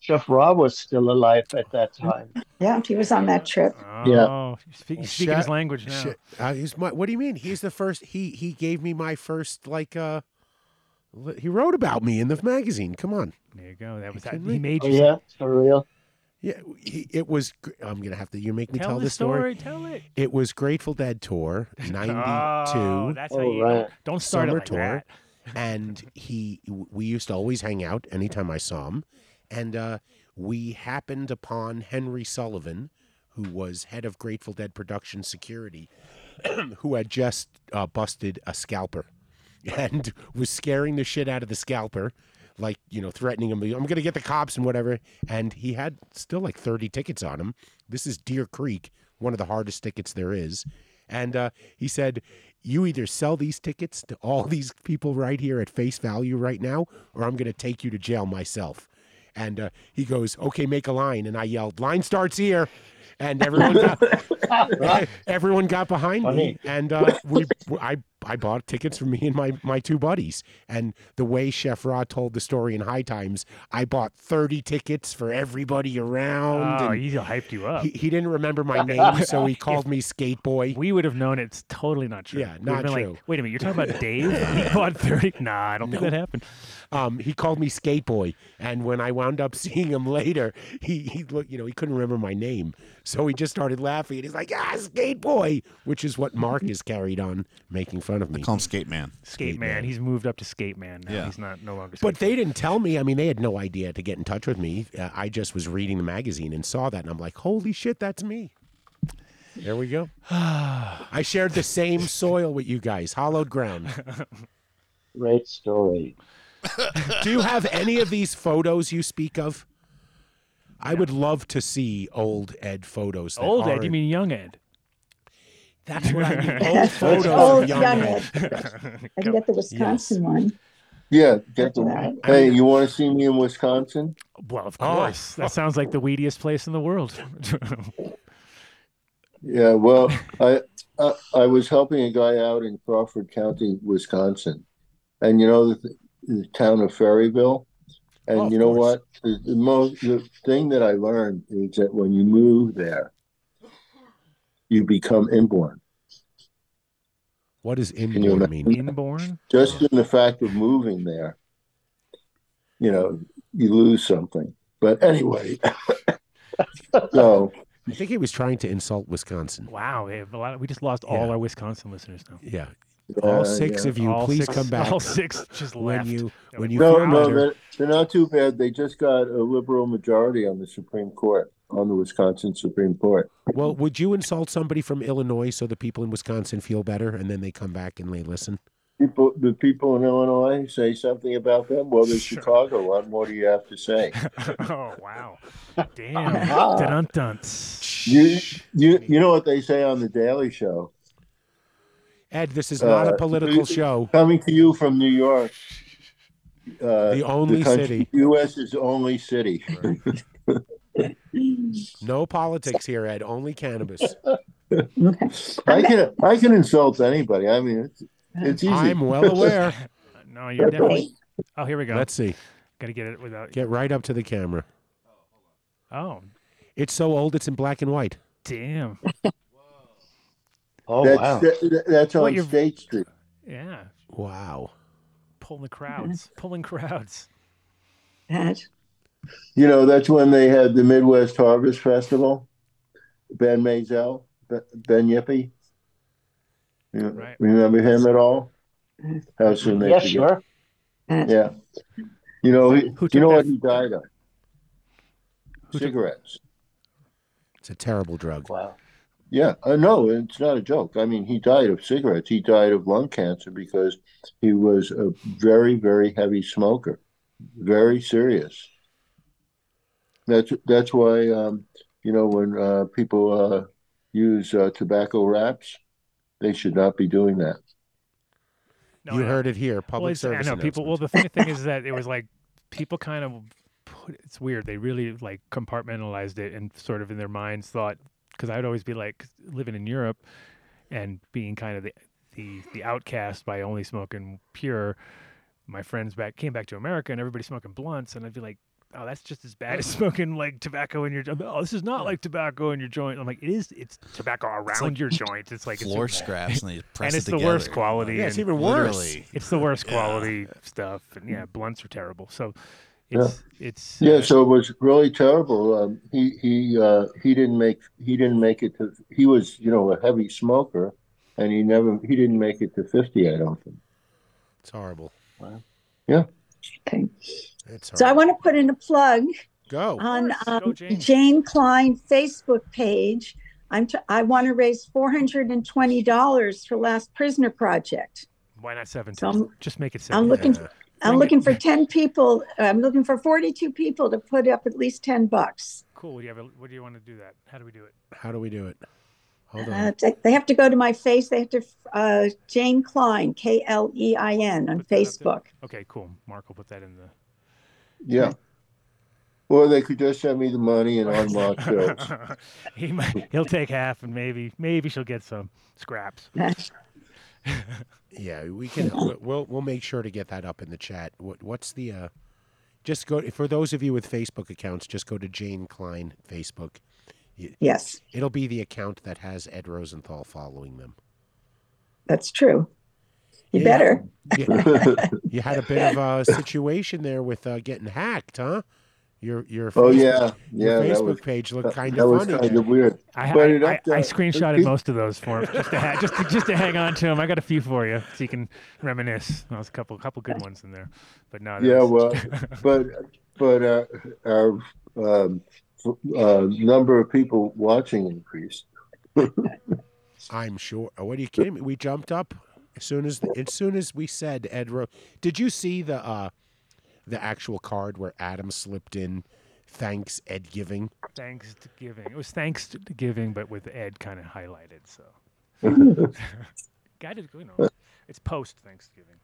Speaker 4: Chef Ra was still alive at that
Speaker 2: Mm-hmm.
Speaker 4: time.
Speaker 11: yeah, he was on that trip.
Speaker 5: Oh, you speak, you speaking his
Speaker 2: Shut-
Speaker 5: language now.
Speaker 2: shut- uh, he's my, what do you mean? He's the first. He he gave me my first like. uh li- He wrote about me in the magazine. Come on.
Speaker 5: There you go. That was that.
Speaker 2: kidding
Speaker 5: He
Speaker 2: me?
Speaker 5: made
Speaker 4: Oh
Speaker 5: you. some-
Speaker 4: yeah, for real.
Speaker 2: Yeah, he- it was. gr- I'm gonna have to. You make me
Speaker 5: Tell
Speaker 2: tell,
Speaker 5: the
Speaker 2: this story.
Speaker 5: story, tell it.
Speaker 2: It was Grateful Dead tour '92.
Speaker 5: Oh, that's how you- don't- don't start it
Speaker 2: Summer
Speaker 5: like
Speaker 2: tour,
Speaker 5: that.
Speaker 2: and he. We used to always hang out anytime I saw him, and uh, we happened upon Henry Sullivan, who was head of Grateful Dead production security, (coughs) who had just uh, busted a scalper, (laughs) and was scaring the shit out of the scalper. Like you know, threatening him. I'm gonna get the cops and whatever. And he had still like 30 tickets on him. This is Deer Creek, one of the hardest tickets there is. And uh, he said, "You either sell these tickets to all (laughs) these people right here at face value right now, or I'm gonna take you to jail myself." And uh, he goes, "Okay, make a line." And I yelled, "Line starts here." And everyone got, everyone got behind me,
Speaker 12: Funny.
Speaker 2: and uh, we, I, I bought tickets for me and my my two buddies. And the way Chef Ra told the story in High Times, I bought thirty tickets for everybody around.
Speaker 5: Oh,
Speaker 2: and
Speaker 5: he hyped you up.
Speaker 2: He, he didn't remember my name,
Speaker 5: (laughs)
Speaker 2: so he called me Skate Boy.
Speaker 5: We would have known it's totally not true.
Speaker 2: Yeah,
Speaker 5: We'd
Speaker 2: not
Speaker 5: been like,
Speaker 2: true.
Speaker 5: Wait a minute, you're talking
Speaker 2: (laughs)
Speaker 5: about Dave? He bought 30. Nah, I don't think that happened.
Speaker 2: Um, he called me Skate Boy, and when I wound up (laughs) seeing him later, he he looked, you know, he couldn't remember my name, so he just started laughing. And he's like, "Ah, Skate Boy," which is what Mark has carried on making fun of me.
Speaker 13: Call him Skate Man.
Speaker 5: Skate, man. He's moved up to Skate Man now. He's not no longer.
Speaker 2: But they didn't tell me. I mean, they had no idea to get in touch with me. Uh, I just was reading the magazine and saw that, and I'm like, "Holy shit, that's me!" There we go. (sighs) I shared the same soil with you guys, hollowed ground.
Speaker 12: Great story.
Speaker 2: Do you have any of these photos you speak of? I would love to see old Ed photos. that
Speaker 5: Old Ed, you
Speaker 2: aren't-
Speaker 5: mean young Ed?
Speaker 2: That's what (laughs) I
Speaker 5: (laughs)
Speaker 2: mean. Old
Speaker 11: That's
Speaker 2: photos
Speaker 11: old
Speaker 2: of young,
Speaker 11: young
Speaker 2: Ed.
Speaker 11: Ed. I can get the Wisconsin one.
Speaker 10: (laughs) Yeah, get the,
Speaker 11: Right.
Speaker 10: hey, you want to see me in Wisconsin?
Speaker 5: Well, of
Speaker 10: Oh.
Speaker 5: course. That sounds like the weediest place in the world. (laughs)
Speaker 10: Yeah, well, I, I I was helping a guy out in Crawford County, Wisconsin, and you know the, th- the town of Ferryville, and
Speaker 12: Oh, of
Speaker 10: you know
Speaker 12: course.
Speaker 10: what? The, the most the thing that I learned is that when you move there, you become inborn.
Speaker 2: What does
Speaker 10: Can you
Speaker 2: inborn
Speaker 10: imagine?
Speaker 2: mean?
Speaker 5: Inborn?
Speaker 10: Just in the fact of moving there, you know, you lose something. But anyway, (laughs) so
Speaker 2: I think he was trying to insult Wisconsin.
Speaker 5: wow, we, have a lot we just lost all our Wisconsin listeners now.
Speaker 2: Yeah.
Speaker 10: uh,
Speaker 2: all six of you,
Speaker 5: All
Speaker 2: please
Speaker 5: six-
Speaker 2: come
Speaker 5: (laughs)
Speaker 2: back.
Speaker 5: All six just
Speaker 2: when
Speaker 5: left.
Speaker 2: you when you
Speaker 10: no,
Speaker 2: feel
Speaker 10: no,
Speaker 2: better.
Speaker 10: they're, they're not too bad. They just got a liberal majority on the Supreme Court, on the Wisconsin Supreme Court.
Speaker 2: Well, would you insult somebody from Illinois so the people in Wisconsin feel better, and then they come back and they listen?
Speaker 10: People, the people in Illinois say something about them. Well, there's Chicago. What more do you have
Speaker 2: (laughs)
Speaker 10: to say? Ah.
Speaker 5: oh wow!
Speaker 10: (laughs)
Speaker 5: Damn. dun dun.
Speaker 10: You, you, you know what they say on the Daily Show.
Speaker 2: Ed, this is not a
Speaker 10: Uh,
Speaker 2: political show.
Speaker 10: Coming to you from New York, uh,
Speaker 2: The only
Speaker 10: country-
Speaker 2: city.
Speaker 10: U.S. is the only city.
Speaker 2: No politics here, Ed. Only cannabis.
Speaker 10: I can I can insult anybody. I mean, it's, it's easy.
Speaker 2: I'm well
Speaker 5: (laughs)
Speaker 2: aware.
Speaker 5: No, you're definitely. Oh, here we go.
Speaker 2: Let's see.
Speaker 5: Gotta get it without.
Speaker 2: Get right up to the camera.
Speaker 5: Oh,
Speaker 2: It's so old, it's in black and white.
Speaker 5: damn.
Speaker 10: Oh that's, that- that's
Speaker 5: What
Speaker 10: on
Speaker 5: you're-
Speaker 10: State Street.
Speaker 5: Yeah,
Speaker 2: Wow.
Speaker 5: pulling crowds, pulling crowds.
Speaker 10: (laughs) You know, that's when they had the Midwest Harvest Festival. Ben Mazel, Ben Ben Yippie. You
Speaker 5: Right.
Speaker 10: Remember him at all? How soon they
Speaker 12: Yeah,
Speaker 10: forget.
Speaker 12: sure.
Speaker 10: Yeah. You know, he,
Speaker 12: Who
Speaker 10: you
Speaker 12: took
Speaker 10: know
Speaker 12: that-
Speaker 10: what he died of?
Speaker 5: Who took-
Speaker 10: Cigarettes.
Speaker 2: It's a terrible drug.
Speaker 12: Wow.
Speaker 10: Yeah, uh, no, it's not a joke. I mean, he died of cigarettes. He died of lung cancer because he was a very, very heavy smoker, very serious. That's that's why um, you know when uh, people uh, use uh, tobacco wraps, they should not be doing that.
Speaker 2: you heard it here. Public
Speaker 5: well, it's-
Speaker 2: service.
Speaker 5: I know people. Well, the funny thing is that it was like people kind of put. It's weird. They really like compartmentalized it and sort of in their minds thought because I'd always be like living in Europe and being kind of the the, the outcast by only smoking pure. My friends back came back to America and everybody smoking blunts and I'd be like. Oh, that's just as bad as smoking like tobacco in your. Oh, this is not like tobacco in your joint. I'm like, it is. It's tobacco around
Speaker 13: like (laughs)
Speaker 5: your joint. It's like (laughs)
Speaker 13: floor
Speaker 5: it's,
Speaker 13: scraps and they press it
Speaker 5: it's the worst
Speaker 13: together.
Speaker 5: quality.
Speaker 13: Yeah, it's
Speaker 5: and-
Speaker 13: even worse. Literally.
Speaker 5: It's the worst quality stuff, and yeah, blunts are terrible. So It's it's uh,
Speaker 10: yeah. So it was really terrible. Um, he he uh, he didn't make he didn't make it to. He was you know a heavy smoker, and he never he didn't make it to fifty. I don't think.
Speaker 2: It's horrible.
Speaker 10: Yeah.
Speaker 2: It's
Speaker 11: So I want to put in a plug
Speaker 2: Go.
Speaker 11: on um, Jane Klein Facebook page. I'm t- I want to raise four hundred and twenty dollars for Last Prisoner Project.
Speaker 5: why not
Speaker 11: So
Speaker 5: 17?
Speaker 11: I'm-
Speaker 5: Just make it 17.
Speaker 11: I'm looking. I'm
Speaker 5: Bring
Speaker 11: looking
Speaker 5: it.
Speaker 11: for ten people. I'm looking for forty-two people to put up at least ten bucks.
Speaker 5: Cool. What do you have? a- What do you want to do that? How do we do it?
Speaker 2: How do we do it? Hold
Speaker 11: Uh,
Speaker 2: on.
Speaker 11: they- they have to go to my face. They have to uh, Jane Klein, K L E I N, on Facebook.
Speaker 5: Okay, cool. Mark will put that in the.
Speaker 10: Yeah. Or they could just send me the
Speaker 2: (laughs)
Speaker 10: money and unlock shows.
Speaker 5: (laughs) he might, he'll take half, and maybe maybe she'll get some scraps.
Speaker 2: Yeah, we can. we'll- We'll we'll make sure to get that up in the chat. What what's the? Uh, just go for those of you with Facebook accounts. Just go to Jane Klein Facebook. Y-
Speaker 11: Yes.
Speaker 2: it'll be the account that has Ed Rosenthal following them.
Speaker 11: That's true. You
Speaker 2: Yeah,
Speaker 11: better. (laughs)
Speaker 2: You, you had a bit of a situation there with uh, getting hacked, huh? Your your
Speaker 10: Oh,
Speaker 2: Facebook-
Speaker 10: yeah, yeah,
Speaker 2: your
Speaker 10: that
Speaker 2: Facebook
Speaker 10: was-
Speaker 2: page looked kind
Speaker 10: that
Speaker 2: of
Speaker 10: was
Speaker 2: funny.
Speaker 10: kinda weird.
Speaker 5: I,
Speaker 10: But
Speaker 5: I,
Speaker 10: it
Speaker 5: I,
Speaker 10: upped, uh,
Speaker 5: I screenshotted
Speaker 10: it-
Speaker 5: most of those for him just to ha- just to, just to hang on to him. I got a few for you so you can reminisce. There was a couple couple good ones in there, but no. there
Speaker 10: Yeah,
Speaker 5: was-
Speaker 2: (laughs)
Speaker 10: well, but but uh, our um, uh, number of people watching increased.
Speaker 2: I'm sure. oh, What are you kidding me? We jumped up as soon as as soon as we said Ed. Ro- Did you see the uh the actual card where Adam slipped in? Thanks, Ed giving.
Speaker 5: (laughs) Thanks to giving. It was thanks to giving, but with Ed kind of highlighted.
Speaker 10: (laughs)
Speaker 5: So, guy did you know it's post Thanksgiving.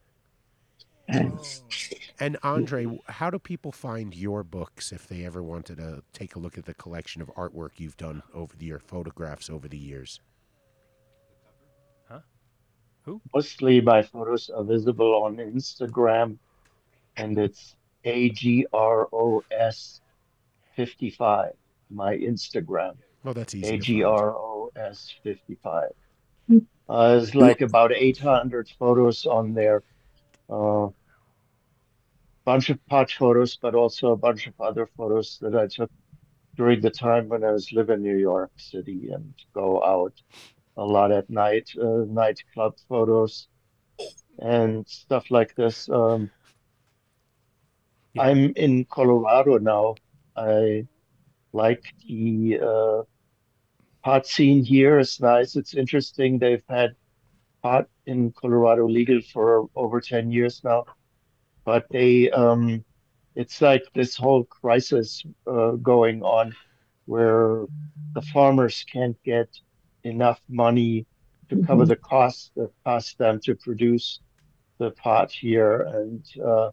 Speaker 2: And Andre, how do people find your books if they ever wanted to take a look at the collection of artwork you've done over the year, photographs over the years?
Speaker 4: Mostly my photos are visible on Instagram, and it's A G R O S 55, my Instagram.
Speaker 2: Oh, that's easy.
Speaker 4: A
Speaker 2: to
Speaker 4: G
Speaker 2: find.
Speaker 4: R O S 55. Uh, there's like about 800 photos on there. Uh, bunch of patch photos, but also a bunch of other photos that I took during the time when I was living in New York City and go out a lot at night, uh, nightclub photos and stuff like this. Um, I'm in Colorado now. I like the uh, pot scene here. It's nice. It's interesting. They've had pot in Colorado legal for over 10 years now, but they um, it's like this whole crisis uh, going on where the farmers can't get enough money to cover
Speaker 11: Mhm.
Speaker 4: the costs that cost them to produce the pot here. And uh,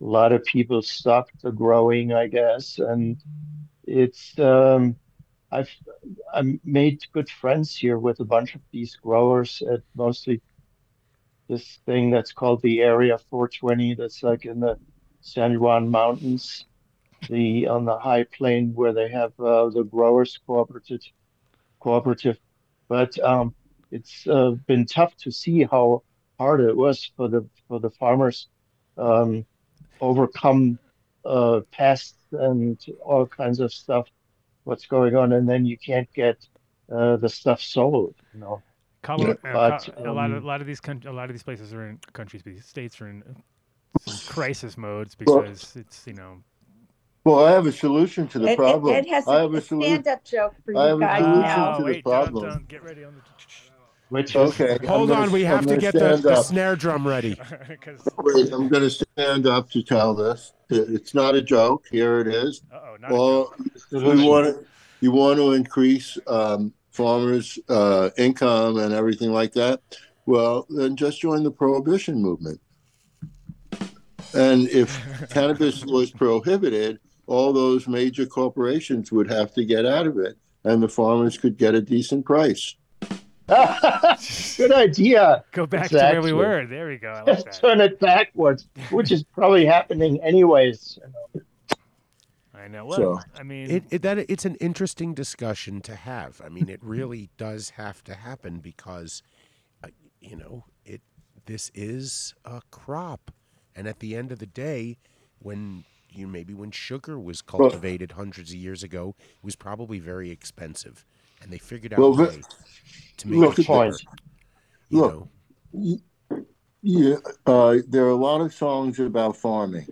Speaker 4: a lot of people stopped the growing, I guess. And it's, um, I've I made good friends here with a bunch of these growers at mostly this thing that's called the Area 420, that's like in the San Juan Mountains, the on the high plain where they have uh, the growers cooperative cooperative. But um, it's uh, been tough to see how hard it was for the for the farmers um, overcome uh, pests and all kinds of stuff. What's going on, and then you can't get uh, the stuff sold, you know.
Speaker 5: Colorado, uh,
Speaker 4: But
Speaker 5: Co- a lot of a
Speaker 4: um,
Speaker 5: lot of these coun- a lot of these places are in countries, these states are in some crisis modes
Speaker 10: Well-
Speaker 5: because it's you know
Speaker 10: Well, I have a solution to the
Speaker 11: Ed, Ed,
Speaker 10: problem.
Speaker 11: Ed has
Speaker 10: I
Speaker 11: a,
Speaker 10: have a solution.
Speaker 11: stand-up joke for
Speaker 10: I
Speaker 11: you
Speaker 10: have a
Speaker 11: guys
Speaker 10: solution
Speaker 11: now.
Speaker 10: to the
Speaker 5: Oh, wait, don't
Speaker 10: problem.
Speaker 5: don't get ready on
Speaker 4: which is
Speaker 10: Okay, I'm
Speaker 2: Hold
Speaker 10: gonna,
Speaker 2: on, we
Speaker 10: I'm
Speaker 2: have to
Speaker 10: gonna
Speaker 2: get the,
Speaker 10: stand
Speaker 2: the
Speaker 10: up.
Speaker 2: snare drum ready.
Speaker 5: the because
Speaker 10: Wait, I'm gonna stand up to tell this. It's not a joke. Here it is.
Speaker 5: oh not a
Speaker 10: Well,
Speaker 5: joke.
Speaker 10: you
Speaker 4: solution.
Speaker 10: want to, you want to increase um, farmers' uh, income and everything like that. Well, then just join the prohibition movement. And if
Speaker 5: (laughs)
Speaker 10: cannabis was prohibited, all those major corporations would have to get out of it, and the farmers could get a decent price.
Speaker 4: Good idea.
Speaker 5: (laughs) Go back to where we
Speaker 4: Exactly.
Speaker 5: were. There we go. I like that.
Speaker 4: (laughs) Turn it backwards, which is probably happening anyways. you know.
Speaker 5: I know. Well,
Speaker 10: So
Speaker 5: I mean,
Speaker 2: It, it that it's an interesting discussion to have. I mean, it really does have to happen because, uh, you know, it this is a crop, and at the end of the day, when you know, maybe when sugar was cultivated hundreds of years ago, it was probably very expensive, and they figured out
Speaker 10: Well,
Speaker 2: a
Speaker 10: the-
Speaker 2: way to make it
Speaker 10: look at
Speaker 2: cheaper.
Speaker 10: this. Look, y- yeah, uh, there are a lot of songs about farming,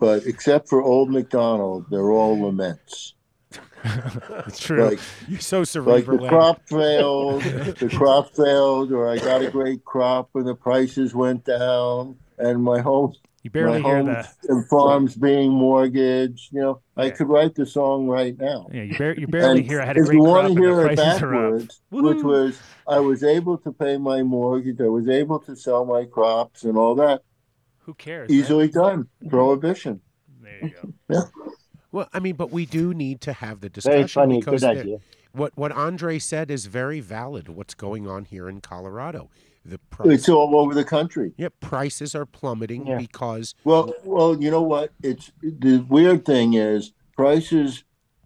Speaker 10: but except for Old MacDonald, they're all laments.
Speaker 5: It's (laughs) true.
Speaker 10: Like-
Speaker 2: You're so
Speaker 10: Like the
Speaker 2: cerebral. Ed.
Speaker 10: crop
Speaker 5: (laughs)
Speaker 10: failed, the crop failed, or I got a great crop and the prices went down, and my home,
Speaker 5: You barely
Speaker 10: my
Speaker 5: hear
Speaker 10: home
Speaker 5: the-
Speaker 10: and farms being mortgaged. You know, I
Speaker 5: Yeah.
Speaker 10: could write the song right now.
Speaker 5: Yeah, you, bar- you barely
Speaker 10: And
Speaker 5: hear I had a
Speaker 10: if
Speaker 5: great
Speaker 10: you
Speaker 5: crop
Speaker 10: want
Speaker 5: and
Speaker 10: to hear
Speaker 5: the
Speaker 10: it
Speaker 5: prices are up.
Speaker 10: backwards, which was I was able to pay my mortgage, I was able to sell my crops and all that.
Speaker 5: Who cares? right?
Speaker 10: Easily done. Prohibition.
Speaker 5: There you go.
Speaker 10: Yeah.
Speaker 2: Well, I mean, but we do need to have the discussion
Speaker 12: Very funny,
Speaker 2: because
Speaker 12: good
Speaker 2: the-
Speaker 12: idea.
Speaker 2: what what Andre said is very valid. What's going on here in Colorado? The
Speaker 10: It's
Speaker 2: price,
Speaker 10: all over the country.
Speaker 2: yeah, prices are plummeting
Speaker 10: Yeah.
Speaker 2: because
Speaker 10: Well, well, you know what? It's the weird thing is prices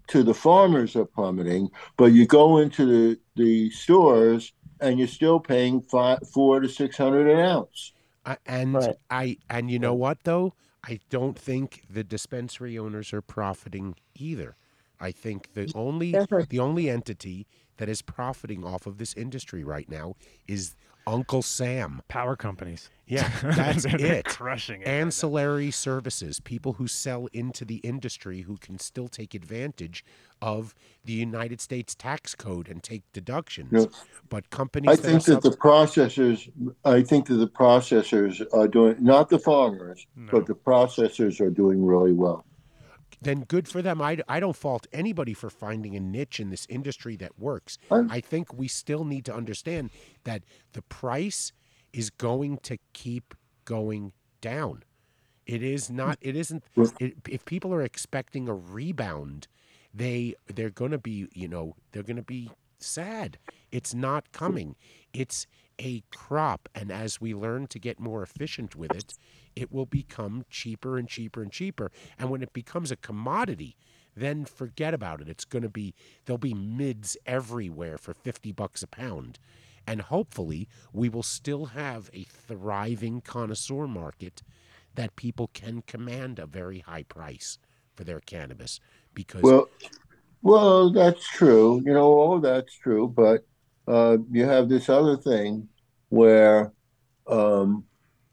Speaker 10: to the farmers are plummeting, but you go into the the stores and you're still paying five, four to six hundred an ounce.
Speaker 2: I, and I and you know what though? I don't think the dispensary owners are profiting either. I think the only
Speaker 7: They're hurt.
Speaker 2: the only entity that is profiting off of this industry right now is Uncle Sam.
Speaker 5: Power companies.
Speaker 2: Yeah, that's
Speaker 5: (laughs) They're
Speaker 2: it.
Speaker 5: crushing it right now.
Speaker 2: Ancillary services, people who sell into the industry who can still take advantage of the United States tax code and take deductions.
Speaker 10: Yeah.
Speaker 2: But companies
Speaker 10: I
Speaker 2: that
Speaker 10: think
Speaker 2: are
Speaker 10: that the processors, I think that the processors are doing not the farmers, but the processors are doing really well.
Speaker 2: then good for them. I, I don't fault anybody for finding a niche in this industry that works. I think we still need to understand that the price is going to keep going down. It is not. It isn't. It, if people are expecting a rebound, they they're going to be you know they're going to be sad. It's not coming. It's a crop, and as we learn to get more efficient with it, it will become cheaper and cheaper and cheaper. And when it becomes a commodity, then forget about it. It's going to be there'll be mids everywhere for 50 bucks a pound. And hopefully, we will still have a thriving connoisseur market that people can command a very high price for their cannabis because
Speaker 10: Well, well, that's true. You know, all that's true, but uh, you have this other thing where um,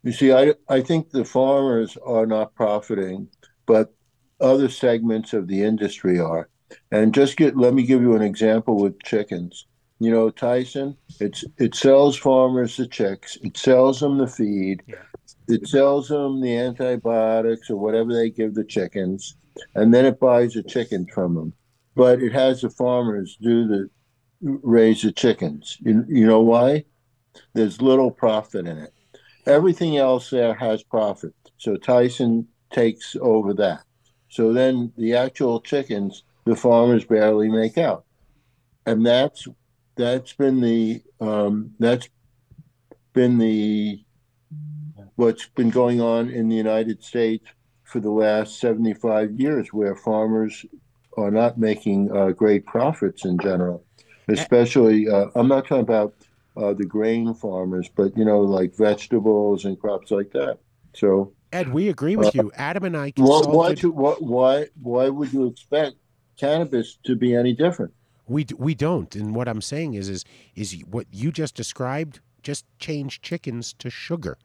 Speaker 10: you see, I I think the farmers are not profiting, but other segments of the industry are. And just get let me give you an example with chickens. You know, Tyson, it's it sells farmers the chicks, it sells them the feed, it sells them the antibiotics or whatever they give the chickens, and then it buys the chicken from them. But it has the farmers do the raise the chickens. You, you know why? There's little profit in it. Everything else there has profit. So Tyson takes over that. So then the actual chickens, the farmers barely make out. And that's that's been the um, that's been the what's been going on in the United States for the last 75 years, where farmers are not making uh, great profits in general. Especially, uh, I'm not talking about uh, the grain farmers, but you know, like vegetables and crops like that. So,
Speaker 2: Ed, we agree with you. Adam and I
Speaker 10: why
Speaker 2: consulted.
Speaker 10: why, do- why why why would you expect cannabis to be any different?
Speaker 2: We d- we don't. And what I'm saying is is is y- what you just described. Just change chickens to sugar.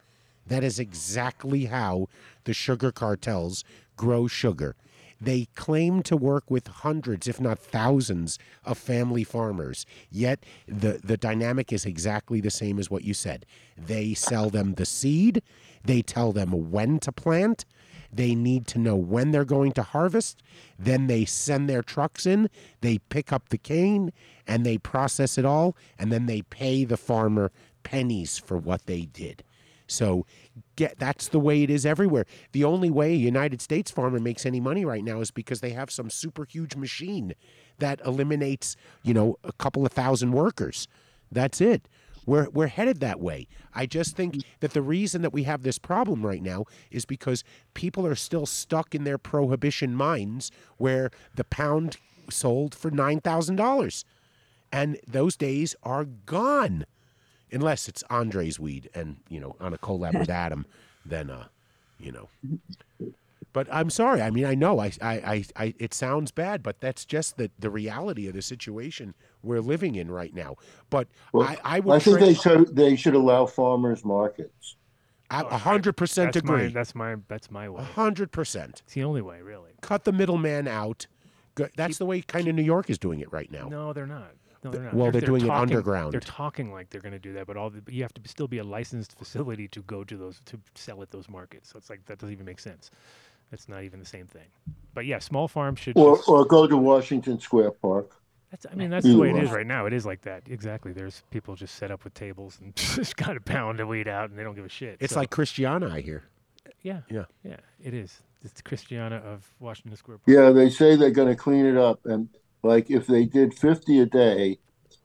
Speaker 2: That is exactly how the sugar cartels grow sugar. They claim to work with hundreds, if not thousands, of family farmers. Yet the, the dynamic is exactly the same as what you said. They sell them the seed, they tell them when to plant, they need to know when they're going to harvest. Then they send their trucks in, they pick up the cane, and they process it all, and then they pay the farmer pennies for what they did. So get that's the way it is everywhere. The only way a United States farmer makes any money right now is because they have some super huge machine that eliminates, you know, a couple of thousand workers. That's it. We're we're headed that way. I just think that the reason that we have this problem right now is because people are still stuck in their prohibition minds where the pound sold for nine thousand dollars. And those days are gone. Unless it's Andre's weed and, you know, on a collab with Adam, then uh, you know. But I'm sorry. I mean, I know I, I, I, I it sounds bad, but that's just the, the reality of the situation we're living in right now. But
Speaker 10: Well,
Speaker 2: I, I would
Speaker 10: I think they
Speaker 2: trade-
Speaker 10: should, they should allow farmers markets.
Speaker 2: I 100%
Speaker 5: That's my,
Speaker 2: agree.
Speaker 5: that's my that's my way.
Speaker 2: hundred percent.
Speaker 5: It's the only way, really.
Speaker 2: Cut the middleman out. Go- That's the way kind of New York is doing it right now.
Speaker 5: No, they're not. No,
Speaker 2: Th-
Speaker 5: they're not.
Speaker 2: well, they're doing it
Speaker 5: talking-
Speaker 2: underground.
Speaker 5: They're talking like they're going to do that, but all the, but you have to still be a licensed facility to go to those to sell at those markets. So it's like that doesn't even make sense. That's not even the same thing. But yeah, small farms should.
Speaker 10: Or,
Speaker 5: just-
Speaker 10: or go to Washington Square Park.
Speaker 5: that's, I mean, that's the way it
Speaker 10: Either
Speaker 5: is
Speaker 10: way.
Speaker 5: right now. It is like that. Exactly. There's people just set up with tables and (laughs) just got a pound of weed out, and they don't give a shit.
Speaker 2: It's
Speaker 5: So,
Speaker 2: like Christiana, I hear.
Speaker 5: yeah,
Speaker 2: Yeah.
Speaker 5: yeah, it is. It's Christiana of Washington Square.
Speaker 10: Yeah, they say they're going to clean it up, and like if they did fifty a day,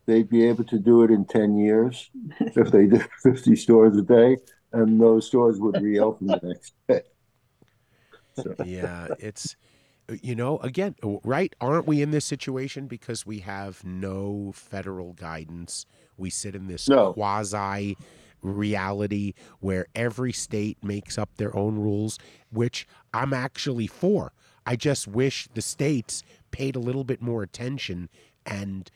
Speaker 10: they'd be able to do it in ten years. if they did fifty stores a day, and those stores would reopen the next day.
Speaker 2: yeah, it's you know again right aren't we in this situation because we have no federal guidance we sit in this
Speaker 10: No.
Speaker 2: quasi reality where every state makes up their own rules which i'm actually for i just wish the states paid a little bit more attention and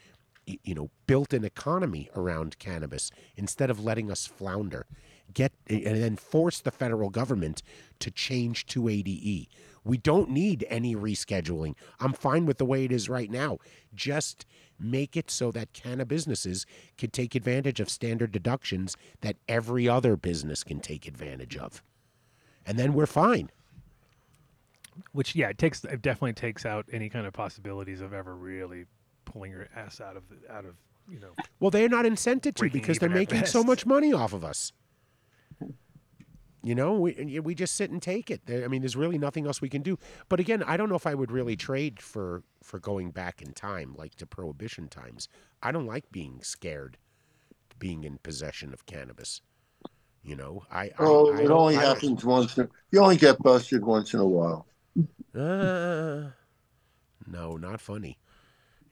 Speaker 2: y- you know built an economy around cannabis instead of letting us flounder get and then force the federal government to change 280e we don't need any rescheduling i'm fine with the way it is right now just make it so that canna businesses can take advantage of standard deductions that every other business can take advantage of and then we're fine
Speaker 5: which yeah it takes it definitely takes out any kind of possibilities of ever really pulling your ass out of the- out of you know
Speaker 2: well they're not incented to
Speaker 5: Breaking
Speaker 2: because they're
Speaker 5: even at
Speaker 2: making so
Speaker 5: best.
Speaker 2: much money off of us You know, we and we just sit and take it. There, I mean, there's really nothing else we can do. But again, I don't know if I would really trade for for going back in time, like to prohibition times. I don't like being scared, being in possession of cannabis. You know, I.
Speaker 10: Oh,
Speaker 2: I, I
Speaker 10: it
Speaker 2: don't-
Speaker 10: only
Speaker 2: I don't-
Speaker 10: happens once. In, you only get busted once in a while.
Speaker 2: Uh, no, not funny.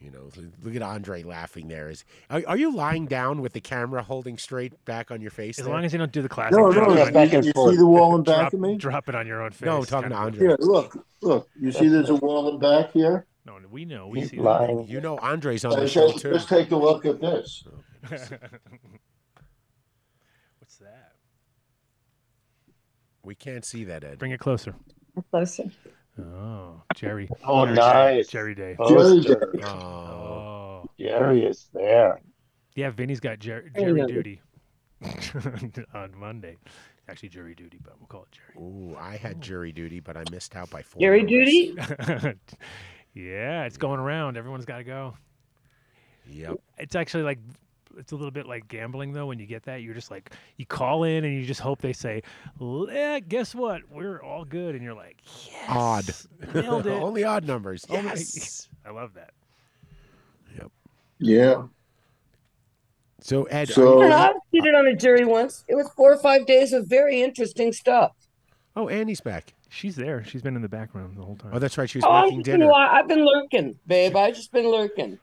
Speaker 2: You know, l- look at Andre laughing there. Is are, are you lying down with the camera holding straight back on your face?
Speaker 5: as
Speaker 2: there?
Speaker 5: long as you don't do the classic
Speaker 10: No,
Speaker 5: drop
Speaker 10: no,
Speaker 5: it
Speaker 10: you,
Speaker 5: on-
Speaker 10: you- you see the wall in back
Speaker 5: drop,
Speaker 10: of me.
Speaker 5: drop it on your own face
Speaker 2: No, talking to
Speaker 5: kind of-
Speaker 2: Andre.
Speaker 10: Here, look, look. You see, there's a wall in back here.
Speaker 5: no no, we know we
Speaker 10: Keep
Speaker 5: see
Speaker 10: lying.
Speaker 2: You know, Andre's on
Speaker 10: Hey,
Speaker 2: the show
Speaker 10: take-
Speaker 2: too.
Speaker 10: let's (laughs) take a look at this.
Speaker 5: that. what's that
Speaker 2: We can't see that, Ed.
Speaker 5: bring it closer
Speaker 11: Closer.
Speaker 5: oh jerry
Speaker 12: Oh,
Speaker 5: Jerry-
Speaker 12: nice.
Speaker 5: jerry day
Speaker 10: Jerry
Speaker 12: Poster.
Speaker 10: Day.
Speaker 2: Oh,
Speaker 5: oh
Speaker 12: Jerry is there.
Speaker 5: (laughs) yeah vinny's got Jer-
Speaker 12: Hey,
Speaker 5: jerry
Speaker 12: uh,
Speaker 5: duty (laughs) on monday actually jury duty but we'll call it jerry
Speaker 2: ooh, I had jury duty, but I missed out by four.
Speaker 7: Jury
Speaker 2: hours.
Speaker 7: duty?
Speaker 5: (laughs) yeah, it's going around. Everyone's got to go.
Speaker 2: Yep.
Speaker 5: It's actually like it's a little bit like gambling though. When you get that, you're just like you call in and you just hope they say, "L- eh, "Guess what? We're all good," and you're like,
Speaker 2: Odd.
Speaker 5: "Yes,
Speaker 2: (laughs)
Speaker 5: nailed it."
Speaker 2: Only odd numbers.
Speaker 5: Only-
Speaker 2: Yes.
Speaker 5: (laughs) I love that.
Speaker 10: Yeah.
Speaker 2: So Ed, are
Speaker 10: So-
Speaker 2: you-
Speaker 7: And (laughs) I was seated on a jury once. It was four or five days of very interesting stuff.
Speaker 2: oh, Annie's back.
Speaker 5: She's there. She's been in the background the whole time.
Speaker 2: Oh, that's right. She was
Speaker 7: Oh, I've
Speaker 2: making
Speaker 7: just been,
Speaker 2: dinner.
Speaker 7: li- I've been lurking, babe. I've just been lurking.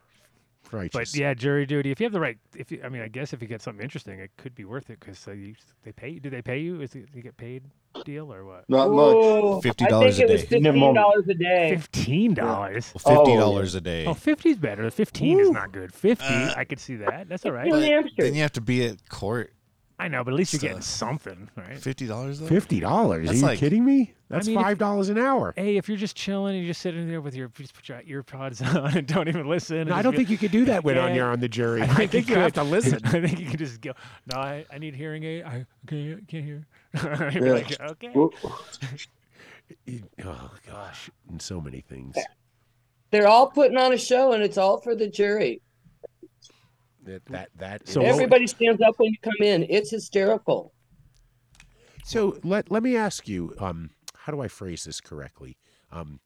Speaker 2: Right.
Speaker 5: But yeah, jury duty. If you have the right, if you, I mean, I guess if you get something interesting, it could be worth it because uh, you, they pay. Do they pay you? Is it you get paid deal or what?
Speaker 10: Not much.
Speaker 7: Ooh, I
Speaker 13: $50
Speaker 7: think
Speaker 13: a
Speaker 7: it was
Speaker 13: day.
Speaker 7: fifteen dollars a day.
Speaker 5: Fifteen dollars.
Speaker 13: Well,
Speaker 12: Oh.
Speaker 13: fifty dollars a day.
Speaker 5: Oh, 50 is better. 15 is not good. 50, I could see that. That's all right.
Speaker 7: New
Speaker 13: Uh, But
Speaker 7: Hampshire.
Speaker 13: then you have to be at court.
Speaker 5: I know, but at least
Speaker 6: uh,
Speaker 5: you're getting
Speaker 13: Stuff.
Speaker 5: something, right?
Speaker 13: Fifty dollars though.
Speaker 2: Fifty dollars? Are
Speaker 13: That's
Speaker 2: you
Speaker 13: like-
Speaker 2: kidding me? That's
Speaker 5: mean, if-
Speaker 2: five dollars an hour.
Speaker 5: Hey, if you're just chilling and you're just sitting there with your just put your ear pods (laughs) on and don't even listen, and
Speaker 2: No, I
Speaker 5: just
Speaker 2: don't
Speaker 5: be-
Speaker 2: think you could do that when on
Speaker 5: Yeah.
Speaker 2: you're on
Speaker 5: (laughs)
Speaker 2: the jury. I think you have to
Speaker 5: could.
Speaker 2: listen.
Speaker 5: (laughs) I think you can just go. No, I, I need hearing aid. I can't, can't hear. (laughs) (laughs) You're
Speaker 10: Yeah.
Speaker 5: like, okay.
Speaker 2: (laughs)
Speaker 10: Well,
Speaker 2: Oh gosh, and so many things.
Speaker 7: They're all putting on a show, and it's all for the jury.
Speaker 2: That that that.
Speaker 5: So
Speaker 2: is-
Speaker 5: what-
Speaker 7: Everybody stands up when you come in. It's hysterical.
Speaker 2: So let let me ask you, um, how do I phrase this correctly? Um,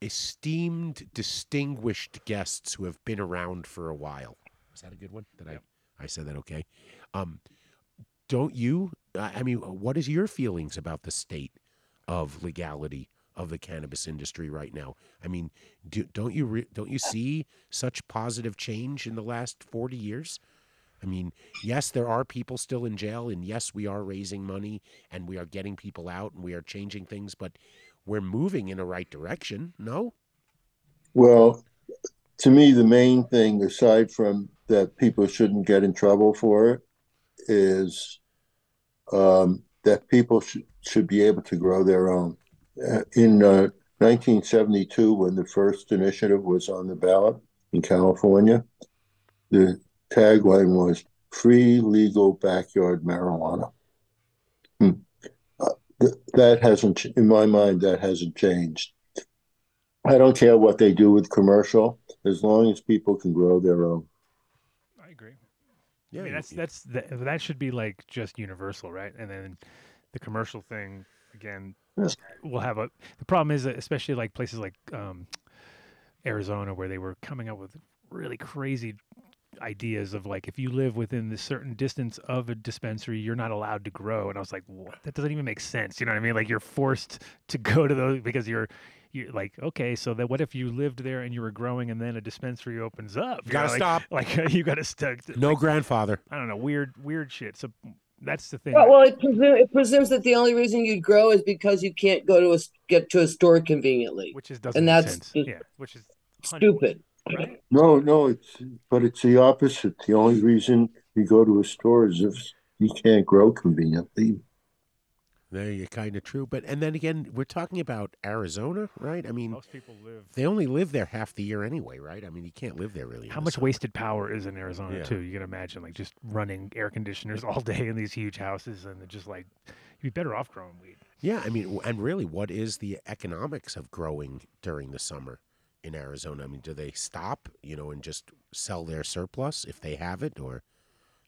Speaker 2: esteemed, distinguished guests who have been around for a while. Is that a good one? Did I I said that okay? Um, don't you? I I mean, what is your feelings about the state of legality of the cannabis industry right now? I mean, do, don't you re, don't you see such positive change in the last forty years? I mean, yes, there are people still in jail, and yes, we are raising money and we are getting people out and we are changing things, but we're moving in the right direction. No,
Speaker 10: Well, to me, the main thing, aside from that people shouldn't get in trouble for it, is um, that people should, should be able to grow their own. Uh, In uh, 1972, when the first initiative was on the ballot in California, the tagline was free legal backyard marijuana. Hmm. Uh, th- That hasn't, in my mind, that hasn't changed. I don't care what they do with commercial, as long as people can grow their own.
Speaker 5: I agree. I mean, that's
Speaker 2: you-
Speaker 5: that's that, that should be like just universal, right? And then the commercial thing again
Speaker 10: Yeah.
Speaker 5: will have a. The problem is, that especially like places like um, Arizona, where they were coming up with really crazy ideas of like if you live within this certain distance of a dispensary you're not allowed to grow and i was like what that doesn't even make sense you know what i mean like you're forced to go to those because you're you're like okay so that what if you lived there and you were growing and then a dispensary opens up know,
Speaker 2: You gotta
Speaker 5: like-
Speaker 2: stop.
Speaker 5: like (laughs) you gotta stuck
Speaker 2: no grandfather.
Speaker 5: I don't know, weird, weird shit. So that's the thing.
Speaker 7: Well, well it, presume, it presumes that the only reason you'd grow is because you can't go to a s- get to a store conveniently,
Speaker 5: which is
Speaker 10: doesn't
Speaker 7: and
Speaker 10: make
Speaker 7: that's
Speaker 10: sense.
Speaker 7: just
Speaker 5: yeah, which is
Speaker 7: stupid.
Speaker 10: No, no, it's but it's the opposite. The only reason you go to a store is if you can't grow conveniently.
Speaker 2: There you kind of true, but and then again, we're talking about Arizona, right? I mean,
Speaker 5: most people live.
Speaker 2: They only live there half the year anyway, right? I mean, you can't live there really.
Speaker 5: How much wasted power is in Arizona
Speaker 2: Yeah.
Speaker 5: too? You can imagine, like just running air conditioners (laughs) all day in these huge houses, and they're just like you'd be better off growing weed.
Speaker 2: Yeah, I mean, w- and really, what is the economics of growing during the summer in Arizona? I mean, do they stop, you know, and just sell their surplus if they have it, or?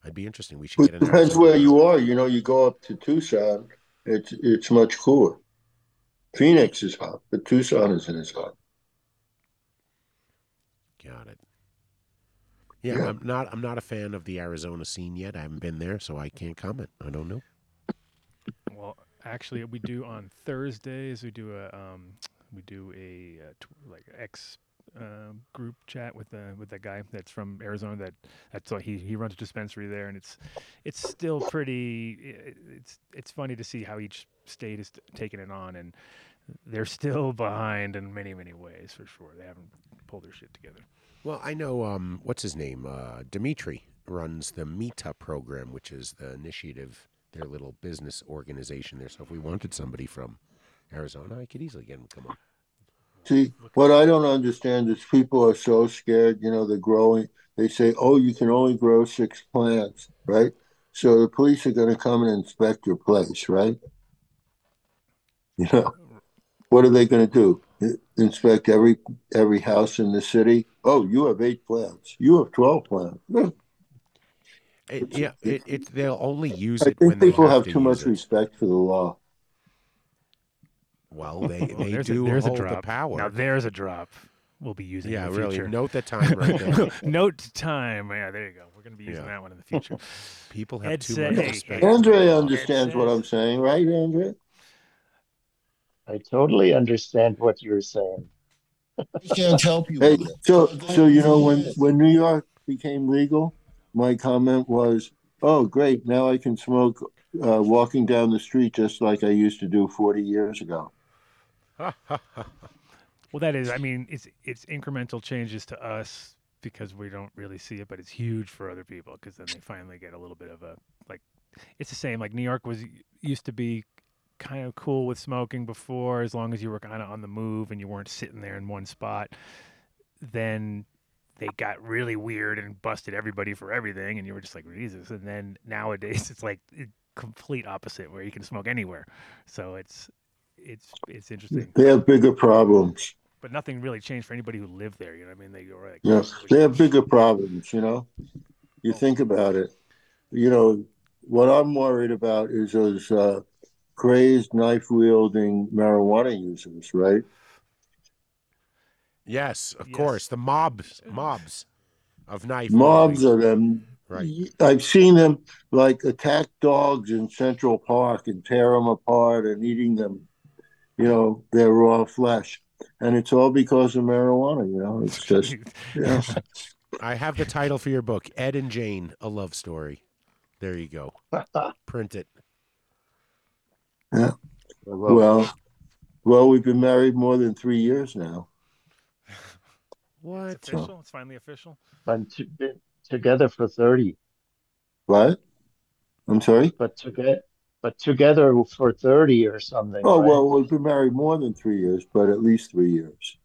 Speaker 2: I'd be interesting. We should
Speaker 10: It
Speaker 2: get an
Speaker 10: depends
Speaker 2: Arizona.
Speaker 10: where you are. You know, you go up to Tucson, it's it's much cooler. Phoenix is hot, but Tucson isn't as hot.
Speaker 2: Got it. Yeah,
Speaker 10: Yeah.
Speaker 2: I'm not. I'm not a fan of the Arizona scene yet. I haven't been there, so I can't comment. I don't know.
Speaker 5: Well, actually, we do on Thursdays. We do a um, we do a uh, tw- like ex um group chat with the with that guy that's from Arizona. That that's like he he runs a dispensary there, and it's it's still pretty. i- i- It's it's funny to see how each state is t- taking it on, and they're still behind in many many ways for sure. They haven't pulled their shit together.
Speaker 2: Well, I know um, what's his name, uh, Dimitri runs the Meta program, which is the initiative, their little business organization there. So if we wanted somebody from Arizona, I could easily get him to come on.
Speaker 10: See, what I don't understand is people are so scared, you know, they're growing. They say, oh, you can only grow six plants, right? So the police are going to come and inspect your place, right? You know, what are they going to do? Inspect every every house in the city? Oh, you have eight plants. You have 12 plants.
Speaker 2: It, yeah, it, it, they'll only use
Speaker 10: I
Speaker 2: it
Speaker 10: think
Speaker 2: when they
Speaker 10: people
Speaker 2: have,
Speaker 10: have
Speaker 2: to
Speaker 10: too
Speaker 2: use
Speaker 10: much
Speaker 2: it.
Speaker 10: respect for the law.
Speaker 2: Well,
Speaker 5: (laughs)
Speaker 2: Oh, they,
Speaker 5: Well,
Speaker 2: they
Speaker 5: Oh, there's
Speaker 2: do
Speaker 5: a, there's
Speaker 2: hold
Speaker 5: a drop.
Speaker 2: the power.
Speaker 5: Now there's a drop. We'll be using.
Speaker 2: Yeah,
Speaker 5: in the
Speaker 2: really,
Speaker 5: Future.
Speaker 2: note the time right there.
Speaker 5: (laughs) note time. Yeah, there you go. We're gonna be using
Speaker 2: Yeah.
Speaker 5: that one in the future.
Speaker 2: (laughs) People have
Speaker 5: Ed
Speaker 2: too
Speaker 5: said-
Speaker 2: much
Speaker 5: hey,
Speaker 2: respect.
Speaker 5: hey,
Speaker 10: Andre
Speaker 5: Ed
Speaker 10: understands (laughs) what
Speaker 5: says-
Speaker 10: I'm saying, right, Andre?
Speaker 12: I totally understand what you're saying.
Speaker 14: We can't help you
Speaker 10: Hey,
Speaker 14: with it.
Speaker 10: so so you know when
Speaker 14: Yes.
Speaker 10: when New York became legal, my comment was, "Oh, great! Now I can smoke uh, walking down the street just like I used to do 40 years ago."
Speaker 5: (laughs) Well, that is. I mean, it's it's incremental changes to us because we don't really see it, but it's huge for other people because then they finally get a little bit of a like. It's the same. Like New York was used to be kind of cool with smoking before, as long as you were kind of on the move and you weren't sitting there in one spot. Then they got really weird and busted everybody for everything, and you were just like Jesus. And then nowadays, (laughs) it's like it, complete opposite where you can smoke anywhere. So it's it's it's interesting
Speaker 10: They have bigger problems.
Speaker 5: but nothing really changed for anybody who lived there. You know what I mean? They were like,
Speaker 10: Yeah,
Speaker 5: "Oh, we
Speaker 10: they
Speaker 5: should-
Speaker 10: have bigger problems. You know, you think about it. You know, what I'm worried about is those uh, crazed knife wielding marijuana users, right?
Speaker 2: Yes, of course, the mobs, mobs of knife.
Speaker 10: mobs
Speaker 2: wielding.
Speaker 10: of them.
Speaker 2: Right.
Speaker 10: I've seen them like attack dogs in Central Park and tear them apart and eating them, you know, their raw flesh. And it's all because of marijuana, you know. It's just, yeah.
Speaker 2: I have the title for your book, Ed and Jane: A Love Story. There you
Speaker 10: (laughs)
Speaker 2: go. Print it.
Speaker 10: yeah.
Speaker 2: I love
Speaker 10: Well, Well, we've been married more than three years now.
Speaker 2: What?
Speaker 5: It's official. It's finally official.
Speaker 12: But to, been together for thirty.
Speaker 10: What? I'm sorry.
Speaker 12: But together, but together for thirty or something.
Speaker 10: Oh
Speaker 12: right?
Speaker 10: well, we've been married more than three years, but at least three years.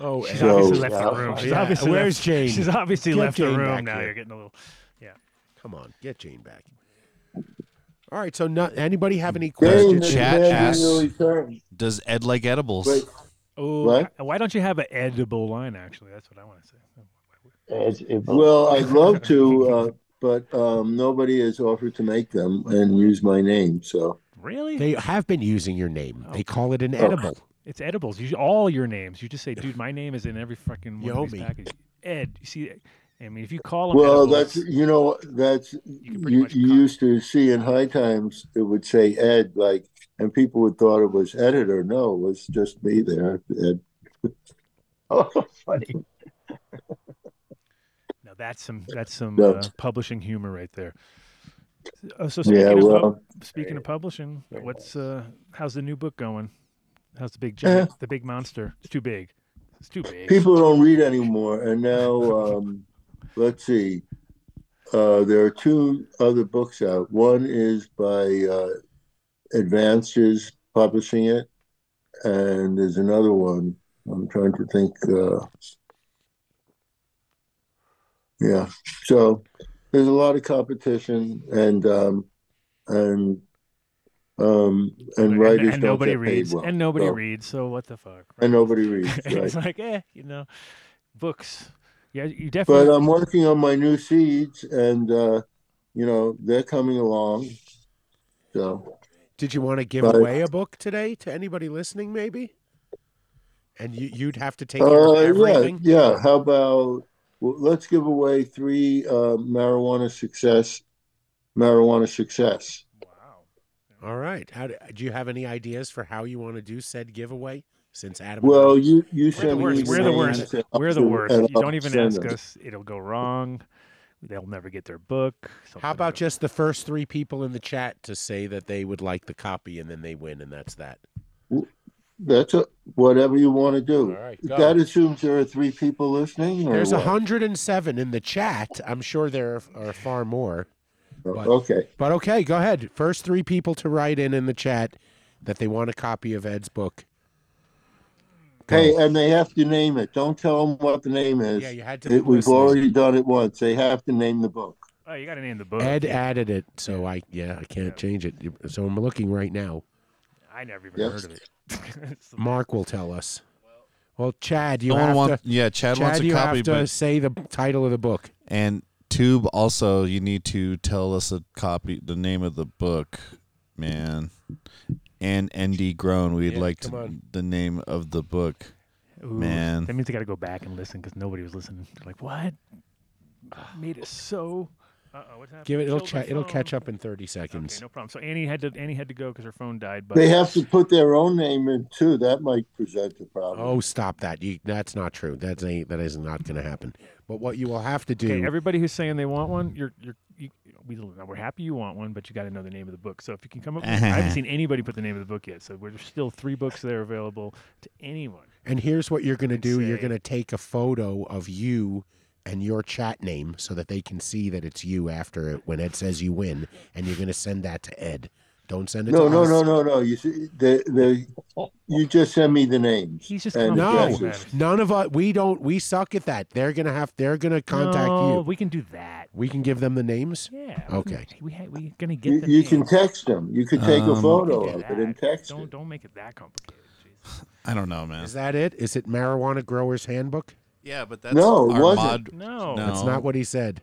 Speaker 5: Oh, she's
Speaker 10: So-
Speaker 5: obviously left
Speaker 10: Yeah.
Speaker 5: the room. She's
Speaker 10: Yeah,
Speaker 5: obviously
Speaker 2: where's
Speaker 5: left,
Speaker 2: Jane?
Speaker 5: She's obviously
Speaker 2: Get
Speaker 5: left
Speaker 2: Jane
Speaker 5: the
Speaker 2: back
Speaker 5: room now.
Speaker 2: here.
Speaker 5: You're getting a little. Yeah.
Speaker 2: Come on, get Jane back. All right. So, not, anybody have any
Speaker 10: Jane,
Speaker 2: questions?
Speaker 10: the Chat demand asks- really turns.
Speaker 13: Does Ed like edibles?
Speaker 10: Wait.
Speaker 5: Oh,
Speaker 10: What?
Speaker 5: why don't you have an edible line? Actually, that's what I want to say.
Speaker 10: well, I'd love to, uh, but um, nobody has offered to make them and use my name. So
Speaker 5: Really?
Speaker 2: They have been using your name. They call it an
Speaker 10: Oh.
Speaker 2: edible.
Speaker 5: It's edibles. You all your names. You just say, "Dude, my name is in every fucking one
Speaker 2: You owe
Speaker 5: of these
Speaker 2: me.
Speaker 5: packages." Ed, you see, I mean, if you call them,
Speaker 10: Well,
Speaker 5: edibles,
Speaker 10: that's you know that's you, you used to see in high times it would say Ed like, and people would thought it was editor. No, it was just me there, Ed.
Speaker 12: (laughs) Oh, funny.
Speaker 5: now that's some that's some
Speaker 10: No.
Speaker 5: uh, publishing humor right there. Uh, so speaking
Speaker 10: Yeah,
Speaker 5: of pub-
Speaker 10: well.
Speaker 5: speaking of publishing, what's uh, how's the new book going? How's the big
Speaker 10: Eh.
Speaker 5: giant, the big monster? It's too big. It's too big.
Speaker 10: People don't read anymore, and now um, let's see. Uh, there are two other books out. One is by uh, Advances publishing it, and there's another one. I'm trying to think. Uh, yeah, so there's a lot of competition, and um, and um, and writers
Speaker 5: and, and
Speaker 10: don't
Speaker 5: nobody
Speaker 10: get paid
Speaker 5: reads.
Speaker 10: well,
Speaker 5: and nobody
Speaker 10: so-
Speaker 5: reads. So what the fuck? (laughs)
Speaker 10: and nobody reads.
Speaker 5: it's
Speaker 10: right.
Speaker 5: like, eh, you know, books. Yeah, you definitely.
Speaker 10: but um, I'm working on my new seeds, and uh, you know they're coming along. So
Speaker 2: Did you want to give
Speaker 10: But-
Speaker 2: away a book today to anybody listening, maybe? And you, you'd have to take care of
Speaker 10: uh, yeah,
Speaker 2: everything.
Speaker 10: yeah. How about well, let's give away three uh, marijuana success, marijuana success.
Speaker 2: All right. How do, do you have any ideas for how you want to do said giveaway? Since Adam, and
Speaker 10: Well,
Speaker 2: I-
Speaker 10: you you
Speaker 5: We're the
Speaker 10: send me
Speaker 5: worst. We're the
Speaker 10: names
Speaker 5: worst.
Speaker 10: and I'll
Speaker 5: We're the
Speaker 10: do-
Speaker 5: worst.
Speaker 10: and
Speaker 5: You don't
Speaker 10: I'll
Speaker 5: even
Speaker 10: send
Speaker 5: ask
Speaker 10: them.
Speaker 5: us. It'll go wrong. They'll never get their book.
Speaker 2: How about just the first three people in the chat to say that they would like the copy, and then they win, and that's that.
Speaker 10: That's a, whatever you want to do.
Speaker 2: All right, go.
Speaker 10: that assumes there are three people listening. Or
Speaker 2: There's
Speaker 10: what?
Speaker 2: 107 in the chat. I'm sure there are far more. But,
Speaker 10: Oh, okay.
Speaker 2: But okay, go ahead. First three people to write in in the chat that they want a copy of Ed's book.
Speaker 10: Hey, and they have to name it. Don't tell them what the name is.
Speaker 2: Yeah, you had to
Speaker 10: It-
Speaker 2: be
Speaker 10: we've
Speaker 2: listening.
Speaker 10: already done it once. They have to name the book.
Speaker 5: Oh, you got to name the book.
Speaker 2: Ed added it, so I yeah I can't change it. So I'm looking right now.
Speaker 5: I never even
Speaker 10: Yes.
Speaker 5: heard of it. (laughs) It's-
Speaker 2: Mark will tell us. Well, Chad, you
Speaker 13: Someone
Speaker 2: have
Speaker 13: want-
Speaker 2: to.
Speaker 13: yeah, Chad wants a
Speaker 2: you
Speaker 13: copy,
Speaker 2: have to
Speaker 13: but-
Speaker 2: say the title of the book.
Speaker 13: And Tube also, you need to tell us a copy, the name of the book, man. And ND Grown, we'd
Speaker 5: Yeah,
Speaker 13: like
Speaker 5: come
Speaker 13: to,
Speaker 5: on.
Speaker 13: the name of the book,
Speaker 5: Ooh,
Speaker 13: man.
Speaker 5: That means I got to go back and listen because nobody was listening. They're like, what? Made it so. Uh oh, what's happening?
Speaker 2: Give it. It'll
Speaker 5: Killed my
Speaker 2: cha- It'll
Speaker 5: phone.
Speaker 2: catch up in 30 seconds.
Speaker 5: Okay, no problem. So Annie had to Annie had to go because her phone died. But
Speaker 10: They have to put their own name in too. That might present a problem.
Speaker 2: Oh, stop that! You, that's not true. That's ain't, that is not going to happen. But what you will have to do.
Speaker 5: Okay, everybody who's saying they want one, you're you're you, we, we're happy you want one, but you got to know the name of the book. So if you can come up, with, I
Speaker 2: (laughs)
Speaker 5: haven't seen anybody put the name of the book yet. So there's still three books there available to anyone.
Speaker 2: And here's what you're going to do you're going to take a photo of you and your chat name so that they can see that it's you after it when Ed says you win. And you're going to send that to Ed. Don't send it
Speaker 10: No,
Speaker 2: to
Speaker 10: no,
Speaker 2: us.
Speaker 10: no, no, no. You see, they, they, you just send me the names.
Speaker 5: He's just
Speaker 10: and uh,
Speaker 2: No,
Speaker 10: addresses.
Speaker 2: none of us. We don't. We suck at that. They're gonna have. They're gonna contact
Speaker 5: No,
Speaker 2: you.
Speaker 5: we can do that.
Speaker 2: We can give them the names.
Speaker 5: Yeah. we can-
Speaker 2: (laughs) Okay.
Speaker 5: We ha- we gonna get
Speaker 10: You,
Speaker 5: the
Speaker 10: you
Speaker 5: name.
Speaker 10: can text them. You could take
Speaker 13: Um,
Speaker 10: a
Speaker 5: We
Speaker 10: photo
Speaker 5: can do
Speaker 10: of it and
Speaker 5: that.
Speaker 10: text
Speaker 5: Don't
Speaker 10: it.
Speaker 5: don't make it that complicated.
Speaker 13: I don't know, man.
Speaker 2: Is that it? Is it marijuana growers handbook?
Speaker 13: Yeah, but that's
Speaker 10: No, it
Speaker 13: our
Speaker 10: wasn't.
Speaker 13: mod.
Speaker 5: No.
Speaker 13: no.
Speaker 2: That's not what he said.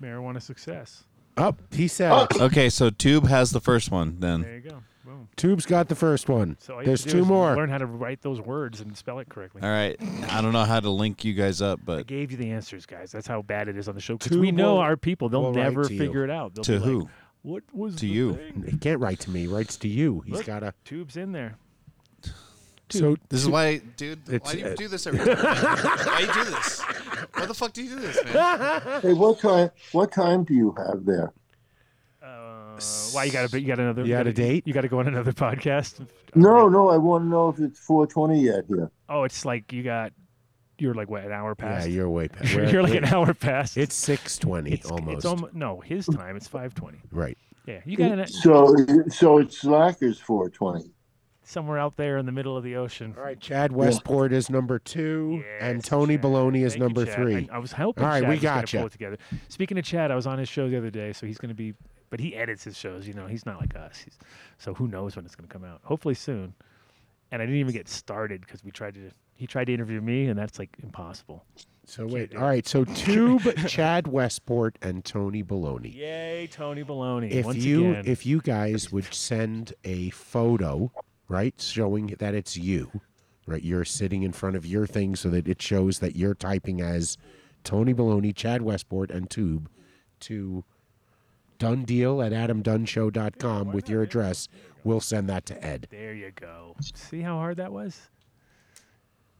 Speaker 5: Marijuana success.
Speaker 2: Up. he said. it.
Speaker 13: (gasps) Okay, so Tube has the first one then.
Speaker 5: There you go. Boom.
Speaker 2: Tube's got the first one.
Speaker 5: So all you
Speaker 2: Mm. There's
Speaker 5: have to do
Speaker 2: two
Speaker 5: is
Speaker 2: more.
Speaker 5: Learn how to write those words and spell it correctly.
Speaker 13: All right. I don't know how to link you guys up,
Speaker 5: I
Speaker 13: but
Speaker 5: gave you the answers, guys. That's how bad it is on the show. Because
Speaker 2: Two
Speaker 5: we know
Speaker 2: will-
Speaker 5: our people; they'll
Speaker 2: will write
Speaker 5: never
Speaker 2: to you.
Speaker 5: figure it out. They'll
Speaker 13: To
Speaker 5: be like,
Speaker 13: who?
Speaker 5: what was
Speaker 13: To
Speaker 5: the
Speaker 13: you.
Speaker 5: Thing?
Speaker 2: He can't write to me. He writes to you. He's
Speaker 5: Look,
Speaker 2: got a.
Speaker 5: tubes in there.
Speaker 2: So
Speaker 13: this is why, dude.
Speaker 2: It's-
Speaker 13: why do you
Speaker 2: uh,
Speaker 13: do this every time? why you do
Speaker 2: (laughs)
Speaker 13: this? Why the fuck do you do this, man?
Speaker 10: Hey, what time? What time do you have there?
Speaker 5: Um, why you got a you got another
Speaker 2: You had a
Speaker 5: date? You got to go on another (laughs) podcast.
Speaker 10: No, no, I want to know if it's 420 yet here.
Speaker 5: Oh, it's like you got you're like what an hour
Speaker 2: Yeah,
Speaker 5: past. (laughs)
Speaker 2: you're way past.
Speaker 5: You're like an hour past.
Speaker 2: It's six twenty almost.
Speaker 5: It's almost no
Speaker 2: (laughs)
Speaker 5: his time. It's five twenty.
Speaker 2: right.
Speaker 5: Yeah, you got an,
Speaker 10: So, so it's slackers 420.
Speaker 5: somewhere out there in the middle of the ocean.
Speaker 2: All right, Chad Westport is number two, and Tony Baloney is
Speaker 5: Thank you,
Speaker 2: number
Speaker 5: Chad.
Speaker 2: three.
Speaker 5: I, I was hoping.
Speaker 2: All right,
Speaker 5: Chad
Speaker 2: we
Speaker 5: was gonna
Speaker 2: got you.
Speaker 5: Pull it together. Speaking of Chad, I was on his show the other day, so he's going to be. But he edits his shows. You know, he's not like us. He's, so who knows when it's going to come out? Hopefully soon. And I didn't even get started because we tried to. He tried to interview me, and that's like impossible.
Speaker 2: So wait, all right. So two, but
Speaker 5: (laughs)
Speaker 2: Chad Westport and Tony Baloney.
Speaker 5: Yay, Tony Baloney!
Speaker 2: If
Speaker 5: once
Speaker 2: you
Speaker 5: again.
Speaker 2: if you guys would send a photo, right, showing that it's you, right, you're sitting in front of your thing, so that it shows that you're typing as Tony Baloney, Chad Westport, and Tube to done deal at adamdunshow.com with your address. We'll send that to Ed.
Speaker 5: there you go. See how hard that was.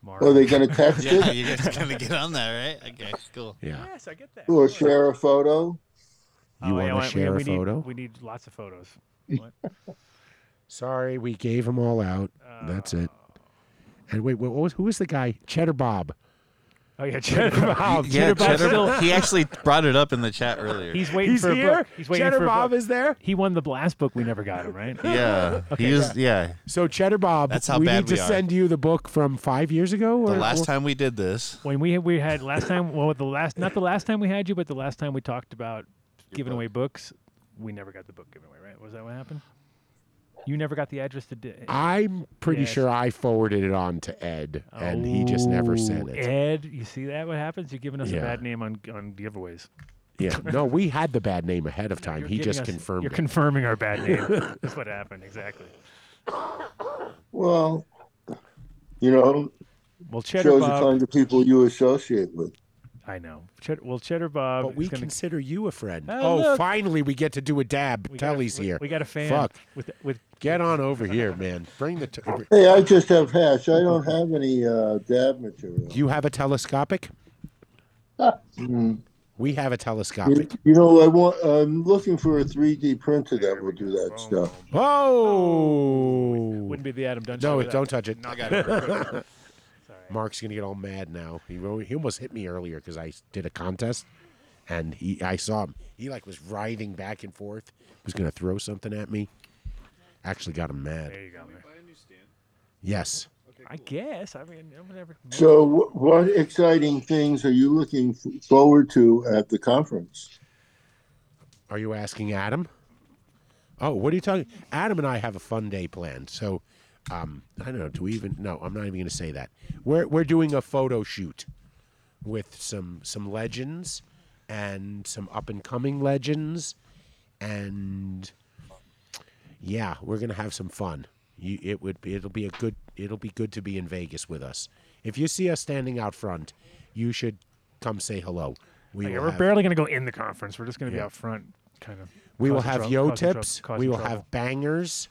Speaker 5: Mark.
Speaker 10: Oh, they
Speaker 13: (laughs)
Speaker 10: gonna text
Speaker 13: Yeah,
Speaker 10: it?
Speaker 13: you guys are gonna get on that, right? Okay, cool.
Speaker 2: Yeah.
Speaker 5: Yes, I get that.
Speaker 10: Or share a photo?
Speaker 2: You
Speaker 5: Oh, yeah,
Speaker 2: want
Speaker 5: we-
Speaker 2: to share
Speaker 5: we
Speaker 2: a
Speaker 5: need- (laughs)
Speaker 2: photo?
Speaker 5: we need lots of photos.
Speaker 2: Sorry, we gave them all out. That's it. And wait, what was, who was the guy? Cheddar Bob.
Speaker 5: Oh yeah, (laughs) Cheddar Bob.
Speaker 13: yeah,
Speaker 5: Cheddar Bob's
Speaker 13: Cheddar-
Speaker 5: still-
Speaker 13: he actually brought it up in the chat earlier.
Speaker 5: He's waiting
Speaker 2: He's
Speaker 5: for
Speaker 2: here?
Speaker 5: a book. He's waiting
Speaker 2: Cheddar
Speaker 5: for a
Speaker 2: Bob
Speaker 5: book.
Speaker 2: is there?
Speaker 5: He won the blast book. We never got him, right?
Speaker 13: (laughs) Yeah, he was. Yeah,
Speaker 2: So Cheddar Bob,
Speaker 13: That's how
Speaker 2: we
Speaker 13: bad
Speaker 2: need to
Speaker 13: we are.
Speaker 2: send you the book from five years ago.
Speaker 13: the
Speaker 2: or-
Speaker 13: last
Speaker 2: or-
Speaker 13: time we did this,
Speaker 5: (laughs)
Speaker 13: (laughs)
Speaker 5: When we we had last time, well, the last not the last time we had you, but the last time we talked about giving away books, we never got the book given away, right? Was that what happened? You never got the address to. Di-
Speaker 2: I'm pretty
Speaker 5: Yes.
Speaker 2: sure I forwarded it on to Ed, and he just never sent
Speaker 5: Ooh,
Speaker 2: it.
Speaker 5: Oh, Ed, you see that? What happens? You're giving us a
Speaker 2: Yeah.
Speaker 5: bad name on on giveaways. (laughs)
Speaker 2: Yeah, no, we had the bad name ahead of time.
Speaker 5: You're
Speaker 2: He
Speaker 5: giving
Speaker 2: just
Speaker 5: us-
Speaker 2: confirmed.
Speaker 5: You're
Speaker 2: it.
Speaker 5: confirming our bad
Speaker 2: (laughs)
Speaker 5: name. That's what happened exactly.
Speaker 10: Well, you know,
Speaker 5: Well, Cheddar
Speaker 10: shows the
Speaker 5: Bob-
Speaker 10: kind of people you associate with.
Speaker 5: I know. Ched- well, Cheddar Bob.
Speaker 2: But we
Speaker 5: is gonna,
Speaker 2: consider you a friend.
Speaker 5: Oh,
Speaker 2: Oh,
Speaker 5: look.
Speaker 2: finally, we get to do a dab. Telly's
Speaker 5: we-
Speaker 2: here.
Speaker 5: we got a fan
Speaker 2: Fuck.
Speaker 5: with with.
Speaker 2: Get on over here, man. Bring the. T-
Speaker 5: (laughs)
Speaker 10: Hey, I just have hash. I don't have any uh, dab material.
Speaker 2: you have a telescopic?
Speaker 10: Mm.
Speaker 2: We have a telescopic.
Speaker 10: You, you know, I want. I'm looking for a 3D printer that will do that stuff.
Speaker 2: Oh.
Speaker 5: Wouldn't be the Adam Dunn show
Speaker 2: No, it,
Speaker 5: without-
Speaker 2: don't touch it.
Speaker 5: Not
Speaker 2: (laughs)
Speaker 5: that.
Speaker 2: Mark's gonna get all mad now. He ro- he almost hit me earlier because I s- did a contest, and he I saw him. He like was writhing back and forth. He was gonna throw something at me. Actually got him mad.
Speaker 5: There you go, man.
Speaker 2: Yes.
Speaker 5: I guess. I mean, I'm never.
Speaker 10: So, wh- what exciting things are you looking f- forward to at the conference?
Speaker 2: Are you asking Adam? Oh, what are you talking? Adam and I have a fun day planned. So, um, I don't know. Do we even? No, I'm not even going to say that. We're we're doing a photo shoot with some some legends and some up and coming legends, and yeah, we're gonna have some fun. You, it would be, it'll be a good it'll be good to be in Vegas with us. If you see us standing out front, you should come say hello. We
Speaker 5: Like,
Speaker 2: will
Speaker 5: we're
Speaker 2: have-
Speaker 5: barely going to go in the conference. We're just going to be
Speaker 2: Yeah.
Speaker 5: out front, kind of.
Speaker 2: we will
Speaker 5: causing
Speaker 2: have
Speaker 5: trou-
Speaker 2: yo
Speaker 5: causing trou-
Speaker 2: tips. We
Speaker 5: causing
Speaker 2: will
Speaker 5: trouble.
Speaker 2: have bangers.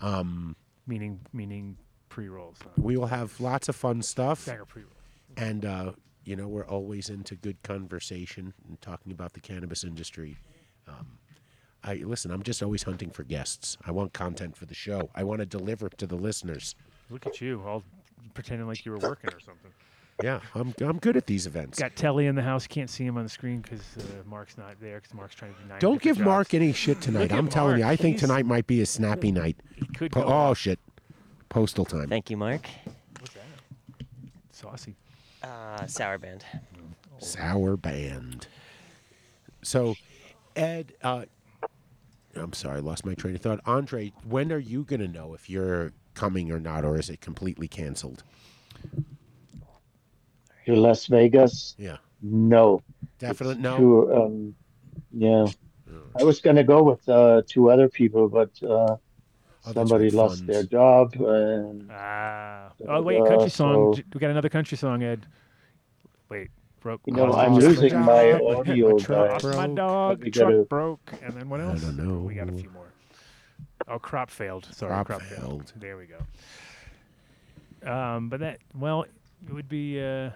Speaker 2: Um,
Speaker 5: meaning meaning pre rolls.
Speaker 2: we will have lots of fun stuff.
Speaker 5: Banger pre-roll.
Speaker 2: And uh, you know, we're always into good conversation and talking about the cannabis industry. Um, I listen. I'm just always hunting for guests. I want content for the show. I want to deliver it to the listeners.
Speaker 5: Look at you, all pretending like you were working or something.
Speaker 2: Yeah, I'm I'm good at these events.
Speaker 5: Got Telly in the house. Can't see him on the screen because uh, Mark's not there. Because Mark's trying to do nine.
Speaker 2: Don't
Speaker 5: different
Speaker 2: give
Speaker 5: jobs.
Speaker 2: Mark any shit tonight.
Speaker 5: Look at
Speaker 2: I'm telling you, I
Speaker 5: Mark.
Speaker 2: think
Speaker 5: He's-
Speaker 2: tonight might be a snappy night.
Speaker 5: could
Speaker 2: Po-
Speaker 5: go
Speaker 2: oh shit, postal time.
Speaker 15: Thank you, Mark.
Speaker 5: Saucy.
Speaker 15: Uh, Sour Band.
Speaker 2: Sour band. So, Ed, uh, I'm sorry, I lost my train of thought. Andre, when are you going to know if you're coming or not, or is it completely canceled?
Speaker 4: To Las Vegas?
Speaker 2: Yeah.
Speaker 4: No.
Speaker 2: Definite
Speaker 4: It's
Speaker 2: no? Oh.
Speaker 4: too, um, yeah. I was going to go with uh, two other people, but uh,
Speaker 5: right,
Speaker 4: somebody lost their job. And
Speaker 5: Ah. Oh wait, country
Speaker 4: Uh, so-
Speaker 5: song. J- We got another country song, Ed. Wait, broke.
Speaker 4: You
Speaker 5: my
Speaker 4: know, I'm
Speaker 5: dog.
Speaker 4: losing my
Speaker 5: Dog. (laughs)
Speaker 4: audio,
Speaker 5: My truck
Speaker 4: guys.
Speaker 5: My
Speaker 4: Let
Speaker 5: dog.
Speaker 4: me
Speaker 5: The
Speaker 4: get
Speaker 5: truck
Speaker 4: a-
Speaker 5: broke. And then what
Speaker 2: I
Speaker 5: else?
Speaker 2: don't know.
Speaker 5: We got a few more. Oh, crop failed. Sorry,
Speaker 2: Crop
Speaker 5: crop, failed. There we go. Um, but that well, it would be. Uh,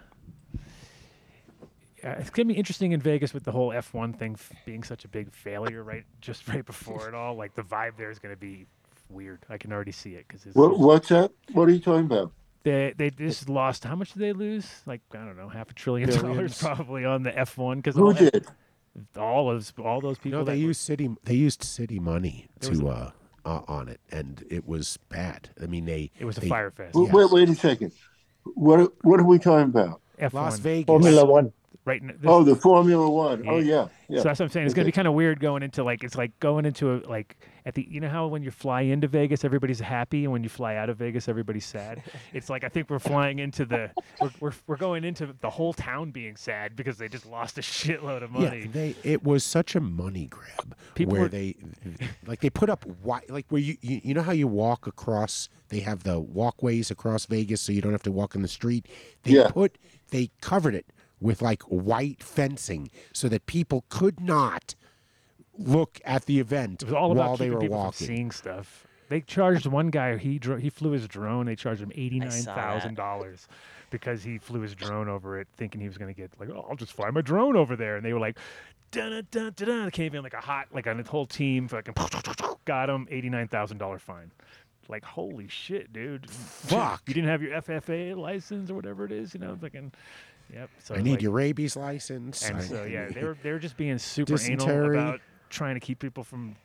Speaker 5: uh, it's gonna be interesting in Vegas with the whole F1 thing f- being such a big failure right (laughs) just right before it all. Like the vibe there is gonna be weird. I can already see it because
Speaker 10: What, what's that? What are you talking about?
Speaker 5: they they just lost. How much did they lose? Like I don't know, half a trillion (laughs) dollars
Speaker 2: Billions.
Speaker 5: probably on the F1 because
Speaker 10: Who did?
Speaker 5: all of all those people.
Speaker 2: No,
Speaker 5: that
Speaker 2: they
Speaker 5: were-
Speaker 2: used city. They used city money
Speaker 5: There was
Speaker 2: to uh, uh, on it, and it was bad. I mean, they.
Speaker 5: It was a
Speaker 2: they-
Speaker 5: fire fest.
Speaker 10: Wait, wait, wait a second. What what are we talking about?
Speaker 5: F1.
Speaker 2: Las Vegas.
Speaker 10: Formula One.
Speaker 5: Right. n-
Speaker 10: oh,
Speaker 5: this-
Speaker 10: the Formula One. Oh yeah. yeah.
Speaker 5: So that's what I'm saying. It's gonna be
Speaker 10: Okay.
Speaker 5: kind of weird going into like it's like going into a like at the you know how when you fly into Vegas everybody's happy and when you fly out of Vegas everybody's
Speaker 2: (laughs)
Speaker 5: sad. it's like I think we're flying into the we're, we're we're going into the whole town being sad because they just lost a shitload of money.
Speaker 2: Yeah, they. It was such a money grab
Speaker 5: People
Speaker 2: where
Speaker 5: were-
Speaker 2: they, like, they put up wi- like where you, you you know how you walk across. They have the walkways across Vegas, so you don't have to walk in the street. They
Speaker 10: Yeah.
Speaker 2: put they covered it with like white fencing so that people could not look at the event
Speaker 5: It was all about
Speaker 2: while they
Speaker 5: keeping
Speaker 2: were
Speaker 5: people
Speaker 2: walking.
Speaker 5: from seeing stuff. They charged one guy. He dro- he flew his drone. They charged him eighty nine thousand dollars because he flew his drone over it, thinking he was going to get like, oh, I'll just fly my drone over there. And they were like, dun dun dun dun. Came in like a hot like a whole team fucking (laughs) got him eighty nine thousand dollar fine. Like holy shit, dude!
Speaker 2: Fuck.
Speaker 5: you didn't have your FFA license or whatever it is, you know? Fucking, yep. So
Speaker 2: I need
Speaker 5: like,
Speaker 2: your rabies license.
Speaker 5: and
Speaker 2: I-
Speaker 5: so
Speaker 2: (laughs)
Speaker 5: yeah, they were they were just being super anal
Speaker 2: Dysentery.
Speaker 5: about trying to keep people from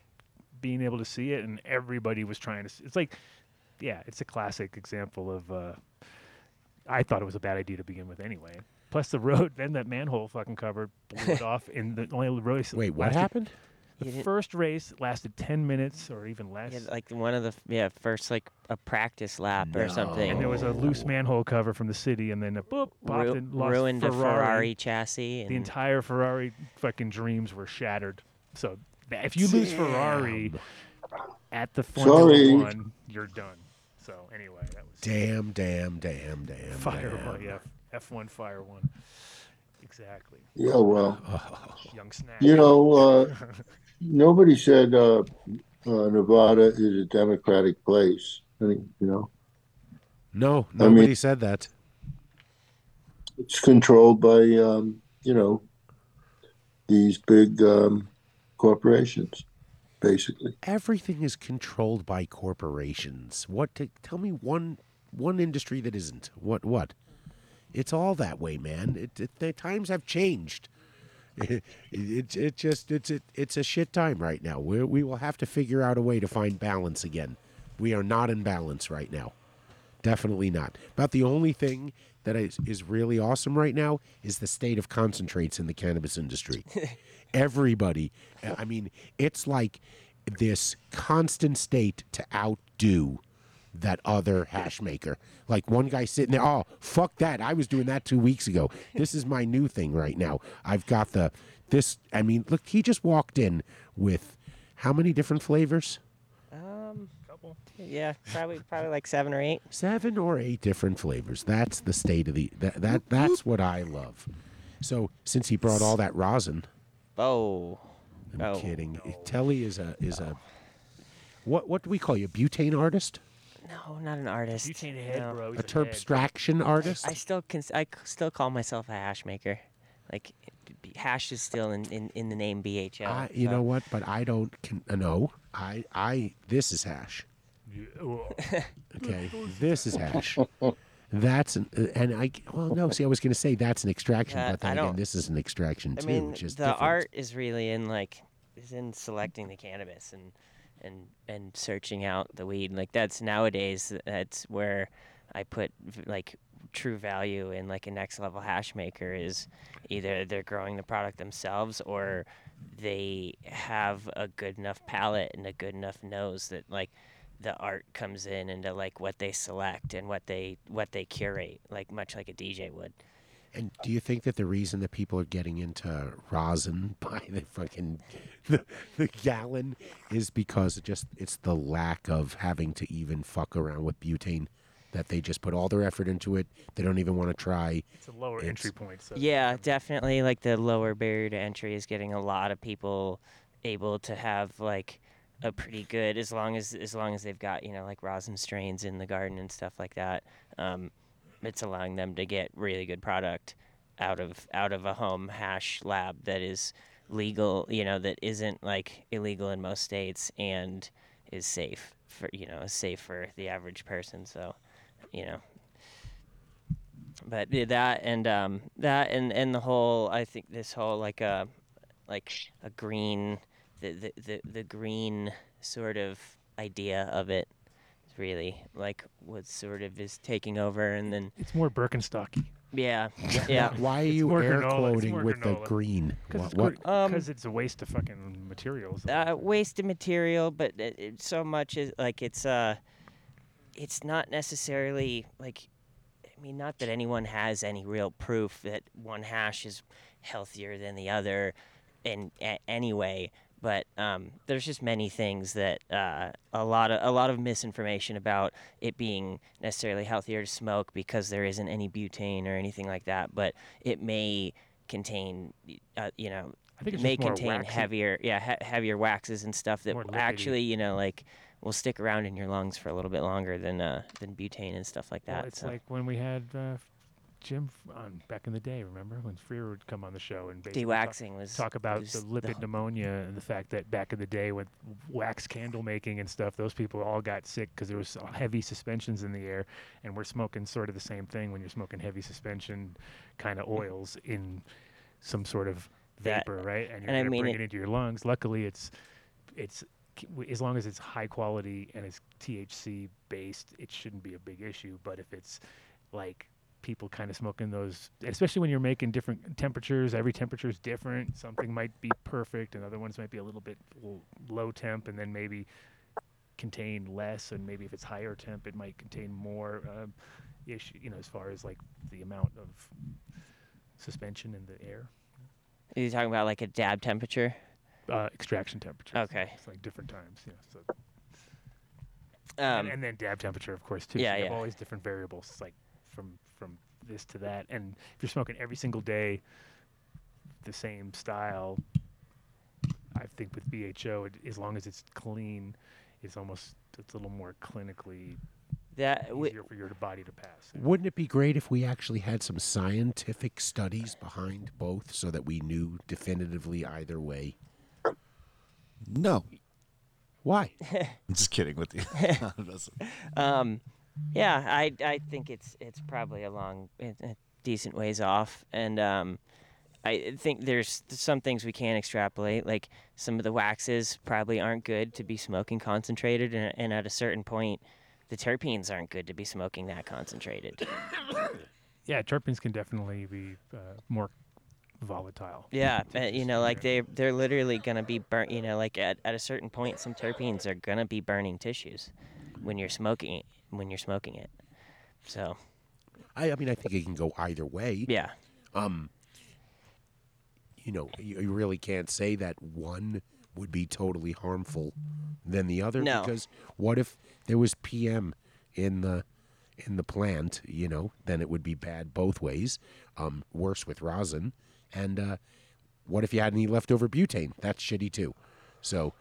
Speaker 5: being able to see it, and everybody was trying to. s- It's like, yeah, it's a classic example of. Uh, I thought it was a bad idea to begin with, anyway. Plus the road, (laughs) then that manhole fucking cover blew it off in the only race.
Speaker 2: Wait, what
Speaker 5: lasted-
Speaker 2: happened?
Speaker 5: The
Speaker 15: You didn't-
Speaker 5: first race lasted ten minutes or even less.
Speaker 15: Yeah, like one of the yeah first like a practice lap or something.
Speaker 5: And there
Speaker 2: Oh.
Speaker 5: was a loose manhole cover from the city, and then a boop popped
Speaker 15: Ru-
Speaker 5: and lost
Speaker 15: ruined a
Speaker 5: Ferrari.
Speaker 15: Ferrari chassis. And
Speaker 5: the entire Ferrari fucking dreams were shattered. So th- if you lose Ferrari at the Formula
Speaker 10: Sorry.
Speaker 5: One, you're done. So anyway, that was
Speaker 2: Damn, damn, damn, damn.
Speaker 5: Fire
Speaker 2: damn.
Speaker 5: One, yeah, F One Fire One, exactly. (laughs)
Speaker 10: Yeah, well,
Speaker 5: Young Snap.
Speaker 10: you know, uh, nobody said uh, uh, Nevada is a democratic place. I think, you know,
Speaker 2: No,
Speaker 10: I mean-
Speaker 2: nobody said that.
Speaker 10: it's controlled by um, you know these big um, corporations, basically.
Speaker 2: Everything is controlled by corporations. What? To, tell me one one industry that isn't. What? What? It's all that way, man. It, it, the times have changed. (laughs) It, it, it just it's it, it's a shit time right now. We we will have to figure out a way to find balance again. We are not in balance right now. Definitely not. About the only thing that is, is really awesome right now is the state of concentrates in the cannabis industry. Everybody, I mean, it's like this constant state to outdo that other hash maker. Like one guy sitting there, oh, fuck that. I was doing that two weeks ago. This is my new thing right now. I've got the, this, I mean, look, he just walked in with how many different flavors?
Speaker 15: um, yeah, probably probably like seven or eight.
Speaker 2: seven or eight different flavors. That's the state of the that, that that's what I love. So since he brought all that rosin,
Speaker 15: Oh,
Speaker 2: I'm kidding. Telly is a is a what what do we call you? Butane artist?
Speaker 15: no, not an artist.
Speaker 5: Butane head,
Speaker 15: no.
Speaker 5: bro.
Speaker 2: A terpstraction artist?
Speaker 15: I still cons- I c- still call myself a hash maker. Like b- hash is still in, in, in the name BHL.
Speaker 2: I, you
Speaker 15: so-
Speaker 2: know what? But I don't can, uh, no. I I this is hash.
Speaker 15: (laughs)
Speaker 2: Okay, this is hash. That's an uh, and I well no. See, I was gonna say that's an extraction,
Speaker 15: Uh,
Speaker 2: but then
Speaker 15: I
Speaker 2: again,
Speaker 15: don't-
Speaker 2: this is an extraction
Speaker 15: I
Speaker 2: too.
Speaker 15: mean,
Speaker 2: which is
Speaker 15: the
Speaker 2: different.
Speaker 15: art is really in like is in selecting the cannabis and and and searching out the weed. Like that's nowadays that's where I put v- like true value in like a next level hash maker is either they're growing the product themselves or they have a good enough palate and a good enough nose that like the art comes in into like what they select and what they what they curate like much like a DJ would.
Speaker 2: And do you think that the reason that people are getting into rosin (laughs) by the fucking the, the gallon is because it just it's the lack of having to even fuck around with butane that they just put all their effort into it. They don't even want to try.
Speaker 5: It's a lower
Speaker 2: It's-
Speaker 5: entry point. So
Speaker 15: Yeah, definitely. Like the lower barrier to entry is getting a lot of people able to have like a pretty good, as long as as long as they've got you know like rosin strains in the garden and stuff like that. Um, it's allowing them to get really good product out of out of a home hash lab that is legal, you know, that isn't like illegal in most states and is safe for you know, is safe for the average person. So, you know, but yeah, that and um that and and the whole I think this whole like uh like a green the the the, the green sort of idea of it really like what sort of is taking over and then
Speaker 5: It's more Birkenstocky.
Speaker 15: yeah yeah
Speaker 2: Why are
Speaker 5: It's
Speaker 2: you
Speaker 5: more
Speaker 2: air
Speaker 5: granola, it's
Speaker 2: quoting
Speaker 5: more
Speaker 2: with the
Speaker 5: granola.
Speaker 2: green?
Speaker 5: Because
Speaker 2: What?
Speaker 5: it's,
Speaker 2: what?
Speaker 5: gr-
Speaker 15: Um,
Speaker 5: 'cause it's a waste of fucking materials.
Speaker 15: uh, waste of material, but it, it, so much is like it's uh, it's not necessarily like, I mean, not that anyone has any real proof that one hash is healthier than the other, in a, anyway. But um, there's just many things that uh, a lot of a lot of misinformation about it being necessarily healthier to smoke because there isn't any butane or anything like that. But it may contain, uh, you know,
Speaker 5: I think it's
Speaker 15: may
Speaker 5: just more
Speaker 15: contain
Speaker 5: waxy.
Speaker 15: heavier, yeah, he- heavier waxes and stuff that
Speaker 5: More
Speaker 15: will
Speaker 5: lipidy.
Speaker 15: actually, you know, like will stick around in your lungs for a little bit longer than uh, than butane and stuff like that.
Speaker 5: Well, it's
Speaker 15: so.
Speaker 5: like when we had uh, Jim f- on back in the day. Remember when Freer would come on the show and basically
Speaker 15: Dewaxing
Speaker 5: talk,
Speaker 15: was-
Speaker 5: talk about
Speaker 15: was
Speaker 5: the
Speaker 15: the
Speaker 5: lipid
Speaker 15: whole-
Speaker 5: pneumonia and the fact that back in the day with wax candle making and stuff, those people all got sick because there was heavy suspensions in the air, and we're smoking sort of the same thing when you're smoking heavy suspension kind of oils in some sort of
Speaker 15: That-
Speaker 5: vapor, right? And you're
Speaker 15: and I
Speaker 5: gonna
Speaker 15: mean
Speaker 5: bring
Speaker 15: it-
Speaker 5: it into your lungs. Luckily, it's it's c- w- as long as it's high quality and it's THC based, it shouldn't be a big issue. But if it's like people kind of smoking those, especially when you're making different temperatures, every temperature is different. Something might be perfect, and other ones might be a little bit l- low temp, and then maybe contain less. And maybe if it's higher temp, it might contain more. Um, issue, you know, as far as like the amount of suspension in the air.
Speaker 15: Are you talking about like a dab temperature?
Speaker 5: Uh, extraction temperature.
Speaker 15: Okay.
Speaker 5: It's like different times, yeah. So
Speaker 15: Um,
Speaker 5: and, and then dab temperature, of course, too.
Speaker 15: Yeah,
Speaker 5: so you have
Speaker 15: yeah.
Speaker 5: all these different variables, it's like from from this to that. And if you're smoking every single day, the same style, I think with BHO, it, as long as it's clean, it's almost it's a little more clinically
Speaker 15: that
Speaker 5: easier for your body to pass.
Speaker 2: Wouldn't it be great if we actually had some scientific studies behind both so that we knew definitively either way?
Speaker 13: No.
Speaker 2: Why?
Speaker 13: (laughs) I'm just kidding with you.
Speaker 15: um, yeah, I I think it's it's probably a long, a a decent ways off, and um, I think there's some things we can extrapolate. Like some of the waxes probably aren't good to be smoking concentrated, and, and at a certain point, the terpenes aren't good to be smoking that concentrated.
Speaker 5: Yeah, terpenes can definitely be uh, more volatile. (laughs)
Speaker 15: Yeah, but, you know, like they they're literally gonna be burnt. You know, like at, at a certain point, some terpenes are gonna be burning tissues when you're smoking when you're smoking it. So
Speaker 2: I, I mean, I think it can go either way.
Speaker 15: Yeah.
Speaker 2: Um. You know, you, you really can't say that one would be totally harmful than the other
Speaker 15: No.
Speaker 2: because what if there was PM in the in the plant? You know, then it would be bad both ways. Um, worse with rosin, and uh, what if you had any leftover butane? That's shitty too. So.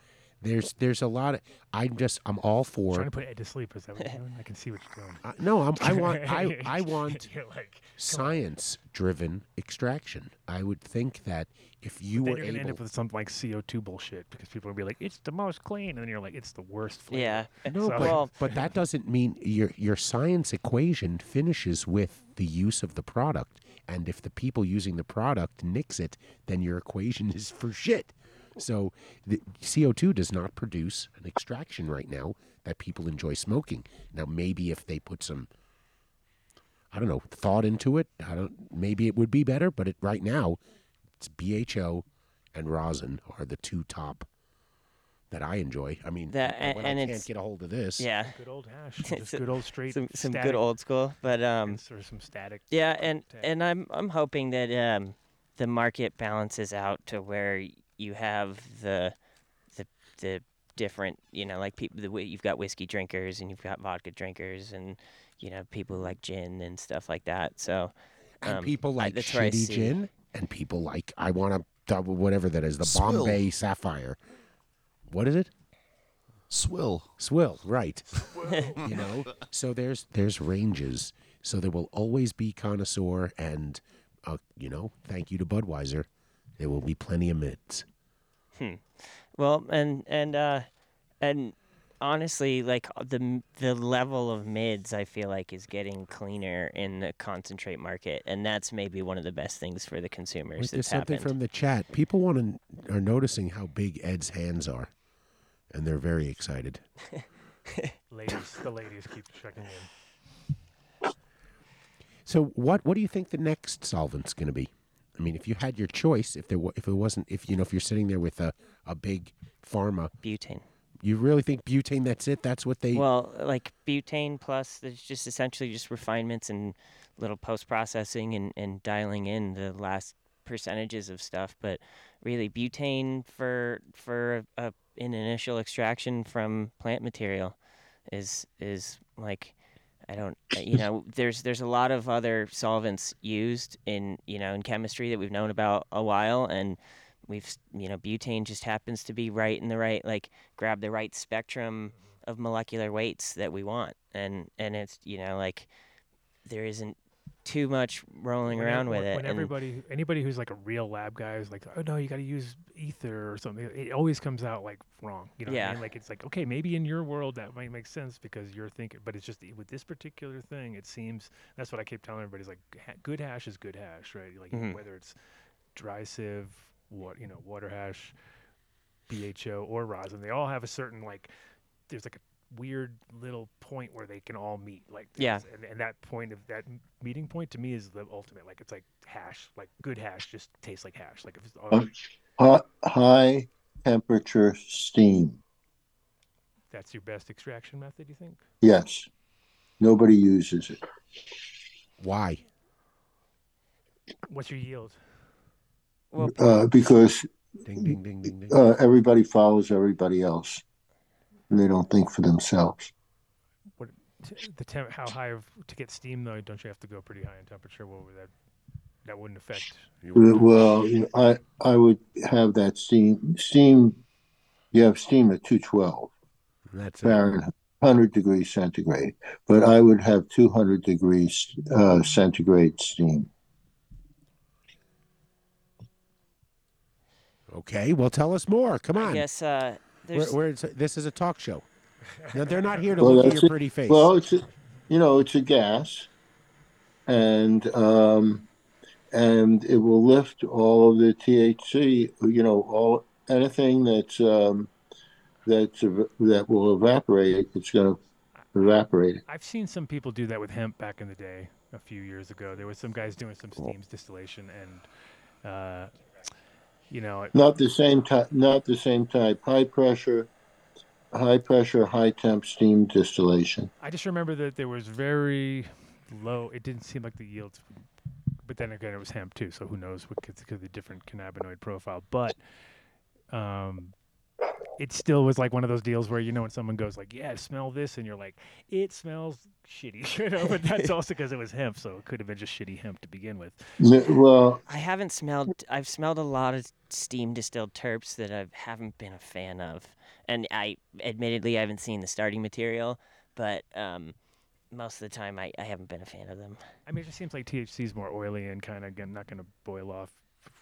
Speaker 2: There's there's a lot of I'm just I'm all for
Speaker 5: Trying to put Ed to sleep. Is that what you're doing? I can see what you're doing.
Speaker 2: Uh, no, I'm, (laughs)
Speaker 5: (laughs)
Speaker 2: I want I I want
Speaker 5: You're like,
Speaker 2: science driven extraction. I would think that if you
Speaker 5: then
Speaker 2: were
Speaker 5: you're gonna end
Speaker 2: able
Speaker 5: up with something like CO2 bullshit because people will be like, it's the most clean, and then you're like, it's the worst flavor.
Speaker 15: yeah, (laughs)
Speaker 2: no, but,
Speaker 15: well,
Speaker 2: but that doesn't mean your your science equation finishes with the use of the product. And if the people using the product nix it, then your equation is for shit. So the CO2 does not produce an extraction right now that people enjoy smoking. Now maybe if they put some I don't know, thought into it, I don't maybe it would be better, but it right now it's BHO and rosin are the two top that I enjoy. I mean,
Speaker 15: That-
Speaker 2: when
Speaker 15: and
Speaker 2: I
Speaker 15: it's-
Speaker 2: can't get a hold of this.
Speaker 15: yeah,
Speaker 5: Good old
Speaker 15: (laughs)
Speaker 5: hash, just good old straight,
Speaker 15: some some good
Speaker 5: static
Speaker 15: old school, but um,
Speaker 5: Sort of
Speaker 15: (laughs)
Speaker 5: some static.
Speaker 15: yeah, and
Speaker 5: content.
Speaker 15: and I'm I'm hoping that um, the market balances out to where you have the the the different, you know, like people the way you've got whiskey drinkers and you've got vodka drinkers and you know people who like gin and stuff like that. So
Speaker 2: And
Speaker 15: um,
Speaker 2: people
Speaker 15: I-
Speaker 2: like
Speaker 15: that's where I
Speaker 2: shitty
Speaker 15: see-
Speaker 2: gin, and people like I want to double whatever that is, the
Speaker 13: Swill.
Speaker 2: Bombay Sapphire. What is it?
Speaker 13: Swill.
Speaker 2: Swill,
Speaker 13: (laughs)
Speaker 2: right? you know, so there's there's ranges. So there will always be connoisseur and uh, you know, thank you to Budweiser. There will be plenty of mids.
Speaker 15: Hmm. Well, and and uh, and honestly, like uh, the the level of mids, I feel like is getting cleaner in the concentrate market, and that's maybe one of the best things for the consumers.
Speaker 2: Wait, there's
Speaker 15: that's
Speaker 2: something
Speaker 15: happened.
Speaker 2: from the chat. People want to are noticing how big Ed's hands are, and they're very excited.
Speaker 5: ladies, the ladies keep checking in.
Speaker 2: So what what do you think the next solvent's going to be? I mean, if you had your choice, if there wa- if it wasn't if you know if you're sitting there with a a big pharma
Speaker 15: butane.
Speaker 2: You really think butane that's it? That's what they
Speaker 15: Well, like butane plus, there's just essentially just refinements and little post processing and, and dialing in the last percentages of stuff. But really, butane for for a, a, an initial extraction from plant material is is like I don't uh, you know there's there's a lot of other solvents used in you know in chemistry that we've known about a while and we've you know butane just happens to be right in the right like grab the right spectrum of molecular weights that we want and and it's you know like there isn't too much rolling
Speaker 5: When ev-
Speaker 15: around with
Speaker 5: when-
Speaker 15: it
Speaker 5: When
Speaker 15: and-
Speaker 5: everybody, anybody who's like a real lab guy is like, oh no, you got to use ether or something. It always comes out like wrong. You know, what I
Speaker 15: Yeah.
Speaker 5: mean? like it's like okay, maybe in your world that might make sense because you're thinking, but it's just e, with this particular thing, it seems that's what I keep telling everybody is like, ha- good hash is good hash, right? Like
Speaker 15: Mhm.
Speaker 5: whether it's dry sieve, what you know, water hash, BHO or rosin, they all have a certain like, there's like a weird little point where they can all meet like
Speaker 15: Yeah.
Speaker 5: and, and that point of that m- meeting point to me is the ultimate. Like it's like hash, like good hash just tastes like hash. Like if it's oh, all,
Speaker 10: Um, hot, high temperature steam.
Speaker 5: that's your best extraction method, you think?
Speaker 10: Yes. Nobody uses it.
Speaker 2: Why?
Speaker 5: What's your yield?
Speaker 10: Uh, because
Speaker 2: ding ding ding ding ding.
Speaker 10: uh, everybody follows everybody else, and they don't think for themselves.
Speaker 5: What t- the temp? How high of to get steam though? Don't you have to go pretty high in temperature? What would that? That wouldn't affect.
Speaker 10: Well, you know, I I would have that steam steam. You have steam at two twelve
Speaker 2: That's it.
Speaker 10: Fahrenheit, hundred degrees centigrade, but I would have two hundred degrees uh, centigrade steam.
Speaker 2: Okay, well, tell us more. Come on.
Speaker 15: guess, uh,
Speaker 2: we're,
Speaker 15: there's-
Speaker 2: we're, this is a talk show. No, they're not here to
Speaker 10: Well,
Speaker 2: look at
Speaker 10: that's
Speaker 2: your
Speaker 10: it.
Speaker 2: pretty face.
Speaker 10: Well, it's a, you know it's a gas, and um, and it will lift all of the THC. You know all anything that's um, that's ev- that will evaporate. It's going to evaporate.
Speaker 5: I've seen some people do that with hemp back in the day, a few years ago. There was some guys doing some steam distillation, and uh, you know, it-
Speaker 10: Not the same type. Not the same type. High pressure, high pressure, high temp steam distillation.
Speaker 5: I just remember that there was very low. It didn't seem like the yields, but then again, it was hemp too. So who knows what could, could the different cannabinoid profile? But um, it still was like one of those deals where you know when someone goes like, "Yeah, smell this," and you're like, "It smells shitty," (laughs) you know. But that's also because it was hemp, so it could have been just shitty hemp to begin with.
Speaker 10: N- Well,
Speaker 15: I haven't smelled. I've smelled a lot of steam distilled terps that I haven't been a fan of, and I admittedly I haven't seen the starting material, but um, most of the time I, I haven't been a fan of them.
Speaker 5: I mean, it just seems like THC is more oily and kind of again not going to boil off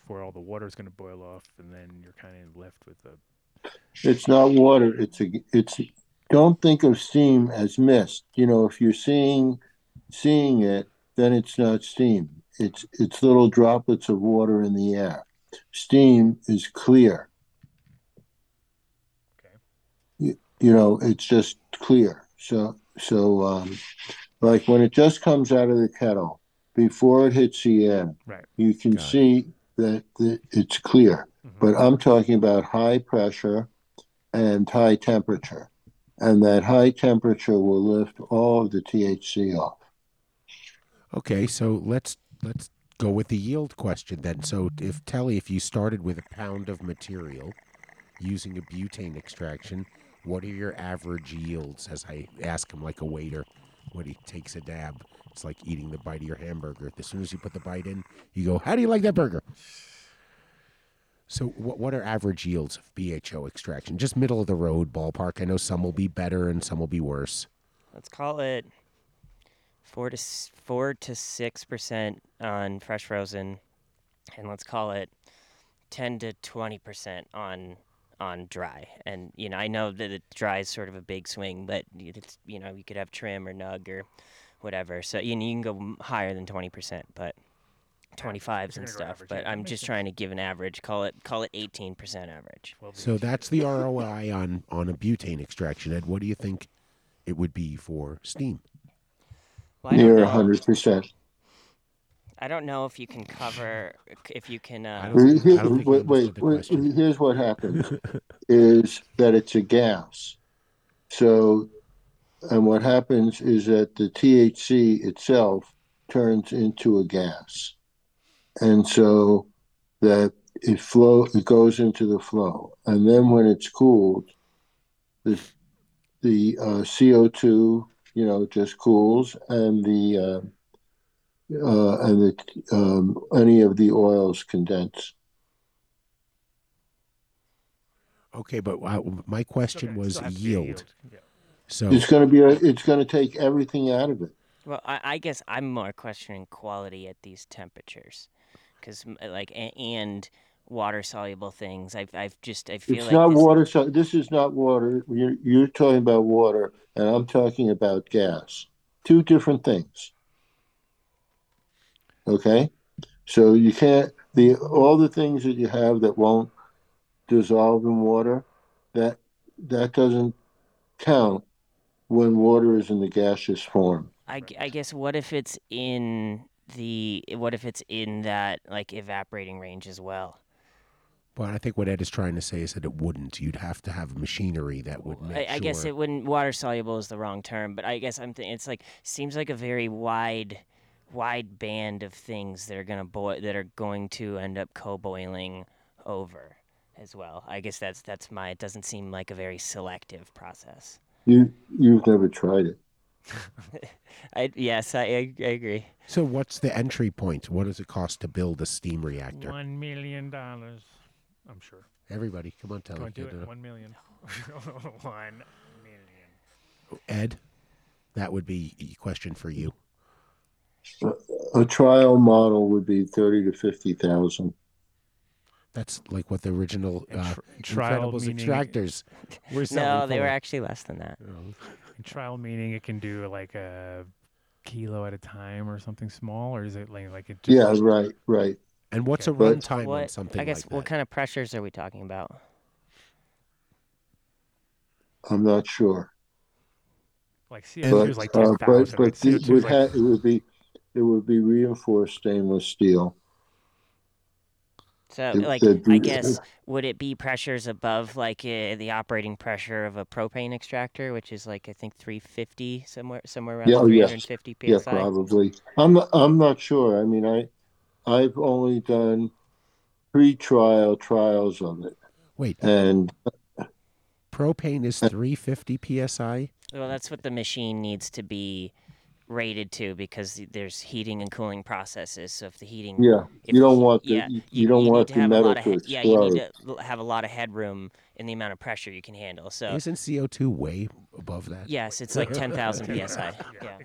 Speaker 5: before all the water is going to boil off, and then you're kind of left with a
Speaker 10: It's not water. It's a. It's. Don't think of steam as mist. You know, if you're seeing, seeing it, then it's not steam. It's it's little droplets of water in the air. Steam is clear. You, you know, it's just clear. So so um, like when it just comes out of the kettle before it hits the air,
Speaker 5: Right.
Speaker 10: you can see that, that it's clear. But I'm talking about high pressure and high temperature. And that high temperature will lift all of the THC off.
Speaker 2: Okay, so let's let's go with the yield question then. So if Telly, if you started with a pound of material using a butane extraction, what are your average yields? As I ask him like a waiter when he takes a dab, it's like eating the bite of your hamburger. As soon as you put the bite in, you go, "How do you like that burger?" So what what are average yields of BHO extraction? Just middle of the road ballpark. I know some will be better and some will be worse.
Speaker 15: Let's call it four to s- four to six percent on fresh frozen, and let's call it ten to twenty percent on on dry. And you know, I know that it dry is sort of a big swing, but it's you know you could have trim or nug or whatever. So you know, you can go m- higher than twenty percent, but. 25s and
Speaker 5: gonna go
Speaker 15: stuff,
Speaker 5: average, yeah,
Speaker 15: but
Speaker 5: that
Speaker 15: I'm
Speaker 5: makes
Speaker 15: just
Speaker 5: sense.
Speaker 15: trying to give an average. Call it call it 18% average.
Speaker 2: So that's the ROI on on a butane extraction. Ed, what do you think it would be for steam?
Speaker 15: Well, I don't
Speaker 10: near
Speaker 15: know.
Speaker 10: hundred percent.
Speaker 15: I don't know if you can cover if you can. Uh,
Speaker 10: (laughs) Wait, wait, wait, here's what happened is that it's a gas. So, and what happens is that the THC itself turns into a gas. And so that it flow, it goes into the flow. And then when it's cooled, the, the uh, CO2, you know, just cools and the, uh, uh, and that um, any of the oils condense.
Speaker 2: Okay, but uh, my question was yield. So
Speaker 10: It's going to be. A, it's going to take everything out of it.
Speaker 15: Well, I, I guess I'm more questioning quality at these temperatures, because like a- and water soluble things. I've I've just I feel
Speaker 10: It's
Speaker 15: like
Speaker 10: not
Speaker 15: this,
Speaker 10: water. So this is not water. You're, you're talking about water, and I'm talking about gas. Two different things. Okay, so you can't the all the things that you have that won't dissolve in water. That that doesn't count when water is in the gaseous form.
Speaker 15: I, g- I guess what if it's in the what if it's in that like evaporating range as well?
Speaker 2: But I think what Ed is trying to say is that it wouldn't. You'd have to have machinery that would make
Speaker 15: I, I guess
Speaker 2: sure-
Speaker 15: it wouldn't water soluble is the wrong term, but I guess I'm thinking it's like seems like a very wide wide band of things that are gonna boil that are going to end up co boiling over as well. I guess that's that's my it doesn't seem like a very selective process. (laughs)
Speaker 10: You you've never tried it.
Speaker 15: I yes, I, I, I agree.
Speaker 2: So what's the entry point? What does it cost to build a steam reactor?
Speaker 5: One million dollars, I'm sure.
Speaker 2: Everybody, come on, tell
Speaker 5: Go
Speaker 2: me.
Speaker 5: and do
Speaker 2: Get
Speaker 5: it.
Speaker 2: it.
Speaker 5: One million. (laughs) One million.
Speaker 2: Ed, that would be a question for you.
Speaker 10: A trial model would be thirty to fifty thousand.
Speaker 2: That's like what the original uh,
Speaker 5: trial
Speaker 2: Incredibles
Speaker 5: meaning- (laughs)
Speaker 2: extractors were selling.
Speaker 15: No, they were
Speaker 2: for.
Speaker 15: actually less than that.
Speaker 2: (laughs)
Speaker 5: And Oh. trial meaning it can do like a kilo at a time or something small, or is it like like it just
Speaker 10: Yeah, right, right.
Speaker 2: And what's a
Speaker 10: But-
Speaker 2: runtime on
Speaker 15: What
Speaker 2: something
Speaker 15: I guess
Speaker 2: like that?
Speaker 15: what kind of pressures are we talking about?
Speaker 10: I'm not sure.
Speaker 5: like CO2
Speaker 10: But,
Speaker 5: is like
Speaker 10: uh,
Speaker 5: ten
Speaker 10: but,
Speaker 5: thousand.
Speaker 10: but it
Speaker 5: CO2 is
Speaker 10: would
Speaker 5: like
Speaker 10: ha- it would be, it would be reinforced stainless steel.
Speaker 15: So,
Speaker 10: It-
Speaker 15: like,
Speaker 10: that'd
Speaker 15: I
Speaker 10: be-
Speaker 15: guess would it be pressures above like uh, the operating pressure of a propane extractor, which is like I think 350 somewhere somewhere around
Speaker 10: Yeah, oh, yes.
Speaker 15: 350
Speaker 10: Yeah,
Speaker 15: psi?
Speaker 10: probably. I'm, not- I'm not sure. I mean, I, I've only done pre-trial trials of it.
Speaker 2: Wait.
Speaker 10: And
Speaker 2: Propane is 350 psi.
Speaker 15: Well, that's what the machine needs to be rated to because there's heating and cooling processes. So if the heating,
Speaker 10: yeah,
Speaker 15: if
Speaker 10: you don't
Speaker 15: he-
Speaker 10: want the,
Speaker 15: yeah,
Speaker 10: you you don't
Speaker 15: you
Speaker 10: want
Speaker 15: need to
Speaker 10: the
Speaker 15: have a
Speaker 10: metal
Speaker 15: lot of
Speaker 10: to
Speaker 15: he- yeah, you need
Speaker 10: explode.
Speaker 15: to l- have a lot of headroom in the amount of pressure you can handle. So
Speaker 2: Isn't CO2 way above that?
Speaker 15: yes, it's like
Speaker 2: (laughs)
Speaker 15: 10,000 psi. Yeah.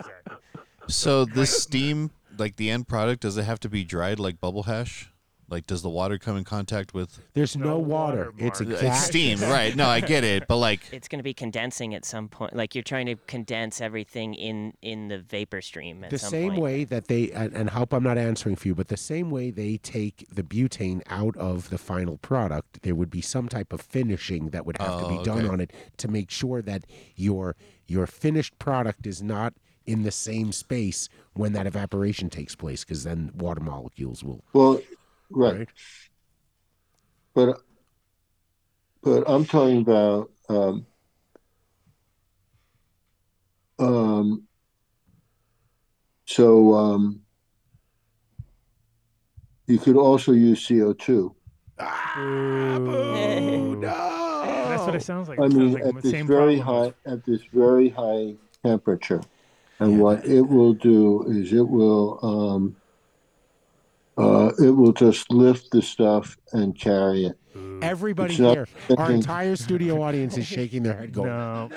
Speaker 13: So this steam, like the end product, does it have to be dried like bubble hash? Like, does the water come in contact with?
Speaker 2: There's no, water. It's
Speaker 13: It's
Speaker 2: exact
Speaker 13: steam, right? No, I get it,
Speaker 5: (laughs)
Speaker 13: but like,
Speaker 15: (laughs) it's going to be condensing at some point. Like you're trying to condense everything in in the vapor stream at
Speaker 2: the
Speaker 15: some
Speaker 2: same
Speaker 15: point.
Speaker 2: way that they and, and hope I'm not answering for you, but the same way they take the butane out of the final product, there would be some type of finishing that would have to be
Speaker 13: Oh,
Speaker 2: done
Speaker 13: okay.
Speaker 2: on it to make sure that your your finished product is not in the same space when that evaporation takes place, because then water molecules will.
Speaker 10: Well, right. But but I'm talking about um, um, so um, you could also use CO2.
Speaker 5: That's what it sounds like.
Speaker 10: I
Speaker 5: It sounds
Speaker 10: mean,
Speaker 5: like
Speaker 10: at
Speaker 5: the
Speaker 10: this
Speaker 5: same
Speaker 10: very
Speaker 5: problem.
Speaker 10: high at this very high temperature, and what it will do is it will um, uh, it will just lift the stuff and carry it.
Speaker 5: Mm.
Speaker 2: Everybody
Speaker 10: It's not
Speaker 2: here, our
Speaker 10: thinking-
Speaker 2: entire studio audience is shaking their
Speaker 5: (laughs)
Speaker 2: head, going,
Speaker 5: "No,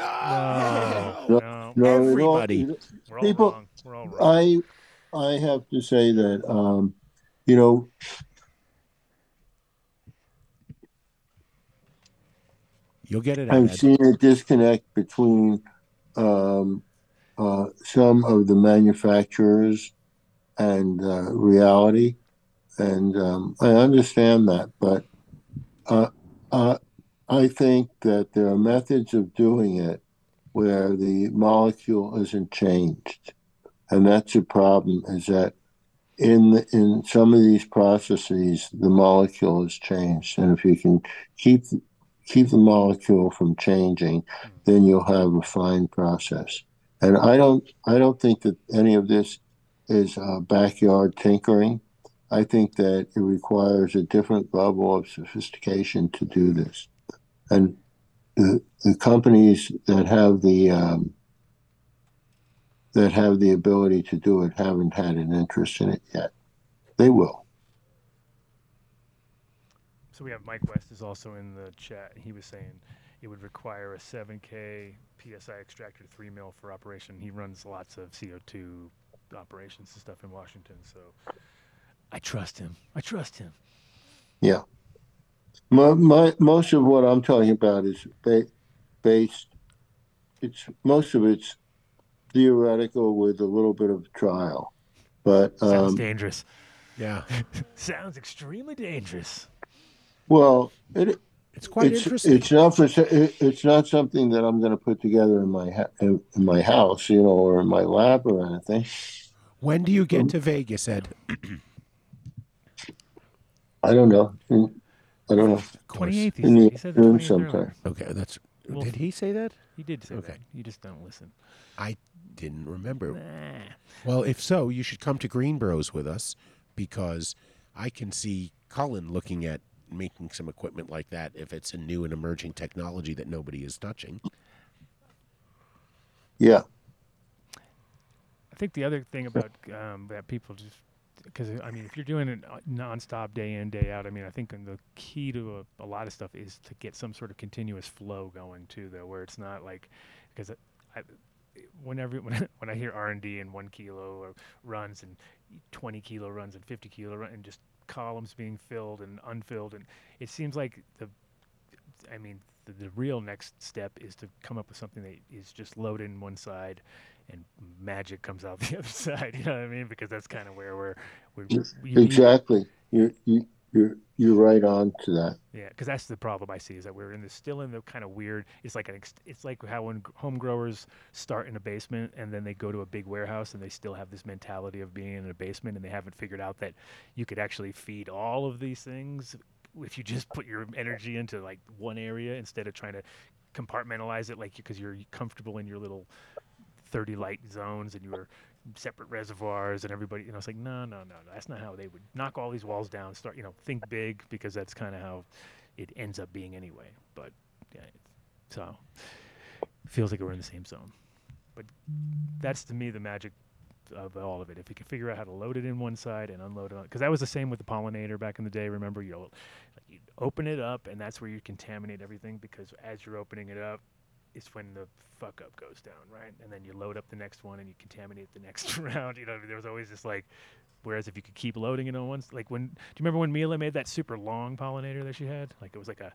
Speaker 10: No, no, we don't-
Speaker 2: everybody."
Speaker 10: we don't- people, I, I have to say that, um, you know,
Speaker 2: You'll get it.
Speaker 10: I'm
Speaker 2: Ed.
Speaker 10: seeing a disconnect between um, uh, some of the manufacturers and uh, reality, and um, I understand that, but uh, uh, I think that there are methods of doing it where the molecule isn't changed, and that's a problem. Is that in the, in some of these processes, the molecule is changed, and if you can keep keep the molecule from changing, then you'll have a fine process. And I don't I don't think that any of this is uh, backyard tinkering. I think that it requires a different level of sophistication to do this. And the, the companies that have the um, that have the ability to do it haven't had an interest in it yet. They will.
Speaker 5: So we have Mike West is also in the chat. He was saying it would require a 7K PSI extractor, 3 mil for operation. He runs lots of CO2 operations and stuff in Washington. So I trust him. I trust him. (laughs)
Speaker 10: Yeah. My, my most of what I'm talking about is ba- based. It's most of it's theoretical with a little bit of trial, but
Speaker 5: Sounds
Speaker 10: um,
Speaker 5: dangerous. (laughs)
Speaker 2: Yeah.
Speaker 5: Sounds extremely dangerous.
Speaker 10: well, it,
Speaker 2: it's quite
Speaker 10: it's,
Speaker 2: interesting.
Speaker 10: It's not for sa- it, it's not something that I'm going to put together in my ha- in, in my house, you know, or in my lab or anything.
Speaker 2: When do you get to Vegas, Ed?
Speaker 10: I don't know. In- I don't know.
Speaker 5: Twenty eighth. He said.
Speaker 10: In the
Speaker 5: He said the
Speaker 10: afternoon
Speaker 5: twenty eighth earlier.
Speaker 10: sometime.
Speaker 2: Okay, that's.
Speaker 5: Well,
Speaker 2: did he say that?
Speaker 5: He did say
Speaker 2: Okay.
Speaker 5: that. You just don't listen.
Speaker 2: I didn't remember. Well, if so, you should come to Greenbro's with us because I can see Cullen looking at making some equipment like that if it's a new and emerging technology that nobody is touching.
Speaker 10: Yeah.
Speaker 5: I think the other thing about um, that people just because I mean, if you're doing it uh, nonstop, day in, day out, I mean, I think the key to a, a lot of stuff is to get some sort of continuous flow going too, though, where it's not like because I, I, whenever (laughs) when, when I hear R and D and one kilo or runs and twenty kilo runs and fifty kilo run and just columns being filled and unfilled, and it seems like the I mean, the, the real next step is to come up with something that is just loaded in one side, and magic comes out (laughs) the other side. You know what I mean? Because that's kind of where we're, we're we need-
Speaker 10: Exactly. You're you, you're you're right on to that.
Speaker 5: Yeah, because that's the problem I see is that we're in this still in the kind of weird. It's like an ex, it's like how when g- home growers start in a basement and then they go to a big warehouse and they still have this mentality of being in a basement and they haven't figured out that you could actually feed all of these things if you just put your energy into like one area instead of trying to compartmentalize it like because you're comfortable in your little 30 light zones and you were separate reservoirs and everybody you know it's like no no no no that's not how they would knock all these walls down start you know think big because that's kind of how it ends up being anyway but yeah it- so feels like we're in the same zone but that's to me the magic of all of it if you can figure out how to load it in one side and unload it on because that was the same with the pollinator back in the day remember you'll like, you'd open it up and that's where you contaminate everything because as you're opening it up it's when the fuck up goes down, right? And then you load up the next one and you contaminate the (laughs) next round. You know, there was always this like. Whereas if you could keep loading it on once, like when do you remember when Mila made that super long pollinator that she had? Like it was like a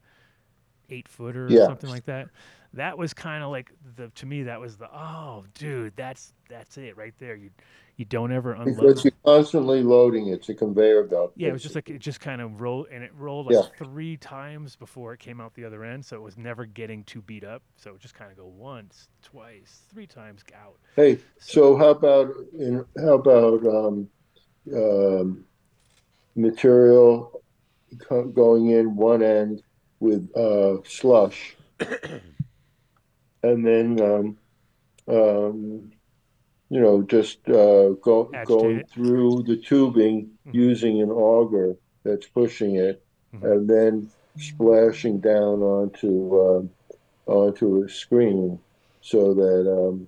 Speaker 5: eight footer or
Speaker 10: Yeah.
Speaker 5: something like that. That was kind of like the to me that was the oh dude that's that's it right there. You you don't ever unload.
Speaker 10: Because you're constantly loading. It's a conveyor belt.
Speaker 5: Yeah, it was just like it just kind of rolled and it rolled like three times before it came out the other end, so it was never getting too beat up. So it would just kind of go once, twice, three times out.
Speaker 10: Hey, so how about in how about um, um, material co- going in one end with uh, slush, and then um, um, you know just uh, go
Speaker 5: Agitate
Speaker 10: going
Speaker 5: it. Mm-hmm.
Speaker 10: through the tubing using an auger that's pushing it, and then splashing down onto um, onto a screen so that um,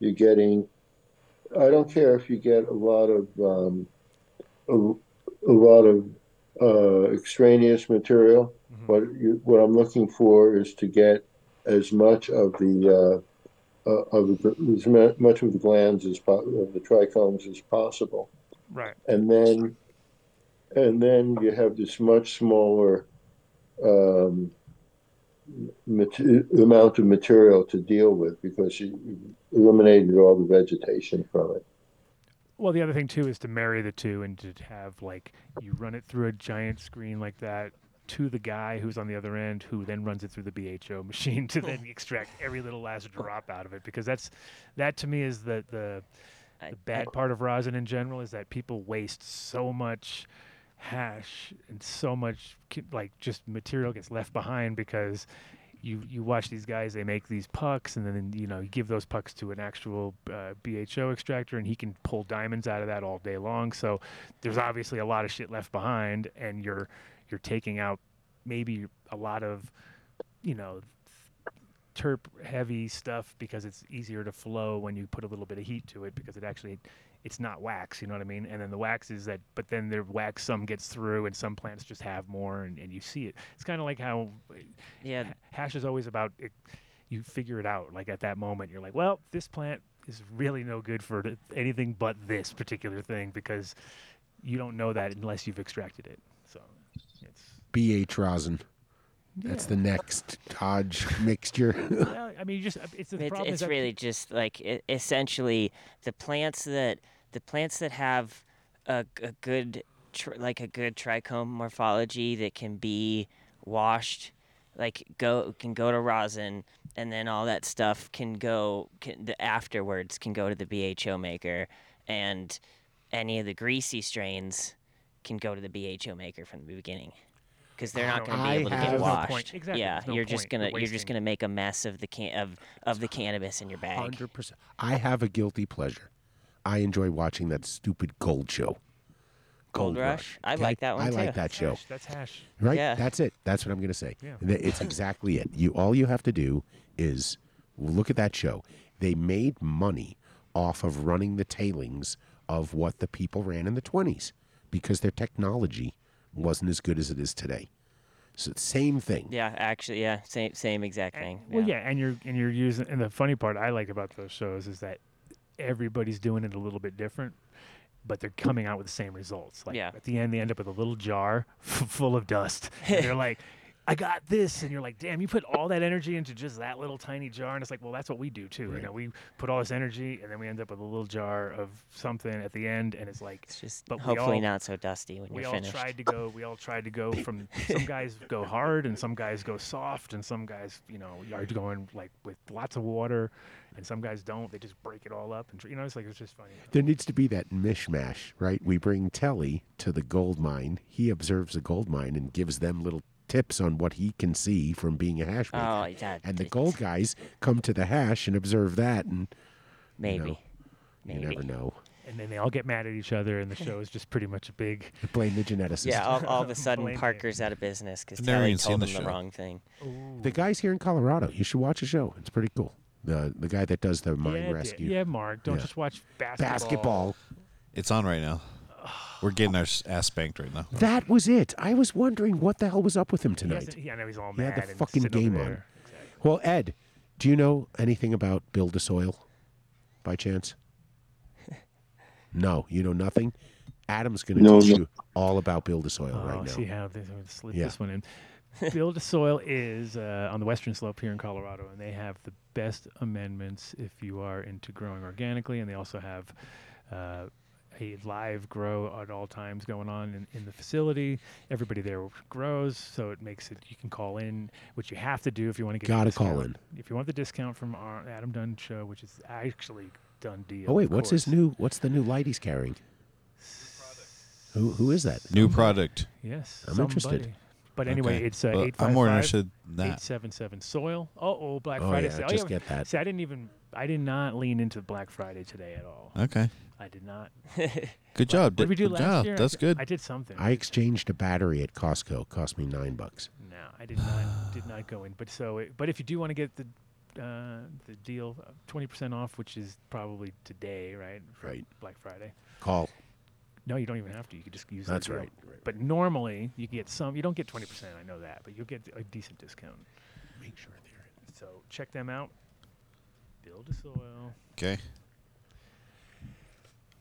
Speaker 10: you're getting. I don't care if you get a lot of um, a, a lot of uh, extraneous material. What you, what I'm looking for is to get as much of the uh, uh, of the, as mu- much of the glands as po- of the trichomes as possible,
Speaker 5: Right.
Speaker 10: and then and then you have this much smaller um, mat- amount of material to deal with because you you eliminated all the vegetation from it.
Speaker 5: Well, the other thing too is to marry the two and to have like you run it through a giant screen like that to the guy who's on the other end, who then runs it through the BHO (laughs) machine to then extract every little last drop out of it. Because that's that to me is the the, the bad part of rosin in general is that people waste so much hash and so much ki- like just material gets left behind because you you watch these guys they make these pucks and then you know you give those pucks to an actual uh, BHO extractor and he can pull diamonds out of that all day long so there's obviously a lot of shit left behind and you're you're taking out maybe a lot of you know terp heavy stuff because it's easier to flow when you put a little bit of heat to it because it actually it's not wax you know what i mean and then the wax is that but then the wax some gets through and some plants just have more and, and you see it it's kind of like how
Speaker 15: Yeah.
Speaker 5: ha- hash is always about it, you figure it out like at that moment you're like well this plant is really no good for th- anything but this particular thing because you don't know that unless you've extracted it
Speaker 15: (coughs)
Speaker 5: so
Speaker 2: BH rosin. That's
Speaker 5: Yeah.
Speaker 2: the next Dodge mixture. (laughs)
Speaker 5: well, i mean you just it's the
Speaker 15: It's-
Speaker 5: problem is
Speaker 15: it's
Speaker 5: that-
Speaker 15: really just like e- essentially the plants that the plants that have a, g- a good tr- like a good trichome morphology that can be washed like go can go to rosin and then all that stuff can go can, the afterwards can go to the BHO maker and any of the greasy strains can go to the BHO maker from the beginning because they're not going to
Speaker 2: I
Speaker 15: be able to get
Speaker 2: have- There's no
Speaker 15: washed.
Speaker 2: point. Exactly,
Speaker 15: Yeah,
Speaker 2: there's no
Speaker 15: you're just
Speaker 2: point.
Speaker 15: gonna
Speaker 2: You're
Speaker 15: you're just
Speaker 2: wasting.
Speaker 15: gonna make a mess of the can of of the cannabis in your bag.
Speaker 2: Hundred percent. I have a guilty pleasure. I enjoy watching that stupid gold show.
Speaker 15: Gold Rush? I like that one
Speaker 2: I like
Speaker 15: too.
Speaker 2: that
Speaker 15: That's
Speaker 2: show.
Speaker 15: hash, that's hash.
Speaker 2: Right.
Speaker 15: Yeah.
Speaker 2: That's it. That's what I'm gonna say.
Speaker 15: Yeah.
Speaker 2: Th- It's exactly it. You all you have to do is look at that show. They made money off of running the tailings of what the people ran in the 20s because their technology wasn't as good as it is today. So same thing.
Speaker 15: Yeah, actually, yeah, same same exact thing.
Speaker 5: Well, yeah, and you're and you're using and the funny part I like about those shows is that everybody's doing it a little bit different, but they're coming out with the same results. Like
Speaker 15: Yeah.
Speaker 5: at the end, they end up with a little jar (laughs) full of dust.
Speaker 15: (laughs)
Speaker 5: And they're like, "I got this," and you're like, "Damn, you put all that energy into just that little tiny jar." And it's like, well, that's what we do too. You know, we put all this energy, and then we end up with a little jar of something at the end, and it's like,
Speaker 15: just
Speaker 5: but we
Speaker 15: Hopefully
Speaker 5: all-
Speaker 15: not so dusty when
Speaker 5: we
Speaker 15: you're
Speaker 5: all
Speaker 15: finished.
Speaker 5: tried to go we all tried
Speaker 15: (laughs)
Speaker 5: to go from some guys go hard and some guys go soft and some guys you know are going like with lots of water and some guys don't they just break it all up and tr- you know it's like it's just funny
Speaker 2: There needs to be that mishmash, right? We bring Telly to the gold mine. He observes a gold mine and gives them little tips on what he can see from being a hash maker.
Speaker 15: Oh, yeah,
Speaker 2: and the gold guys come to the hash and observe that, and
Speaker 15: maybe,
Speaker 2: you, know, you never know.
Speaker 5: and then they all get mad at each other
Speaker 2: (laughs)
Speaker 5: and the show is just pretty much a big
Speaker 2: Blame the geneticists.
Speaker 15: yeah, all,
Speaker 5: (laughs)
Speaker 15: all of
Speaker 2: (laughs)
Speaker 15: a sudden
Speaker 5: Blame
Speaker 15: Parker's out of business because
Speaker 2: I've never
Speaker 15: Telly
Speaker 2: even seen
Speaker 15: told
Speaker 2: the
Speaker 15: him the,
Speaker 2: show.
Speaker 15: wrong thing.
Speaker 2: The guys here in Colorado, you should watch a show. It's pretty cool. The the guy that does the mine
Speaker 5: yeah, da-
Speaker 2: rescue.
Speaker 5: yeah mark don't
Speaker 2: Yeah.
Speaker 5: just watch basketball
Speaker 13: It's on right now. We're getting our s- ass spanked right now.
Speaker 2: That was it. I was wondering what the hell was up with him
Speaker 5: He has
Speaker 2: tonight.
Speaker 5: to- yeah, I know he's all
Speaker 2: He had
Speaker 5: mad
Speaker 2: the
Speaker 5: and
Speaker 2: fucking
Speaker 5: sitting over
Speaker 2: game on.
Speaker 5: there.
Speaker 2: Well, Ed, do you know anything about Build a Soil by
Speaker 5: (laughs)
Speaker 2: chance? No, you know nothing. Adam's going to
Speaker 5: No,
Speaker 2: teach
Speaker 5: no.
Speaker 2: you all about Build a Soil
Speaker 5: oh,
Speaker 2: right now.
Speaker 5: see how they sort of slip
Speaker 2: Yeah.
Speaker 5: this one in. Build a Soil is uh, on the western slope here in Colorado, and they have the best amendments if you are into growing organically, and they also have uh, a live grow at all times going on in, in the facility. Everybody there grows, so it makes it you can call in, which you have to do if you want to get the
Speaker 2: Gotta call
Speaker 5: discount. If you want the discount from our Adam Dunn show, which is actually done deal.
Speaker 2: Oh wait,
Speaker 5: of
Speaker 2: what's
Speaker 5: course.
Speaker 2: his new? What's the new light he's carrying? Who who is that?
Speaker 13: New product.
Speaker 5: Yes,
Speaker 2: I'm interested.
Speaker 5: somebody. But anyway,
Speaker 13: Okay.
Speaker 5: it's uh,
Speaker 13: Well,
Speaker 5: eight
Speaker 13: I'm more interested in that.
Speaker 5: Eight seven seven soil. Oh, oh, Black
Speaker 2: Oh,
Speaker 5: Friday.
Speaker 2: yeah,
Speaker 5: sale.
Speaker 2: just get that.
Speaker 5: See, I didn't even. I did not lean into Black Friday today at all.
Speaker 13: Okay.
Speaker 5: I did
Speaker 2: (laughs)
Speaker 5: not.
Speaker 13: (laughs) Good job.
Speaker 5: What did we do
Speaker 13: good
Speaker 5: last
Speaker 13: job.
Speaker 5: year? I
Speaker 13: That's
Speaker 5: d-
Speaker 13: good.
Speaker 5: I did something.
Speaker 2: I exchanged a battery at Costco. Cost me nine bucks.
Speaker 5: No, I did not. did not go in. But so, it, but if you do want to get the uh, the deal, twenty percent off, which is probably today, right? for
Speaker 2: Right.
Speaker 5: Black Friday.
Speaker 2: Call.
Speaker 5: No, you don't even have to. You could just use. the
Speaker 2: That's
Speaker 5: zero.
Speaker 2: right, right,
Speaker 5: But normally, you get some. You don't get twenty percent. I know that, but you'll get a decent discount.
Speaker 2: Make sure they're
Speaker 5: in. So check them out. Build a soil.
Speaker 13: Okay.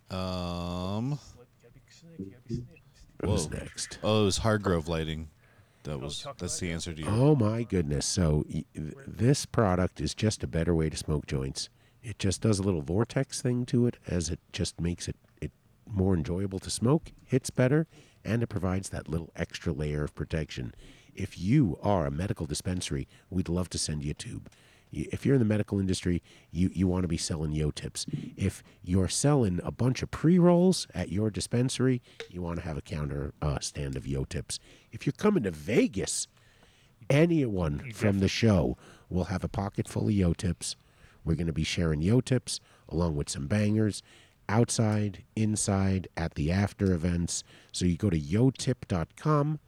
Speaker 13: Um.
Speaker 2: What was
Speaker 13: whoa.
Speaker 2: next?
Speaker 13: Oh, it was Hargrove Lighting. That was that's the answer to you.
Speaker 2: Oh my goodness! So y- th- this product is just a better way to smoke joints. It just does a little vortex thing to it, as it just makes it it more enjoyable to smoke. Hits better, and it provides that little extra layer of protection. If you are a medical dispensary, we'd love to send you a tube. Y- If you're in the medical industry, you, you want to be selling yo tips. If you're selling a bunch of pre rolls at your dispensary, you want to have a counter uh, stand of yo tips. If you're coming to Vegas, anyone from the show will have a pocket full of yo tips. We're going to be sharing yo tips along with some bangers outside, inside, at the after events. So you go to yotip.com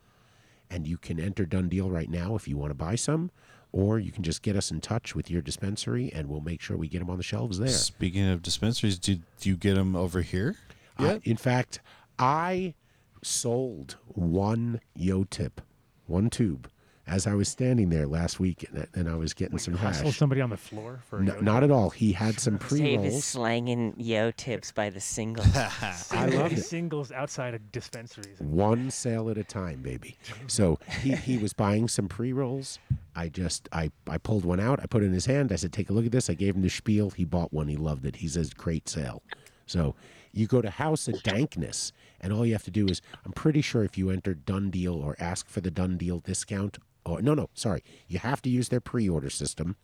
Speaker 2: and you can enter Done Deal right now if you want to buy some, or you can just get us in touch with your dispensary and we'll make sure we get them on the shelves there.
Speaker 13: Speaking of dispensaries, do, do you get them over here?
Speaker 2: I- Uh, in fact, I sold one yo tip, one tube, as I was standing there last week and, and I was getting some hash.
Speaker 5: Hustle somebody on the floor for.
Speaker 2: No, not at all. He had some pre
Speaker 15: Dave is
Speaker 2: rolls.
Speaker 15: slanging yo tips by
Speaker 2: (laughs)
Speaker 15: the singles.
Speaker 2: I loved it.
Speaker 5: Singles outside of dispensaries.
Speaker 2: One sale at a time, baby. So he, he was buying some pre rolls. I just I, I pulled one out. I put it in his hand. I said, "Take a look at this." I gave him the spiel. He bought one. He loved it. He says, "Great sale." So you go to House of Dankness, and all you have to do is I'm pretty sure if you enter Done Deal or ask for the Done Deal discount, or no no sorry, you have to use their pre order system.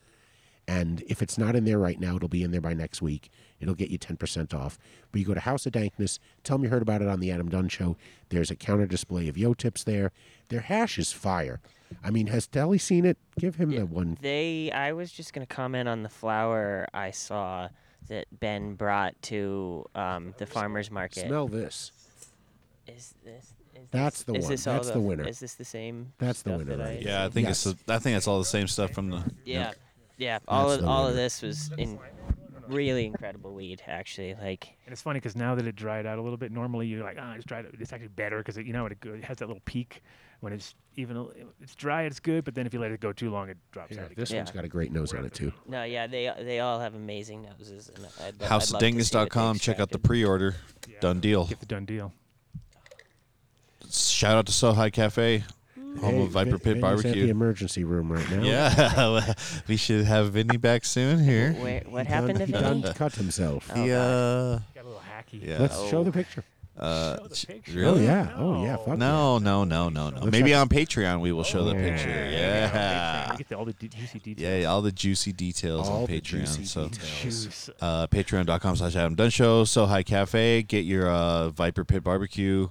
Speaker 2: And if it's not in there right now, it'll be in there by next week. It'll get you 10% off. But you go to House of Dankness, tell them you heard about it on the Adam Dunn Show. There's a counter display of Yo Tips there. Their hash is fire. I mean, has Deli seen it? Give him the one.
Speaker 15: They, I was just gonna comment on the flower I saw that Ben brought to um, the farmers market.
Speaker 2: Smell this.
Speaker 15: Is this? Is
Speaker 2: That's the
Speaker 15: this, is
Speaker 2: one.
Speaker 15: This all
Speaker 2: That's the winner.
Speaker 15: Is this the same?
Speaker 2: That's the
Speaker 15: stuff
Speaker 2: winner
Speaker 15: that
Speaker 2: right
Speaker 15: I-
Speaker 13: Yeah, I think it's the, I think it's all the same stuff from the.
Speaker 15: Yeah, yeah. All
Speaker 13: That's
Speaker 15: of,
Speaker 13: the
Speaker 15: all of
Speaker 13: winner.
Speaker 15: this was in really incredible weed, actually. Like
Speaker 5: And it's funny because now that it dried out a little bit, normally you're like, ah, it's dried out. It's actually better because it, you know it, go- it has that little peak when it's even a- it's dry, it's good. But then if you let it go too long, it drops
Speaker 2: Here,
Speaker 5: out.
Speaker 2: this
Speaker 15: Yeah.
Speaker 2: one's got a great nose on it, too.
Speaker 15: no, yeah. They they all have amazing noses. And I'd, I'd love to see what they
Speaker 13: Houseofdengus.com. Check out the pre-order. Done deal.
Speaker 5: Get the done deal.
Speaker 13: Shout out to So High Cafe, home
Speaker 2: Hey,
Speaker 13: of Viper
Speaker 2: Vin-
Speaker 13: Pit
Speaker 2: Vinny's at the
Speaker 13: Barbecue.
Speaker 2: emergency room right now.
Speaker 13: Yeah, (laughs) we should have Vinny back soon here.
Speaker 15: Where- what
Speaker 2: He done-
Speaker 15: happened to Oh,
Speaker 2: he
Speaker 15: Vinny?
Speaker 2: done cut himself.
Speaker 13: Yeah.
Speaker 5: Got a little hacky.
Speaker 13: Yeah. Oh.
Speaker 2: Let's show the picture.
Speaker 13: Uh, sh-
Speaker 2: Oh,
Speaker 13: really?
Speaker 2: yeah. Oh, yeah. Fuck
Speaker 13: No, no, no, no, no.
Speaker 2: Looks
Speaker 13: Maybe
Speaker 2: like-
Speaker 13: on Patreon we will show the
Speaker 2: Oh, yeah.
Speaker 13: picture.
Speaker 2: Yeah,
Speaker 13: Yeah.
Speaker 5: You get the, all the d- juicy details.
Speaker 13: Yeah, yeah, all the juicy details
Speaker 2: All
Speaker 13: on
Speaker 2: the
Speaker 13: Patreon.
Speaker 2: juicy
Speaker 13: so,
Speaker 5: details.
Speaker 13: uh, patreon.com slash Adam Dunn Show. So High Cafe, get your uh, Viper Pit Barbecue.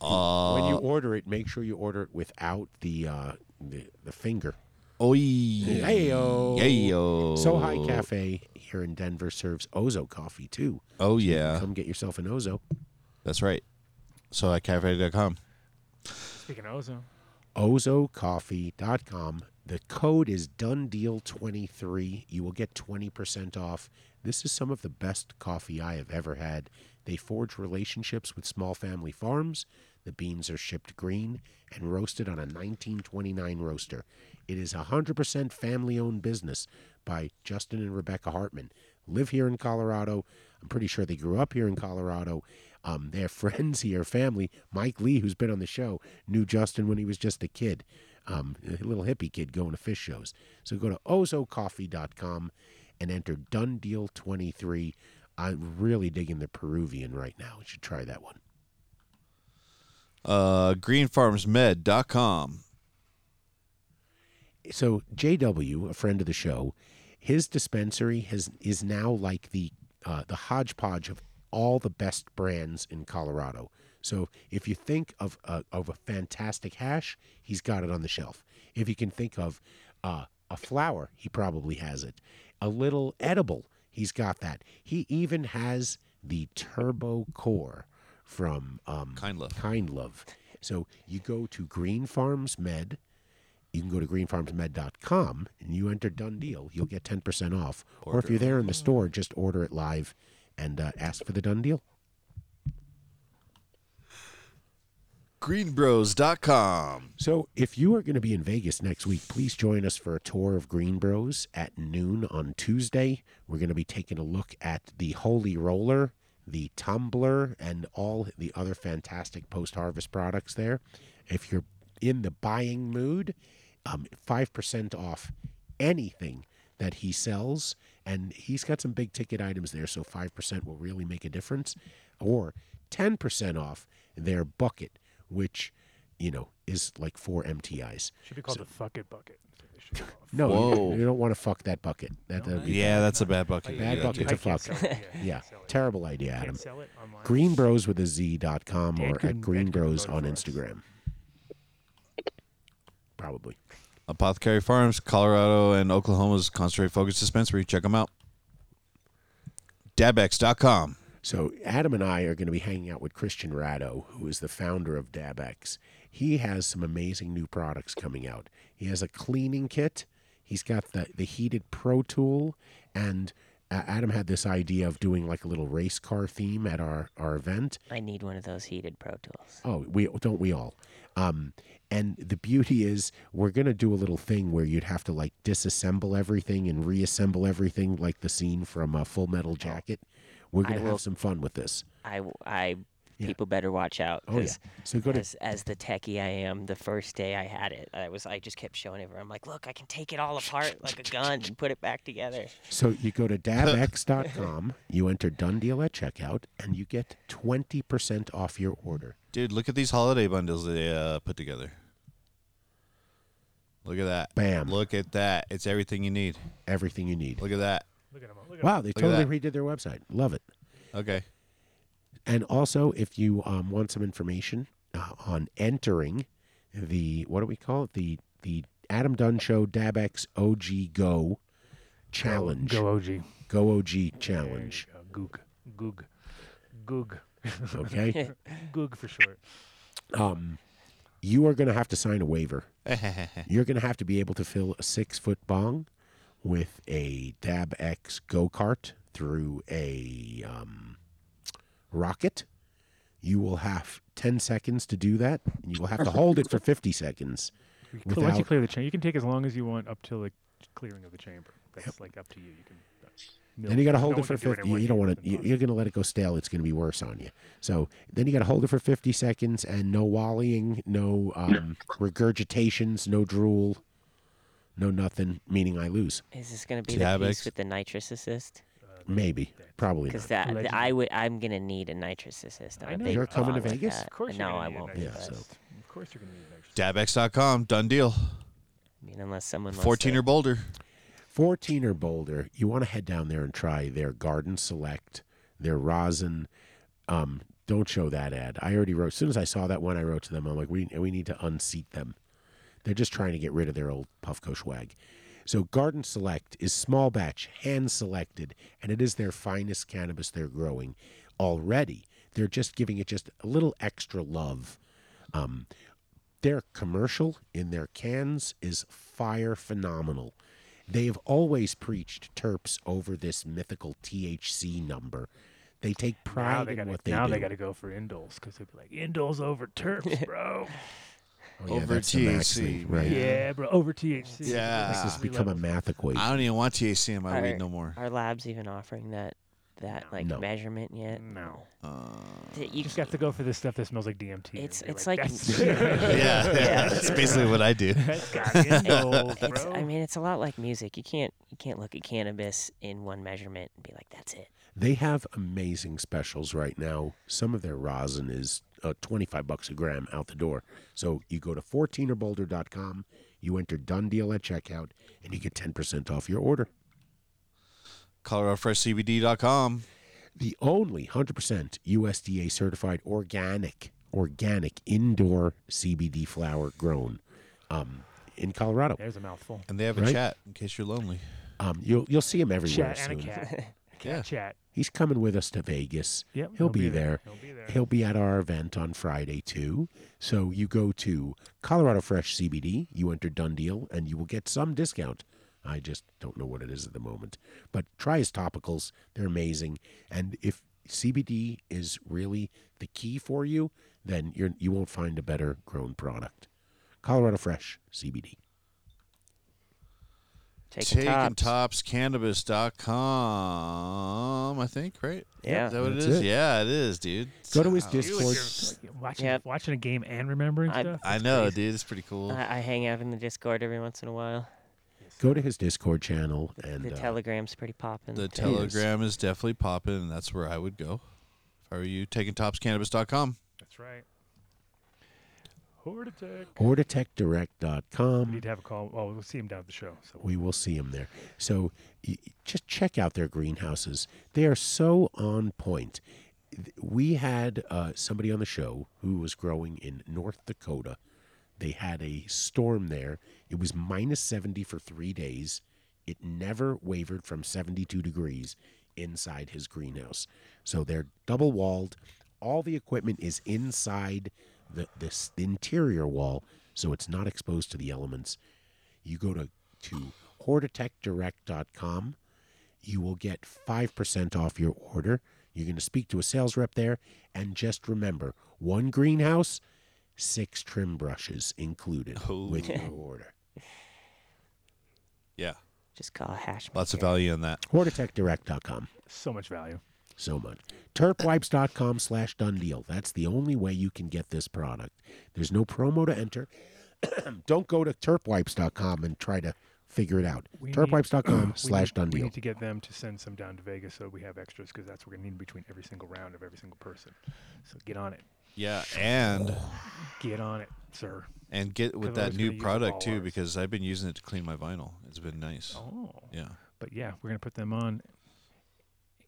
Speaker 13: Uh,
Speaker 2: when you order it, make sure you order it without the uh, the, the finger.
Speaker 13: Oi.
Speaker 2: Yayo.
Speaker 13: Yayo.
Speaker 2: So High Cafe here in Denver serves Ozo coffee too.
Speaker 13: Oh,
Speaker 2: So you can
Speaker 13: yeah.
Speaker 2: come get yourself an Ozo.
Speaker 13: That's right. So at cafe.com.
Speaker 5: Speaking of ozone,
Speaker 2: ozocoffee.com. The code is DUNDEAL23. You will get 20% off. This is some of the best coffee I have ever had. They forge relationships with small family farms. The beans are shipped green and roasted on a 1929 roaster. It is a 100% family owned business by Justin and Rebecca Hartman. Live here in Colorado. I'm pretty sure they grew up here in Colorado. Um, their (laughs) friends here, family. Mike Lee, who's been on the show, knew Justin when he was just a kid, um, a little hippie kid going to fish shows. So go to ozocoffee.com and enter DunDeal23. I'm really digging the Peruvian right now. You should try that one.
Speaker 13: Uh, greenfarmsmed.com.
Speaker 2: so JW, a friend of the show, his dispensary has is now like the uh, the hodgepodge of all the best brands in Colorado. So if you think of a, of a fantastic hash, he's got it on the shelf. If you can think of uh, a flower, he probably has it. A little edible, he's got that. He even has the Turbo Core from um,
Speaker 13: Kind Love.
Speaker 2: Kind Love. So you go to Green Farms Med you can go to greenfarmsmed.com and you enter done deal you'll get 10% off or if
Speaker 13: Order
Speaker 2: you're there in the store just order it live and uh, ask for the done deal
Speaker 13: greenbros.com.
Speaker 2: So, if you are going to be in Vegas next week, please join us for a tour of Green Bros at noon on Tuesday. We're going to be taking a look at the Holy Roller, the Tumbler, and all the other fantastic post harvest products there. If you're in the buying mood, um, 5% off anything that he sells. And he's got some big ticket items there, so 5% will really make a difference. Or 10% off their bucket which you know is like four MTIs.
Speaker 5: Should be called the fuck it bucket.
Speaker 2: No,
Speaker 13: Whoa.
Speaker 2: you, you don't want to fuck that bucket. That, that'd be
Speaker 13: Yeah, that's a bad bucket. to
Speaker 2: bad
Speaker 13: do that
Speaker 2: bucket
Speaker 13: to.
Speaker 2: to fuck. yeah, terrible idea, Adam.
Speaker 5: sell it online.
Speaker 2: Green Bros with a Z dot com
Speaker 5: Dan
Speaker 2: or
Speaker 5: could-
Speaker 2: at Green Bros on Instagram. Probably.
Speaker 13: Apothecary Farms, Colorado and Oklahoma's concentrate focused dispensary. Check them out. Dabex.com.
Speaker 2: So Adam and I are going to be hanging out with Christian Ratto, who is the founder of DabX. He has some amazing new products coming out. He has a cleaning kit. He's got the, the heated Pro Tool, and uh, Adam had this idea of doing like a little race car theme at our, our event.
Speaker 15: I need one of those heated Pro Tools.
Speaker 2: Oh, we don't we all? Um, and the beauty is, we're gonna do a little thing where you'd have to like disassemble everything and reassemble everything, like the scene from uh, Full Metal Jacket. We're
Speaker 15: I
Speaker 2: gonna
Speaker 15: will-
Speaker 2: have some fun with this.
Speaker 15: I, I people better watch out.
Speaker 2: Oh, yeah.
Speaker 15: 'cause
Speaker 2: So go to-
Speaker 15: as, as the techie I am, the first day I had it, I was I just kept showing everyone. I'm like, look, I can take it all apart like a gun and put it back together.
Speaker 2: So you go to dabx.com, you enter Done Deal at checkout, and you get 20% off your order.
Speaker 13: Dude, look at these holiday bundles they uh, put together. Look at that.
Speaker 2: Bam.
Speaker 13: Look at that. It's everything you need.
Speaker 2: Everything you need.
Speaker 13: Look at that.
Speaker 5: Look at them.
Speaker 2: Wow, they
Speaker 13: Look at
Speaker 2: totally
Speaker 13: that.
Speaker 2: redid their website. Love it.
Speaker 13: Okay.
Speaker 2: And also, if you um, want some information uh, on entering the, what do we call it? The, the Adam Dunn Show DabX OG Go Challenge.
Speaker 5: Go OG.
Speaker 2: Go OG Challenge.
Speaker 5: Goog. Goog. Goog.
Speaker 2: Okay.
Speaker 5: (laughs) Goog for short.
Speaker 2: um, you are going to have to sign a waiver. You're going to have to be able to fill a six foot bong with a Dab X go kart through a um, rocket. You will have 10 seconds to do that. and You will have to hold it for 50 seconds.
Speaker 5: So once you
Speaker 2: Without,
Speaker 5: clear the chamber, you can take as long as you want up till the clearing of the chamber. That's like up to you. You can. that's no-
Speaker 2: and you got to
Speaker 5: no
Speaker 2: hold
Speaker 5: one
Speaker 2: it for
Speaker 5: can do
Speaker 2: 50.
Speaker 5: in
Speaker 2: You,
Speaker 5: one
Speaker 2: you don't
Speaker 5: hand.
Speaker 2: want to, you, you're going to let it go stale. It's going to be worse on you. So then you got to hold it for 50 seconds and no wallying, no um, regurgitations, no drool, no nothing, meaning I lose.
Speaker 15: Is this gonna be the
Speaker 2: Dabx.
Speaker 15: piece with the nitrous assist?
Speaker 2: Maybe. Probably
Speaker 15: Because
Speaker 2: not.
Speaker 15: that
Speaker 5: Allegedly.
Speaker 15: I would I'm gonna need a nitrous assist. on
Speaker 5: I
Speaker 15: a
Speaker 5: know
Speaker 15: big
Speaker 2: You're coming to
Speaker 15: bong like
Speaker 2: Vegas?
Speaker 15: that.
Speaker 2: Of course
Speaker 15: No,
Speaker 5: you're gonna
Speaker 15: I
Speaker 5: need a
Speaker 15: won't.
Speaker 5: nitrous
Speaker 15: but,
Speaker 5: Of course, you're going to need an extra.
Speaker 13: Dabex.com. Done deal.
Speaker 2: Oh,
Speaker 15: I mean, unless someone wants (laughs)
Speaker 13: 14
Speaker 15: to-
Speaker 13: or bolder.
Speaker 2: 14 or Boulder, you want to head down there and try their Garden Select, their rosin. Um, don't show that ad. I already wrote. As soon as I saw that one, I wrote to them. I'm like, we we need to unseat them. They're just trying to get rid of their old Puffco swag. So Garden Select is small batch, hand selected, and it is their finest cannabis they're growing already. They're just giving it just a little extra love. Um, their commercial in their cans is fire phenomenal. They have always preached terps over this mythical THC number. They take
Speaker 5: Now
Speaker 2: pride
Speaker 5: they
Speaker 2: in
Speaker 5: gotta,
Speaker 2: what they
Speaker 5: now
Speaker 2: do.
Speaker 5: they got to go for indoles because they'll be like indoles over (laughs) turps, bro.
Speaker 2: Oh, yeah,
Speaker 13: Over
Speaker 2: that's the max
Speaker 13: THC,
Speaker 2: thing, right?
Speaker 5: yeah. bro, over THC.
Speaker 13: Yeah.
Speaker 2: This has become a math equation.
Speaker 13: I don't even want THC in my
Speaker 15: Are-
Speaker 13: weed no more.
Speaker 15: Are labs even offering that that like
Speaker 2: No.
Speaker 15: measurement yet?
Speaker 5: No.
Speaker 15: Th-
Speaker 5: You
Speaker 15: You
Speaker 5: just have to go Oh, for this stuff that smells like DMT. and
Speaker 15: It's
Speaker 5: be
Speaker 15: it's like, (laughs)
Speaker 5: "That's- (laughs)
Speaker 13: Yeah, that's basically what I do.
Speaker 5: That's
Speaker 15: (laughs)
Speaker 5: got indoles,
Speaker 15: It's,
Speaker 5: bro.
Speaker 15: I mean, it's a lot like music. You can't you can't look at cannabis in one measurement and be like, that's it.
Speaker 2: They have amazing specials right now. Some of their rosin is uh, 25 bucks a gram out the door. So you go to 14erboulder.com, you enter done deal at checkout, and you get 10% off your order.
Speaker 13: ColoradoFreshCBD.com.
Speaker 2: The only 100% USDA certified organic, organic indoor CBD flower grown um, in Colorado.
Speaker 5: There's a mouthful.
Speaker 13: And they have a
Speaker 2: Right?
Speaker 13: chat in case you're lonely.
Speaker 2: Um, you'll you'll see him everywhere
Speaker 5: Chat
Speaker 2: soon.
Speaker 5: and a cat. (laughs) A cat chat.
Speaker 2: He's coming with us to Vegas.
Speaker 5: Yep,
Speaker 2: he'll,
Speaker 5: he'll
Speaker 2: be,
Speaker 5: be
Speaker 2: there.
Speaker 5: there. He'll be there.
Speaker 2: at our event on Friday too. So you go to Colorado Fresh CBD, you enter Done Deal, and you will get some discount. I just don't know what it is at the moment. But try his topicals; they're amazing. And if CBD is really the key for you, then you're, you won't find a better grown product. Colorado Fresh CBD.
Speaker 13: Taking, tops. cannabis.com, I think, right?
Speaker 15: Yeah.
Speaker 13: Is that what
Speaker 15: That's
Speaker 13: it is?
Speaker 15: it.
Speaker 13: Yeah, it is, dude.
Speaker 2: Go to his
Speaker 13: Wow.
Speaker 5: watching, watching a game and remembering stuff.
Speaker 13: I know, dude. It's pretty cool.
Speaker 15: I, I hang out in the Discord every once in a while.
Speaker 2: Go to his Discord channel and
Speaker 15: The
Speaker 2: uh,
Speaker 15: Telegram's pretty poppin'.
Speaker 13: The
Speaker 15: too.
Speaker 13: Telegram is definitely popping, and that's where I would go. If I were you, takingtopscannabis.com.
Speaker 5: That's right. Horde attack.
Speaker 2: or detectdirect.com.
Speaker 5: We need to have a call. Well, we'll see him down at the show. So
Speaker 2: we will see them there. So y- just check out their greenhouses. They are so on point. Th- We had uh, somebody on the show who was growing in North Dakota. They had a storm there. It was minus 70 for three days. It never wavered from 72 degrees inside his greenhouse. So they're double walled. All the equipment is inside the, this interior wall, so it's not exposed to the elements you go to to hortitechdirect.com you will get 5% off your order you're going to speak to a sales rep there and just remember one greenhouse six trim brushes included
Speaker 13: Oh,
Speaker 2: with your order
Speaker 13: Yeah.
Speaker 15: Just call a hash.
Speaker 13: Lots of value in that.
Speaker 2: hortitechdirect.com
Speaker 5: so much value.
Speaker 2: so much turpwipes.com slash done deal that's the only way you can get this product there's no promo to enter (clears throat) don't go to turpwipes.com and try to figure it out
Speaker 5: We need-
Speaker 2: turpwipes.com
Speaker 5: (clears throat) we
Speaker 2: slash
Speaker 5: need-
Speaker 2: done
Speaker 5: We
Speaker 2: deal
Speaker 5: need to get them to send some down to Vegas so we have extras because that's what we're gonna need in between every single round of every single person. So get on it.
Speaker 13: Yeah, and
Speaker 5: Get on it, sir.
Speaker 13: and get with
Speaker 5: 'Cause I
Speaker 13: that
Speaker 5: was
Speaker 13: new
Speaker 5: gonna use all
Speaker 13: product too
Speaker 5: ours.
Speaker 13: because I've been using it to clean my vinyl. It's been nice.
Speaker 5: Oh.
Speaker 13: Yeah.
Speaker 5: But yeah, we're gonna put them on.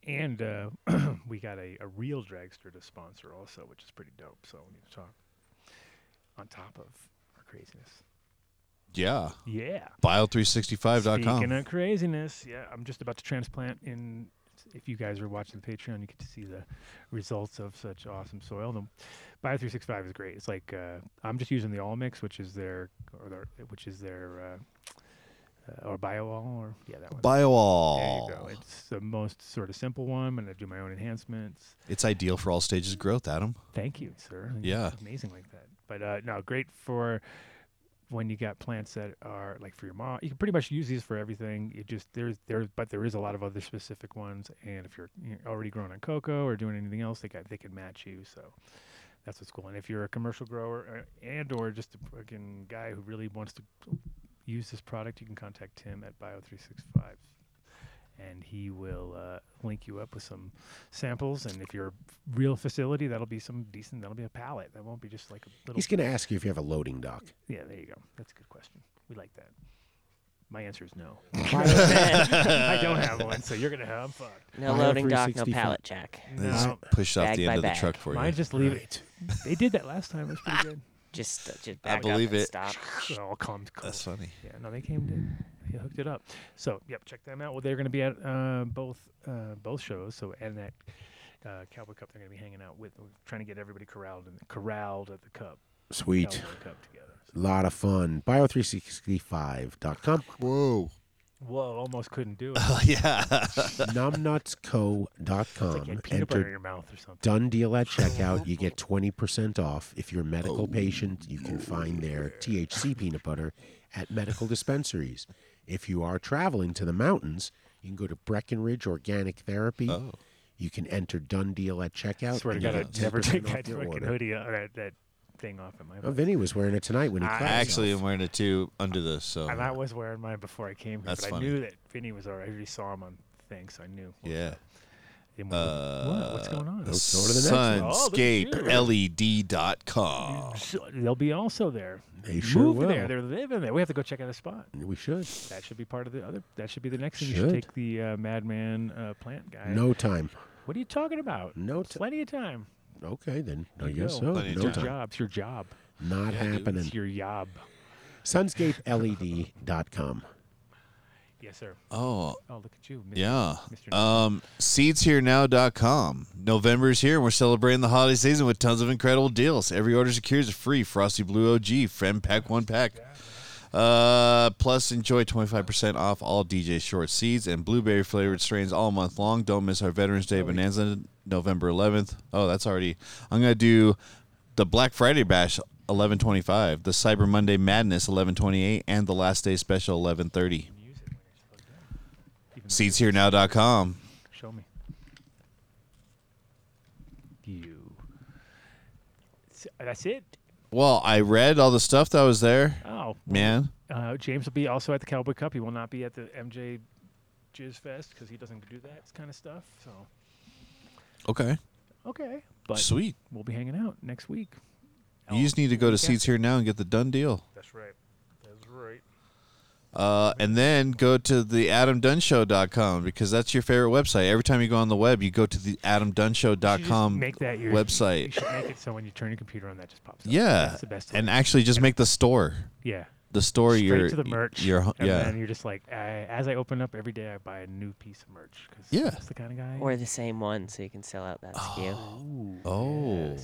Speaker 5: And uh, (clears throat) we got a, a real dragster to sponsor also, which is pretty dope. So we need to talk on top of our craziness.
Speaker 13: Yeah.
Speaker 5: Yeah. Speaking
Speaker 13: Bile365.com.
Speaker 5: of craziness, yeah, I'm just about to transplant in. If you guys are watching the Patreon, you get to see the results of such awesome soil. The Bio365 is great. It's like uh, I'm just using the All Mix, which is their or their which is their uh, uh, or BioAll or yeah that one.
Speaker 13: BioAll.
Speaker 5: There you go. It's the most sort of simple one. and i do my own enhancements.
Speaker 13: It's ideal for all stages of growth, Adam.
Speaker 5: Thank you, sir. It's
Speaker 13: Yeah.
Speaker 5: amazing like that. But uh, no, great for when you got plants that are like for your mom. You can pretty much use these for everything. It just there's there, but there is a lot of other specific ones. And if you're, you're already growing on cocoa or doing anything else, they got they can match you. So that's what's cool. And if you're a commercial grower uh, and or just a fucking guy who really wants to use this product, you can contact Tim at Bio365 and he will uh, link you up with some samples. And if you're a real facility, that'll be some decent. That'll be a pallet. That won't be just like a little.
Speaker 2: he's going to ask you if you have a loading dock
Speaker 5: Yeah, there you go. That's a good question. We like that. My answer is
Speaker 15: (laughs)
Speaker 5: no.
Speaker 2: Bio-
Speaker 5: I don't have one, so you're gonna have. I'm fucked.
Speaker 15: No loading dock, no pallet jack.
Speaker 13: They just push off
Speaker 15: Bag
Speaker 13: the
Speaker 15: by
Speaker 13: end of the
Speaker 15: bag.
Speaker 13: truck for
Speaker 5: Mine
Speaker 13: you.
Speaker 5: just leave it. They did that last time. It was
Speaker 15: (laughs)
Speaker 5: pretty good.
Speaker 15: Just just
Speaker 13: I
Speaker 15: back
Speaker 13: believe
Speaker 15: up and
Speaker 13: it.
Speaker 15: Stop.
Speaker 5: It all calmed.
Speaker 13: That's funny.
Speaker 5: Yeah, no, they came to, they hooked it up. So, yep, check them out. Well, they're going to be at uh, both uh, both shows. So, and that uh, Cowboy Cup, they're going to be hanging out with, we're trying to get everybody corralled and corralled at the cup.
Speaker 2: Sweet.
Speaker 5: Cowboy Cup together.
Speaker 2: lot of fun. Bio365.com. (laughs)
Speaker 13: Whoa. (laughs)
Speaker 5: Whoa, almost couldn't do it.
Speaker 13: yeah.
Speaker 2: Numnutsco.com.
Speaker 5: It's like getting peanut butter in your mouth or something.
Speaker 2: Done deal
Speaker 13: (laughs)
Speaker 2: at checkout. You get 20% off. If you're a
Speaker 13: Oh,
Speaker 2: medical patient, you can find their THC peanut butter at medical dispensaries. If you are traveling to the mountains, you can go to Breckenridge Organic Therapy.
Speaker 13: Oh.
Speaker 2: You can enter Done Deal at checkout.
Speaker 5: swear to
Speaker 2: and
Speaker 5: God,
Speaker 2: you
Speaker 5: I'd
Speaker 2: get
Speaker 5: never
Speaker 2: 10%
Speaker 5: take
Speaker 2: off
Speaker 5: that
Speaker 2: your
Speaker 5: fucking
Speaker 2: order.
Speaker 5: hoodie, uh, that, that thing off of my
Speaker 2: Oh, Vinny was wearing it tonight when he
Speaker 5: I-
Speaker 2: clapped.
Speaker 13: I actually am wearing it too under this, so
Speaker 5: And I was wearing mine before I came here,
Speaker 13: That's
Speaker 5: but
Speaker 13: funny.
Speaker 5: I knew that Vinny was already. I already saw him on things, so I knew.
Speaker 13: (laughs) yeah.
Speaker 5: Then we- what? What's going on?
Speaker 13: Uh, E
Speaker 5: Let's go to the next one. Oh, look at you.
Speaker 13: SunscapeLED.com.
Speaker 5: So they'll be also there.
Speaker 2: They sure
Speaker 5: Move
Speaker 2: will.
Speaker 5: there. They're living there. We have to go check out a spot.
Speaker 2: We should.
Speaker 5: That should be part of the other. That should be the next thing. You should
Speaker 2: Should.
Speaker 5: take the uh, Madman uh, plant guy.
Speaker 2: No time.
Speaker 5: What are you talking about?
Speaker 2: No
Speaker 5: Plenty of time.
Speaker 2: Okay, then.
Speaker 5: There
Speaker 2: I
Speaker 5: you
Speaker 2: guess
Speaker 5: go.
Speaker 2: so.
Speaker 5: It's
Speaker 2: No
Speaker 5: your
Speaker 2: time.
Speaker 5: job. It's your job.
Speaker 2: Not
Speaker 5: Yeah, dude.
Speaker 2: happening. E
Speaker 5: It's your job.
Speaker 2: SunscapeLED.com.
Speaker 5: Yes, sir.
Speaker 13: Oh.
Speaker 5: Oh, look at you. Mr.
Speaker 13: Yeah.
Speaker 5: Mr.
Speaker 13: Um, seedsherenow.com. November's here, and we're celebrating the holiday season with tons of incredible deals. Every order secures a free Frosty Blue OG Friend Pack One Pack. Uh, plus, enjoy 25% off all DJ Short seeds and blueberry flavored strains all month Oh, long. Don't miss our Veterans Day Bonanza November 11th. Oh, that's already. I'm going to do the Black Friday Bash 11:25, the Cyber Monday Madness 11:28, and the Last Day Special 11:30. SeatsHereNow.com.
Speaker 5: Show me. You. S- That's it.
Speaker 13: Well, I read all the stuff that was there.
Speaker 5: Oh well,
Speaker 13: man.
Speaker 5: Uh, James will be also at the Cowboy Cup. He will not be at the MJ Jizz Fest because he doesn't do that kind of stuff. So
Speaker 13: Okay.
Speaker 5: okay, but
Speaker 13: Sweet.
Speaker 5: We'll be hanging out next week.
Speaker 13: You just need to go to
Speaker 5: weekend.
Speaker 13: Seats Here Now and get the done deal.
Speaker 5: That's right. That's right.
Speaker 13: Uh, and then go to the AdamDunshow.com because that's your favorite website. Every time you go on the web, you go to the AdamDunshow.com
Speaker 5: Make that your You
Speaker 13: website.
Speaker 5: should make it so when you turn your computer on, that just pops up.
Speaker 13: Yeah,
Speaker 5: That's the best.
Speaker 13: and actually just make the store.
Speaker 5: Yeah.
Speaker 13: the store.
Speaker 5: Straight
Speaker 13: you're
Speaker 5: to the merch.
Speaker 13: You're
Speaker 5: and
Speaker 13: yeah.
Speaker 5: then you're just like, I, as I open up every day, I buy a new piece of merch. Cause
Speaker 13: Yeah.
Speaker 5: That's the kind of guy.
Speaker 15: Or the same one, so you can sell out that SKU.
Speaker 13: Oh,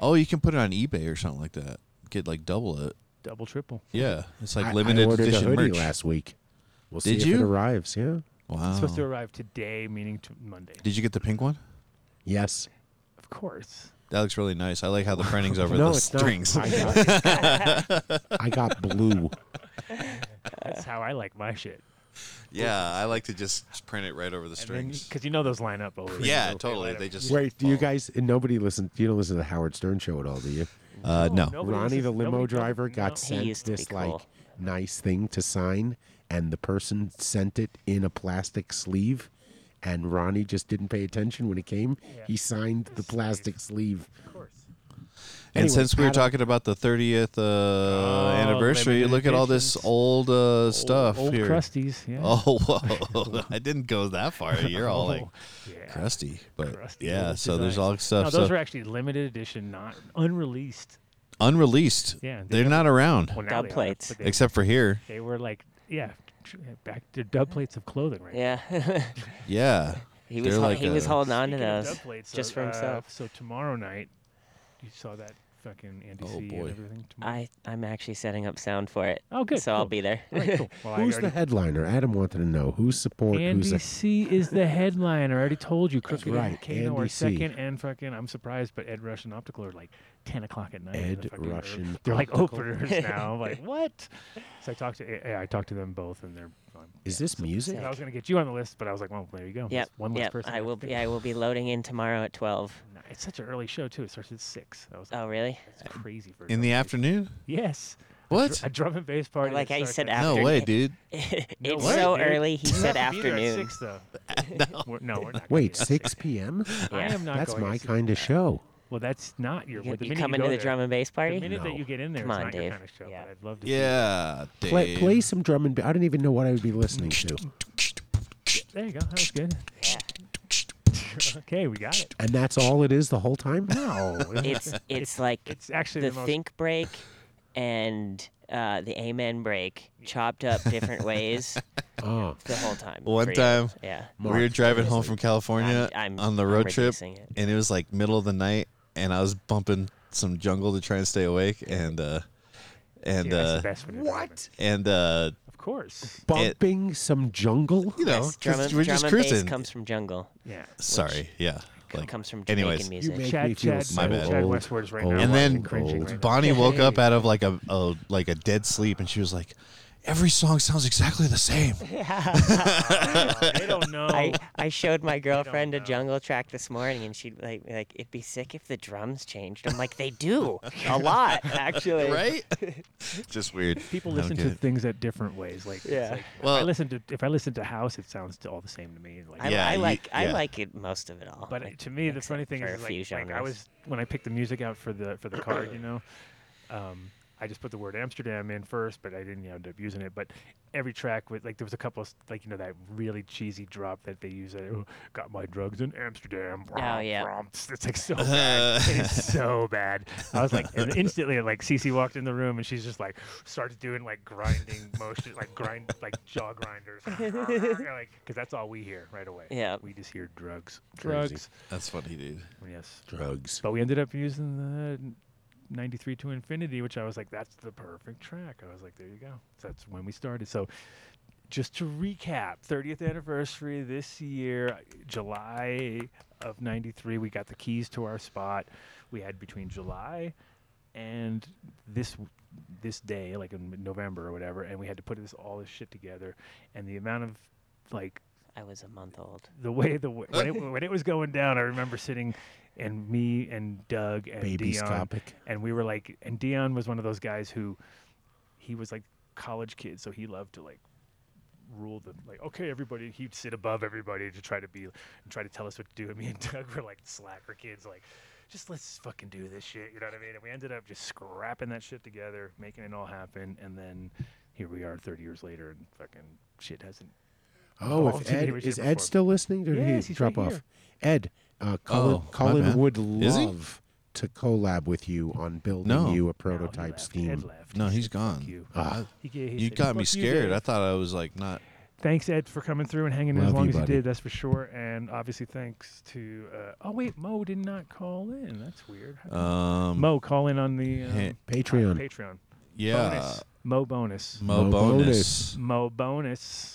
Speaker 13: oh, you can put it on eBay or something like that. Get like double it.
Speaker 5: Double, triple.
Speaker 13: Yeah, it's
Speaker 2: I-
Speaker 13: like
Speaker 2: I
Speaker 13: limited
Speaker 2: ordered a
Speaker 13: edition
Speaker 2: hoodie
Speaker 13: merch.
Speaker 2: last week. We'll
Speaker 13: Did
Speaker 2: see if
Speaker 13: you?
Speaker 2: it arrives. Yeah.
Speaker 13: Wow.
Speaker 5: It's supposed to arrive today, meaning to Monday.
Speaker 13: Did you get the pink one?
Speaker 2: Yes.
Speaker 5: Of course.
Speaker 13: That looks really nice. I like how
Speaker 2: (laughs)
Speaker 13: the printing's over
Speaker 2: No,
Speaker 13: the
Speaker 2: it's not.
Speaker 13: strings.
Speaker 2: I
Speaker 13: (laughs)
Speaker 2: got- I got blue.
Speaker 5: That's how I like my shit.
Speaker 13: yeah, I like to just print it right over the strings.
Speaker 5: Because you know those line up over.
Speaker 13: Yeah,
Speaker 5: over-
Speaker 13: totally. They just
Speaker 2: Wait, do you guys? And nobody listen. You don't listen to the Howard Stern show at all, do you?
Speaker 13: Uh, no.
Speaker 5: nobody
Speaker 2: Ronnie, the
Speaker 5: listens-
Speaker 2: limo
Speaker 5: nobody-
Speaker 2: driver, got
Speaker 5: no. He
Speaker 2: sent
Speaker 5: used to be
Speaker 2: this
Speaker 5: cool.
Speaker 2: like nice thing to sign, and the person sent it in a plastic sleeve, and Ronnie just didn't pay attention when it came. He signed the plastic sleeve. Of course.
Speaker 13: And
Speaker 2: Anyway,
Speaker 13: since we were
Speaker 2: Adam-
Speaker 13: talking about the 30th uh, anniversary,
Speaker 5: limited
Speaker 13: look at all this old uh, stuff
Speaker 5: Oh, old
Speaker 13: here.
Speaker 5: crusties, yeah.
Speaker 13: Oh,
Speaker 5: (laughs)
Speaker 13: whoa. I didn't go that far. You're all like crusty, but yeah.
Speaker 5: Oh, old
Speaker 13: So there's
Speaker 5: designs.
Speaker 13: all stuff.
Speaker 5: No, those
Speaker 13: so
Speaker 5: are actually limited edition, not unreleased.
Speaker 13: unreleased.
Speaker 5: Yeah, they
Speaker 13: they're
Speaker 5: have-
Speaker 13: not around.
Speaker 5: Well, now they are, but they-
Speaker 13: except for here.
Speaker 5: They were like, yeah, tr- back to dub plates of clothing, right?
Speaker 15: Yeah. (laughs)
Speaker 13: Yeah.
Speaker 15: He was
Speaker 13: They're
Speaker 15: hol-
Speaker 13: like
Speaker 15: he was
Speaker 13: a-
Speaker 15: holding on to
Speaker 5: Speaking of
Speaker 15: those
Speaker 5: dub plates,
Speaker 15: just
Speaker 5: though,
Speaker 15: for
Speaker 5: uh,
Speaker 15: himself.
Speaker 5: so tomorrow night, you saw that fucking Andy
Speaker 15: Oh,
Speaker 5: C
Speaker 15: boy.
Speaker 5: and everything.
Speaker 15: I I'm actually setting up sound for it.
Speaker 5: Oh, good,
Speaker 15: So I'll
Speaker 5: cool.
Speaker 15: be there. (laughs)
Speaker 5: All right, cool. Well, I
Speaker 2: Who's the
Speaker 5: already-
Speaker 2: headliner? Adam wanted to know who's support. who's
Speaker 5: Andy
Speaker 2: a,
Speaker 5: C is the
Speaker 13: (laughs)
Speaker 5: headliner. I already told you, Crooked
Speaker 2: right,
Speaker 5: and Kano are
Speaker 2: Andy C.
Speaker 5: second, and fucking I'm surprised, but Ed Rush and Optical are like ten o'clock at night. and
Speaker 2: Ed
Speaker 5: the fucking- or-
Speaker 2: Russian
Speaker 5: They're like
Speaker 2: Optical.
Speaker 15: (laughs)
Speaker 5: openers now. I'm like what? So I talked to yeah, I talked to them both, and they're. Um,
Speaker 2: Is this music?
Speaker 5: I was gonna get you on the list, but I was like, well, there you go.
Speaker 15: Yep.
Speaker 5: That's One less
Speaker 15: yep.
Speaker 5: person.
Speaker 15: I will be I will be loading in tomorrow at twelve.
Speaker 5: It's such an early show too. It starts at six. That was
Speaker 15: Oh really?
Speaker 5: That's crazy for. a
Speaker 13: In
Speaker 5: dub
Speaker 13: the
Speaker 5: plate.
Speaker 13: afternoon?
Speaker 5: Yes. A
Speaker 13: What?
Speaker 5: dr- A, drum and bass party.
Speaker 15: like
Speaker 5: that
Speaker 15: how you
Speaker 5: starts
Speaker 15: said
Speaker 5: at
Speaker 15: after-
Speaker 13: No way, dude.
Speaker 5: (laughs) No
Speaker 15: (laughs) it's
Speaker 5: way,
Speaker 15: so
Speaker 5: dude.
Speaker 15: early. He
Speaker 5: You
Speaker 15: said
Speaker 5: have to be there at
Speaker 15: afternoon.
Speaker 5: Six
Speaker 13: (laughs)
Speaker 5: though. (laughs) We're- no, we're not.
Speaker 2: Wait, 6 p.m.
Speaker 5: (laughs) I am not
Speaker 2: That's
Speaker 5: going at
Speaker 2: my
Speaker 5: 6
Speaker 2: kind of show.
Speaker 5: Well, that's not your.
Speaker 15: You-
Speaker 5: the
Speaker 15: you
Speaker 5: minute
Speaker 15: coming
Speaker 5: go
Speaker 15: to the
Speaker 5: there-
Speaker 15: drum and bass party?
Speaker 5: The minute that
Speaker 15: No.
Speaker 5: you get in there,
Speaker 15: Come
Speaker 5: it's
Speaker 15: on,
Speaker 5: not
Speaker 15: Dave.
Speaker 5: your kind of show. But I'd love to. see it.
Speaker 13: Yeah, Dave.
Speaker 2: Play, play some drum and. ba- I don't even know what I would be listening to.
Speaker 5: There you go. That was good. (laughs) okay, we got it.
Speaker 2: And that's all it is the whole time?
Speaker 5: (laughs) No.
Speaker 15: it's it's like
Speaker 5: it's actually
Speaker 15: the,
Speaker 5: the most-
Speaker 15: think break and uh, the amen break chopped up different ways
Speaker 2: Oh.
Speaker 15: the whole time.
Speaker 13: One
Speaker 15: for you.
Speaker 13: time,
Speaker 15: yeah,
Speaker 13: we were driving home from California
Speaker 15: I'm- I'm-
Speaker 13: on the
Speaker 15: I'm
Speaker 13: road trip,
Speaker 15: reducing it.
Speaker 13: and it was like middle of the night, and I was bumping some jungle to try and stay awake, and uh, and
Speaker 5: Dude, that's the
Speaker 13: uh,
Speaker 5: best when
Speaker 2: what?
Speaker 13: and uh,
Speaker 5: Of course.
Speaker 2: Bumping some jungle?
Speaker 13: you know,
Speaker 15: Yes, drum
Speaker 13: just-
Speaker 15: and-
Speaker 13: we're
Speaker 15: drum
Speaker 13: just
Speaker 15: and bass
Speaker 13: cruising.
Speaker 15: comes from jungle.
Speaker 5: Yeah.
Speaker 13: Sorry, yeah, like
Speaker 15: comes from
Speaker 13: anyways,
Speaker 15: Jamaican music. You make
Speaker 5: Chad- me feel Chad- so
Speaker 13: my bad.
Speaker 5: Chad Westward is right now
Speaker 13: and
Speaker 5: watching
Speaker 13: then
Speaker 5: cringing right now.
Speaker 13: Bonnie woke up out of like a, a like a dead sleep, and she was like, "Every song sounds exactly
Speaker 15: (laughs)
Speaker 5: (laughs)
Speaker 13: the same."
Speaker 15: I
Speaker 5: don't know.
Speaker 15: I, I showed my girlfriend a jungle track this morning, and she'd like like it'd be sick if the drums changed. I'm like, they
Speaker 5: (laughs)
Speaker 15: do a lot actually.
Speaker 13: right? just weird.
Speaker 5: People
Speaker 13: I don't
Speaker 5: listen
Speaker 13: get
Speaker 5: to
Speaker 13: it.
Speaker 5: things at different ways. Like, it's
Speaker 15: Yeah.
Speaker 5: like, if I
Speaker 13: Well-
Speaker 5: listen to if I listen to house, it sounds all the same to me.
Speaker 15: (laughs)
Speaker 5: Like,
Speaker 15: I,
Speaker 13: Yeah,
Speaker 15: I
Speaker 13: you-
Speaker 15: like I
Speaker 13: yeah.
Speaker 15: like it most of it all.
Speaker 5: But uh,
Speaker 15: Oh, like,
Speaker 5: to me, the funny
Speaker 15: except
Speaker 5: thing
Speaker 15: for
Speaker 5: is,
Speaker 15: a few
Speaker 5: is like, like I
Speaker 15: genres.
Speaker 5: was when I picked the music out for the for
Speaker 15: (coughs)
Speaker 5: the card, you know, um, I just put the word Amsterdam in first, but I didn't end up using it. But every track with like there was a couple of s- like you know that really cheesy drop that they use. That, oh, got my drugs in Amsterdam.
Speaker 15: Oh, yeah.
Speaker 5: It's
Speaker 15: (laughs)
Speaker 5: like so bad. it is so bad. I was like, and instantly, like Cece walked in the room and she's just like starts doing like grinding motion, like grind, like jaw grinders, (laughs) like because that's all we hear right away.
Speaker 15: Yeah.
Speaker 5: we just hear drugs,
Speaker 13: Crazy.
Speaker 5: drugs.
Speaker 13: That's funny, dude.
Speaker 5: Yes.
Speaker 2: Drugs.
Speaker 5: But we ended up using the 93 to Infinity, which I was like, that's the perfect track. I was like, there you go. So that's when we started. So just to recap 30th anniversary this year july of 93 we got the keys to our spot we had between july and this this day like in november or whatever and we had to put this all this shit together and the amount of like
Speaker 15: I was a month old.
Speaker 5: the way the w-
Speaker 15: (laughs)
Speaker 5: when it, when it was going down, I remember sitting and me and Doug and
Speaker 2: Baby
Speaker 5: Dion,
Speaker 2: Scopic.
Speaker 5: and we were like, and Dion was one of those guys who he was like college kid, so he loved to like rule the like okay everybody he'd sit above everybody to try to be and try to tell us what to do and me and (laughs) doug were like slacker kids like just let's fucking do this shit you know what i mean and we ended up just scrapping that shit together making it all happen and then here we are 30 years later and fucking shit hasn't
Speaker 2: Oh,
Speaker 5: evolved
Speaker 2: if
Speaker 5: in any
Speaker 2: Ed
Speaker 5: way,
Speaker 2: is
Speaker 5: shape, or
Speaker 2: Ed
Speaker 5: form.
Speaker 2: still listening? Did
Speaker 5: Yes,
Speaker 2: he
Speaker 5: he's
Speaker 2: drop
Speaker 5: right
Speaker 2: off?
Speaker 5: here.
Speaker 2: Ed, uh, Colin,
Speaker 13: Oh, my
Speaker 2: Colin
Speaker 13: bad.
Speaker 2: would
Speaker 13: Is he?
Speaker 2: love to collab with you on building
Speaker 13: No.
Speaker 2: you a prototype Ah. Steam.
Speaker 13: No, he's gone. Uh, I-
Speaker 5: He ga- he
Speaker 13: "Ah, you
Speaker 5: said,
Speaker 13: got me
Speaker 5: "Fuck you,
Speaker 13: scared.
Speaker 5: Dave."
Speaker 13: I thought I was like not.
Speaker 5: Thanks, Ed, for coming through and hanging in
Speaker 13: Love
Speaker 5: as long
Speaker 13: you,
Speaker 5: as
Speaker 13: buddy.
Speaker 5: you did. That's for sure. And obviously, thanks to. Uh, oh wait, Mo did not call in. That's weird. How come-
Speaker 13: Um,
Speaker 5: Mo, call in on the um,
Speaker 2: Patreon.
Speaker 5: Patreon.
Speaker 13: Yeah.
Speaker 5: Bonus. Mo bonus.
Speaker 13: Mo Mo bonus. bonus.
Speaker 5: Mo bonus.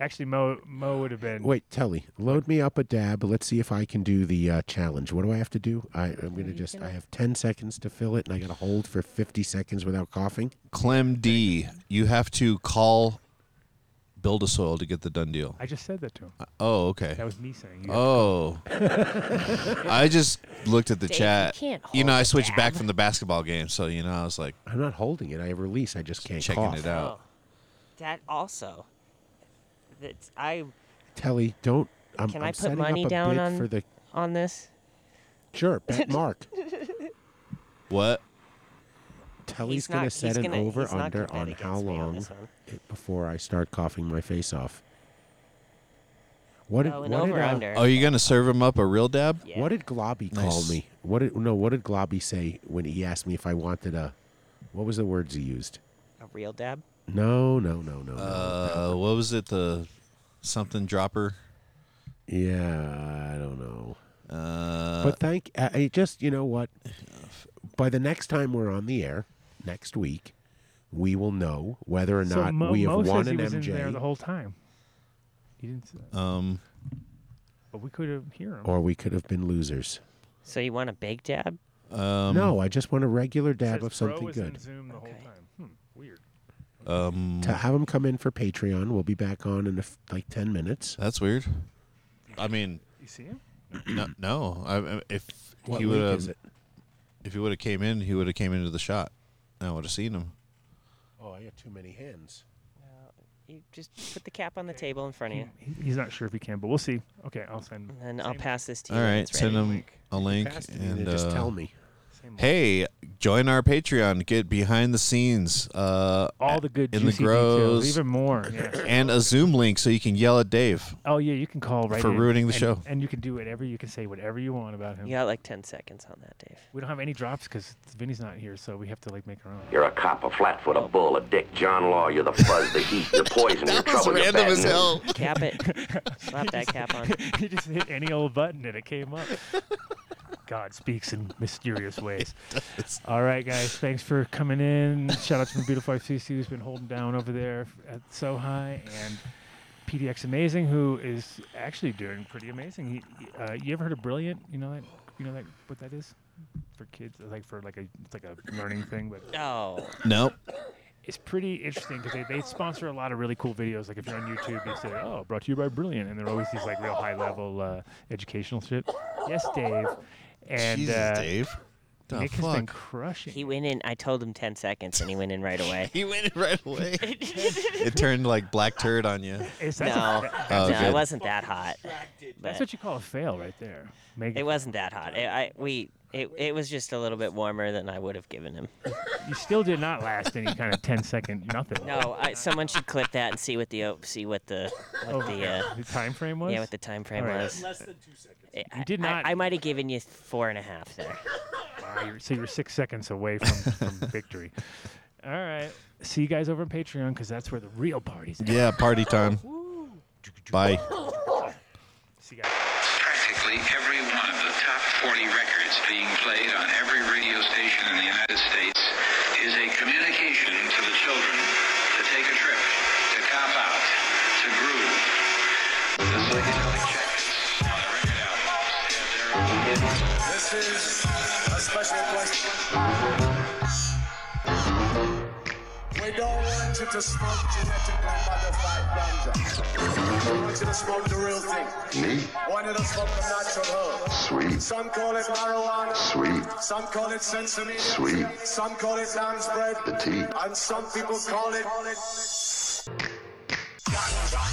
Speaker 5: Actually, Mo Mo would have been.
Speaker 2: Wait, Telly, load me up a dab. Let's see if I can do the uh, challenge. What do I have to do? I, I'm going to just, I have 10 seconds to fill it, and I got to hold for 50 seconds without coughing.
Speaker 13: Clem D, you have to call Build a Soil to get the done deal.
Speaker 5: I just said that to
Speaker 13: (laughs)
Speaker 5: him.
Speaker 13: Oh, okay.
Speaker 5: That was me saying you
Speaker 2: (laughs)
Speaker 13: Oh. I just looked at the
Speaker 5: Dave, you
Speaker 13: chat.
Speaker 5: can't
Speaker 13: know,
Speaker 5: hold
Speaker 13: I
Speaker 5: a
Speaker 13: switched back
Speaker 5: dab.
Speaker 13: from the basketball game, so you know, I was like,
Speaker 2: I'm not holding it. I release. I just can't
Speaker 13: checking
Speaker 2: cough.
Speaker 13: it
Speaker 5: Oh.
Speaker 13: out.
Speaker 15: That also. That's I.
Speaker 2: Telly, don't. I'm,
Speaker 15: Can
Speaker 2: I'm
Speaker 15: I put
Speaker 2: setting
Speaker 15: money
Speaker 2: up a
Speaker 15: down
Speaker 2: bid
Speaker 15: on-
Speaker 2: for the.
Speaker 15: On this. (laughs)
Speaker 2: Sure,
Speaker 5: (laughs)
Speaker 2: bet Mark.
Speaker 13: What?
Speaker 2: Telly's
Speaker 15: not-
Speaker 2: going
Speaker 15: he's
Speaker 2: to set an
Speaker 15: gonna-
Speaker 2: over
Speaker 15: he's not
Speaker 2: under
Speaker 15: gonna
Speaker 2: on
Speaker 15: bet
Speaker 2: how
Speaker 15: against me on
Speaker 2: long
Speaker 15: this one.
Speaker 2: it- before I start coughing my face off. What did,
Speaker 15: Oh,
Speaker 2: what
Speaker 15: an
Speaker 2: did,
Speaker 15: over
Speaker 2: uh,
Speaker 15: under.
Speaker 13: Oh, you going to serve him up a real dab?
Speaker 2: What did Globby call
Speaker 13: Nice.
Speaker 2: me? What did no? What did Globby say when he asked me if I wanted a? What was the words he used?
Speaker 15: A real dab.
Speaker 2: No, no, no, no.
Speaker 13: Uh, what was it? The something dropper?
Speaker 2: Yeah, I don't know.
Speaker 13: Uh,
Speaker 2: but thank. I I just you know what. By the next time we're on the air next week, we will know whether or
Speaker 5: So
Speaker 2: not
Speaker 5: Mo,
Speaker 2: we have
Speaker 5: Mo
Speaker 2: won
Speaker 5: says
Speaker 2: an
Speaker 5: he was
Speaker 2: MJ
Speaker 5: in there the whole time. He didn't. Say that.
Speaker 13: Um,
Speaker 5: But we could have hear him.
Speaker 2: or we could have been losers.
Speaker 15: So you want a big dab?
Speaker 13: Um,
Speaker 2: no, I just want a regular
Speaker 5: It
Speaker 2: dab
Speaker 5: says
Speaker 2: of something
Speaker 5: Bro was
Speaker 2: good.
Speaker 5: In Zoom the whole time. Hmm, weird.
Speaker 13: Um,
Speaker 2: to have them come in for Patreon. We'll be back on in a f like ten minutes.
Speaker 13: That's weird. I mean,
Speaker 5: You see him?
Speaker 13: no, no. I, I- if
Speaker 2: What
Speaker 13: he
Speaker 2: week
Speaker 13: would
Speaker 2: is
Speaker 13: have,
Speaker 2: it?
Speaker 13: if he would have came in, he would have came into the shot. I would have seen him.
Speaker 2: Oh, I got too (laughs) many hands.
Speaker 15: You just put the cap on the table in front of
Speaker 13: Hmm.
Speaker 15: you,
Speaker 5: He- He's not sure if he can, but we'll see. Okay, I'll send.
Speaker 15: and I'll pass this to you.
Speaker 13: All
Speaker 15: when
Speaker 13: right,
Speaker 15: it's
Speaker 13: send
Speaker 15: ready.
Speaker 13: him a link
Speaker 2: passed it,
Speaker 13: and
Speaker 2: then just
Speaker 13: uh,
Speaker 2: tell me.
Speaker 13: Hey, join our Patreon. Get behind the scenes. Uh,
Speaker 5: All the good
Speaker 13: in
Speaker 5: juicy
Speaker 13: the grows,
Speaker 5: details, even more.
Speaker 13: (clears throat)
Speaker 5: Yes.
Speaker 13: (laughs) and a Zoom link so you can yell at Dave.
Speaker 5: Oh yeah, you can call right
Speaker 13: For
Speaker 5: in,
Speaker 13: ruining the
Speaker 5: and-
Speaker 13: show.
Speaker 5: and you can do whatever you can say whatever you want about him.
Speaker 15: You got like ten seconds on that, Dave.
Speaker 5: We don't have any drops because Vinny's not here, so we have to like make our own.
Speaker 16: You're a cop, a flatfoot, a bull, a dick, John Law. You're the fuzz, the heat, the poison, your trouble, your bad news.
Speaker 15: Cap
Speaker 5: (laughs)
Speaker 15: it. Slap
Speaker 13: (laughs)
Speaker 15: that cap on.
Speaker 5: you just hit any old button and it
Speaker 15: (laughs)
Speaker 5: came up. God speaks in mysterious ways. (laughs) All right, guys, thanks for coming in. Shout out to my beautiful wife Cece, who's been holding down over there at So High, and PDX Amazing, who is actually doing pretty amazing. He, he- uh, you ever heard of Brilliant? You know that? You know that? What that is for kids? Like for like a it's like a learning thing, but
Speaker 15: oh,
Speaker 13: Nope.
Speaker 5: it's pretty interesting because they, they sponsor a lot of really cool videos. Like if you're on YouTube, they say, "Oh, brought to you by Brilliant," and they're always these like real high level uh, educational shit. Yes, Dave. And
Speaker 13: Jesus,
Speaker 5: uh,
Speaker 13: Dave. The
Speaker 5: Nick has been
Speaker 13: fuck?
Speaker 5: crushing.
Speaker 15: He went in. I told him ten seconds, and he went in right away.
Speaker 13: (laughs) He went in right
Speaker 15: (laughs)
Speaker 13: away. It turned like black turd on you.
Speaker 5: (laughs) Is
Speaker 15: no,
Speaker 5: that a-
Speaker 13: Oh,
Speaker 15: no, it
Speaker 13: good.
Speaker 15: wasn't that hot.
Speaker 5: That's
Speaker 15: But-
Speaker 5: what you call a fail right there. Make
Speaker 15: It wasn't that hot. It, I we it, it was just a little bit warmer than I would have given him.
Speaker 5: You still did not last any kind of 10 second nothing.
Speaker 15: No, I, someone should clip that and see what the o- see what the what
Speaker 5: Oh,
Speaker 15: the, uh,
Speaker 5: the time frame was.
Speaker 15: Yeah, what the time frame
Speaker 5: All right.
Speaker 15: was.
Speaker 5: Less
Speaker 15: than two seconds.
Speaker 5: You did not-
Speaker 15: I, might have given you four and a half there.
Speaker 5: Wow, you're, so you're six seconds away from,
Speaker 13: (laughs)
Speaker 5: from victory. All right. See you guys over on Patreon because that's where the real party's at.
Speaker 13: Yeah, party time. Bye.
Speaker 1: Practically every one of the top 40 records being played on every radio station in the United States is a communication to the children to take a trip, to cop out,
Speaker 3: This is a special question. We don't want you to smoke genetically modified ganja. We want you to smoke the real thing.
Speaker 16: Me?
Speaker 3: We want you to smoke the natural herb.
Speaker 16: Sweet.
Speaker 3: Some call it marijuana.
Speaker 16: Sweet.
Speaker 3: Some call it sesame.
Speaker 16: Sweet.
Speaker 3: Some call it lamb's bread.
Speaker 16: The tea.
Speaker 3: And some people call it. Ganja.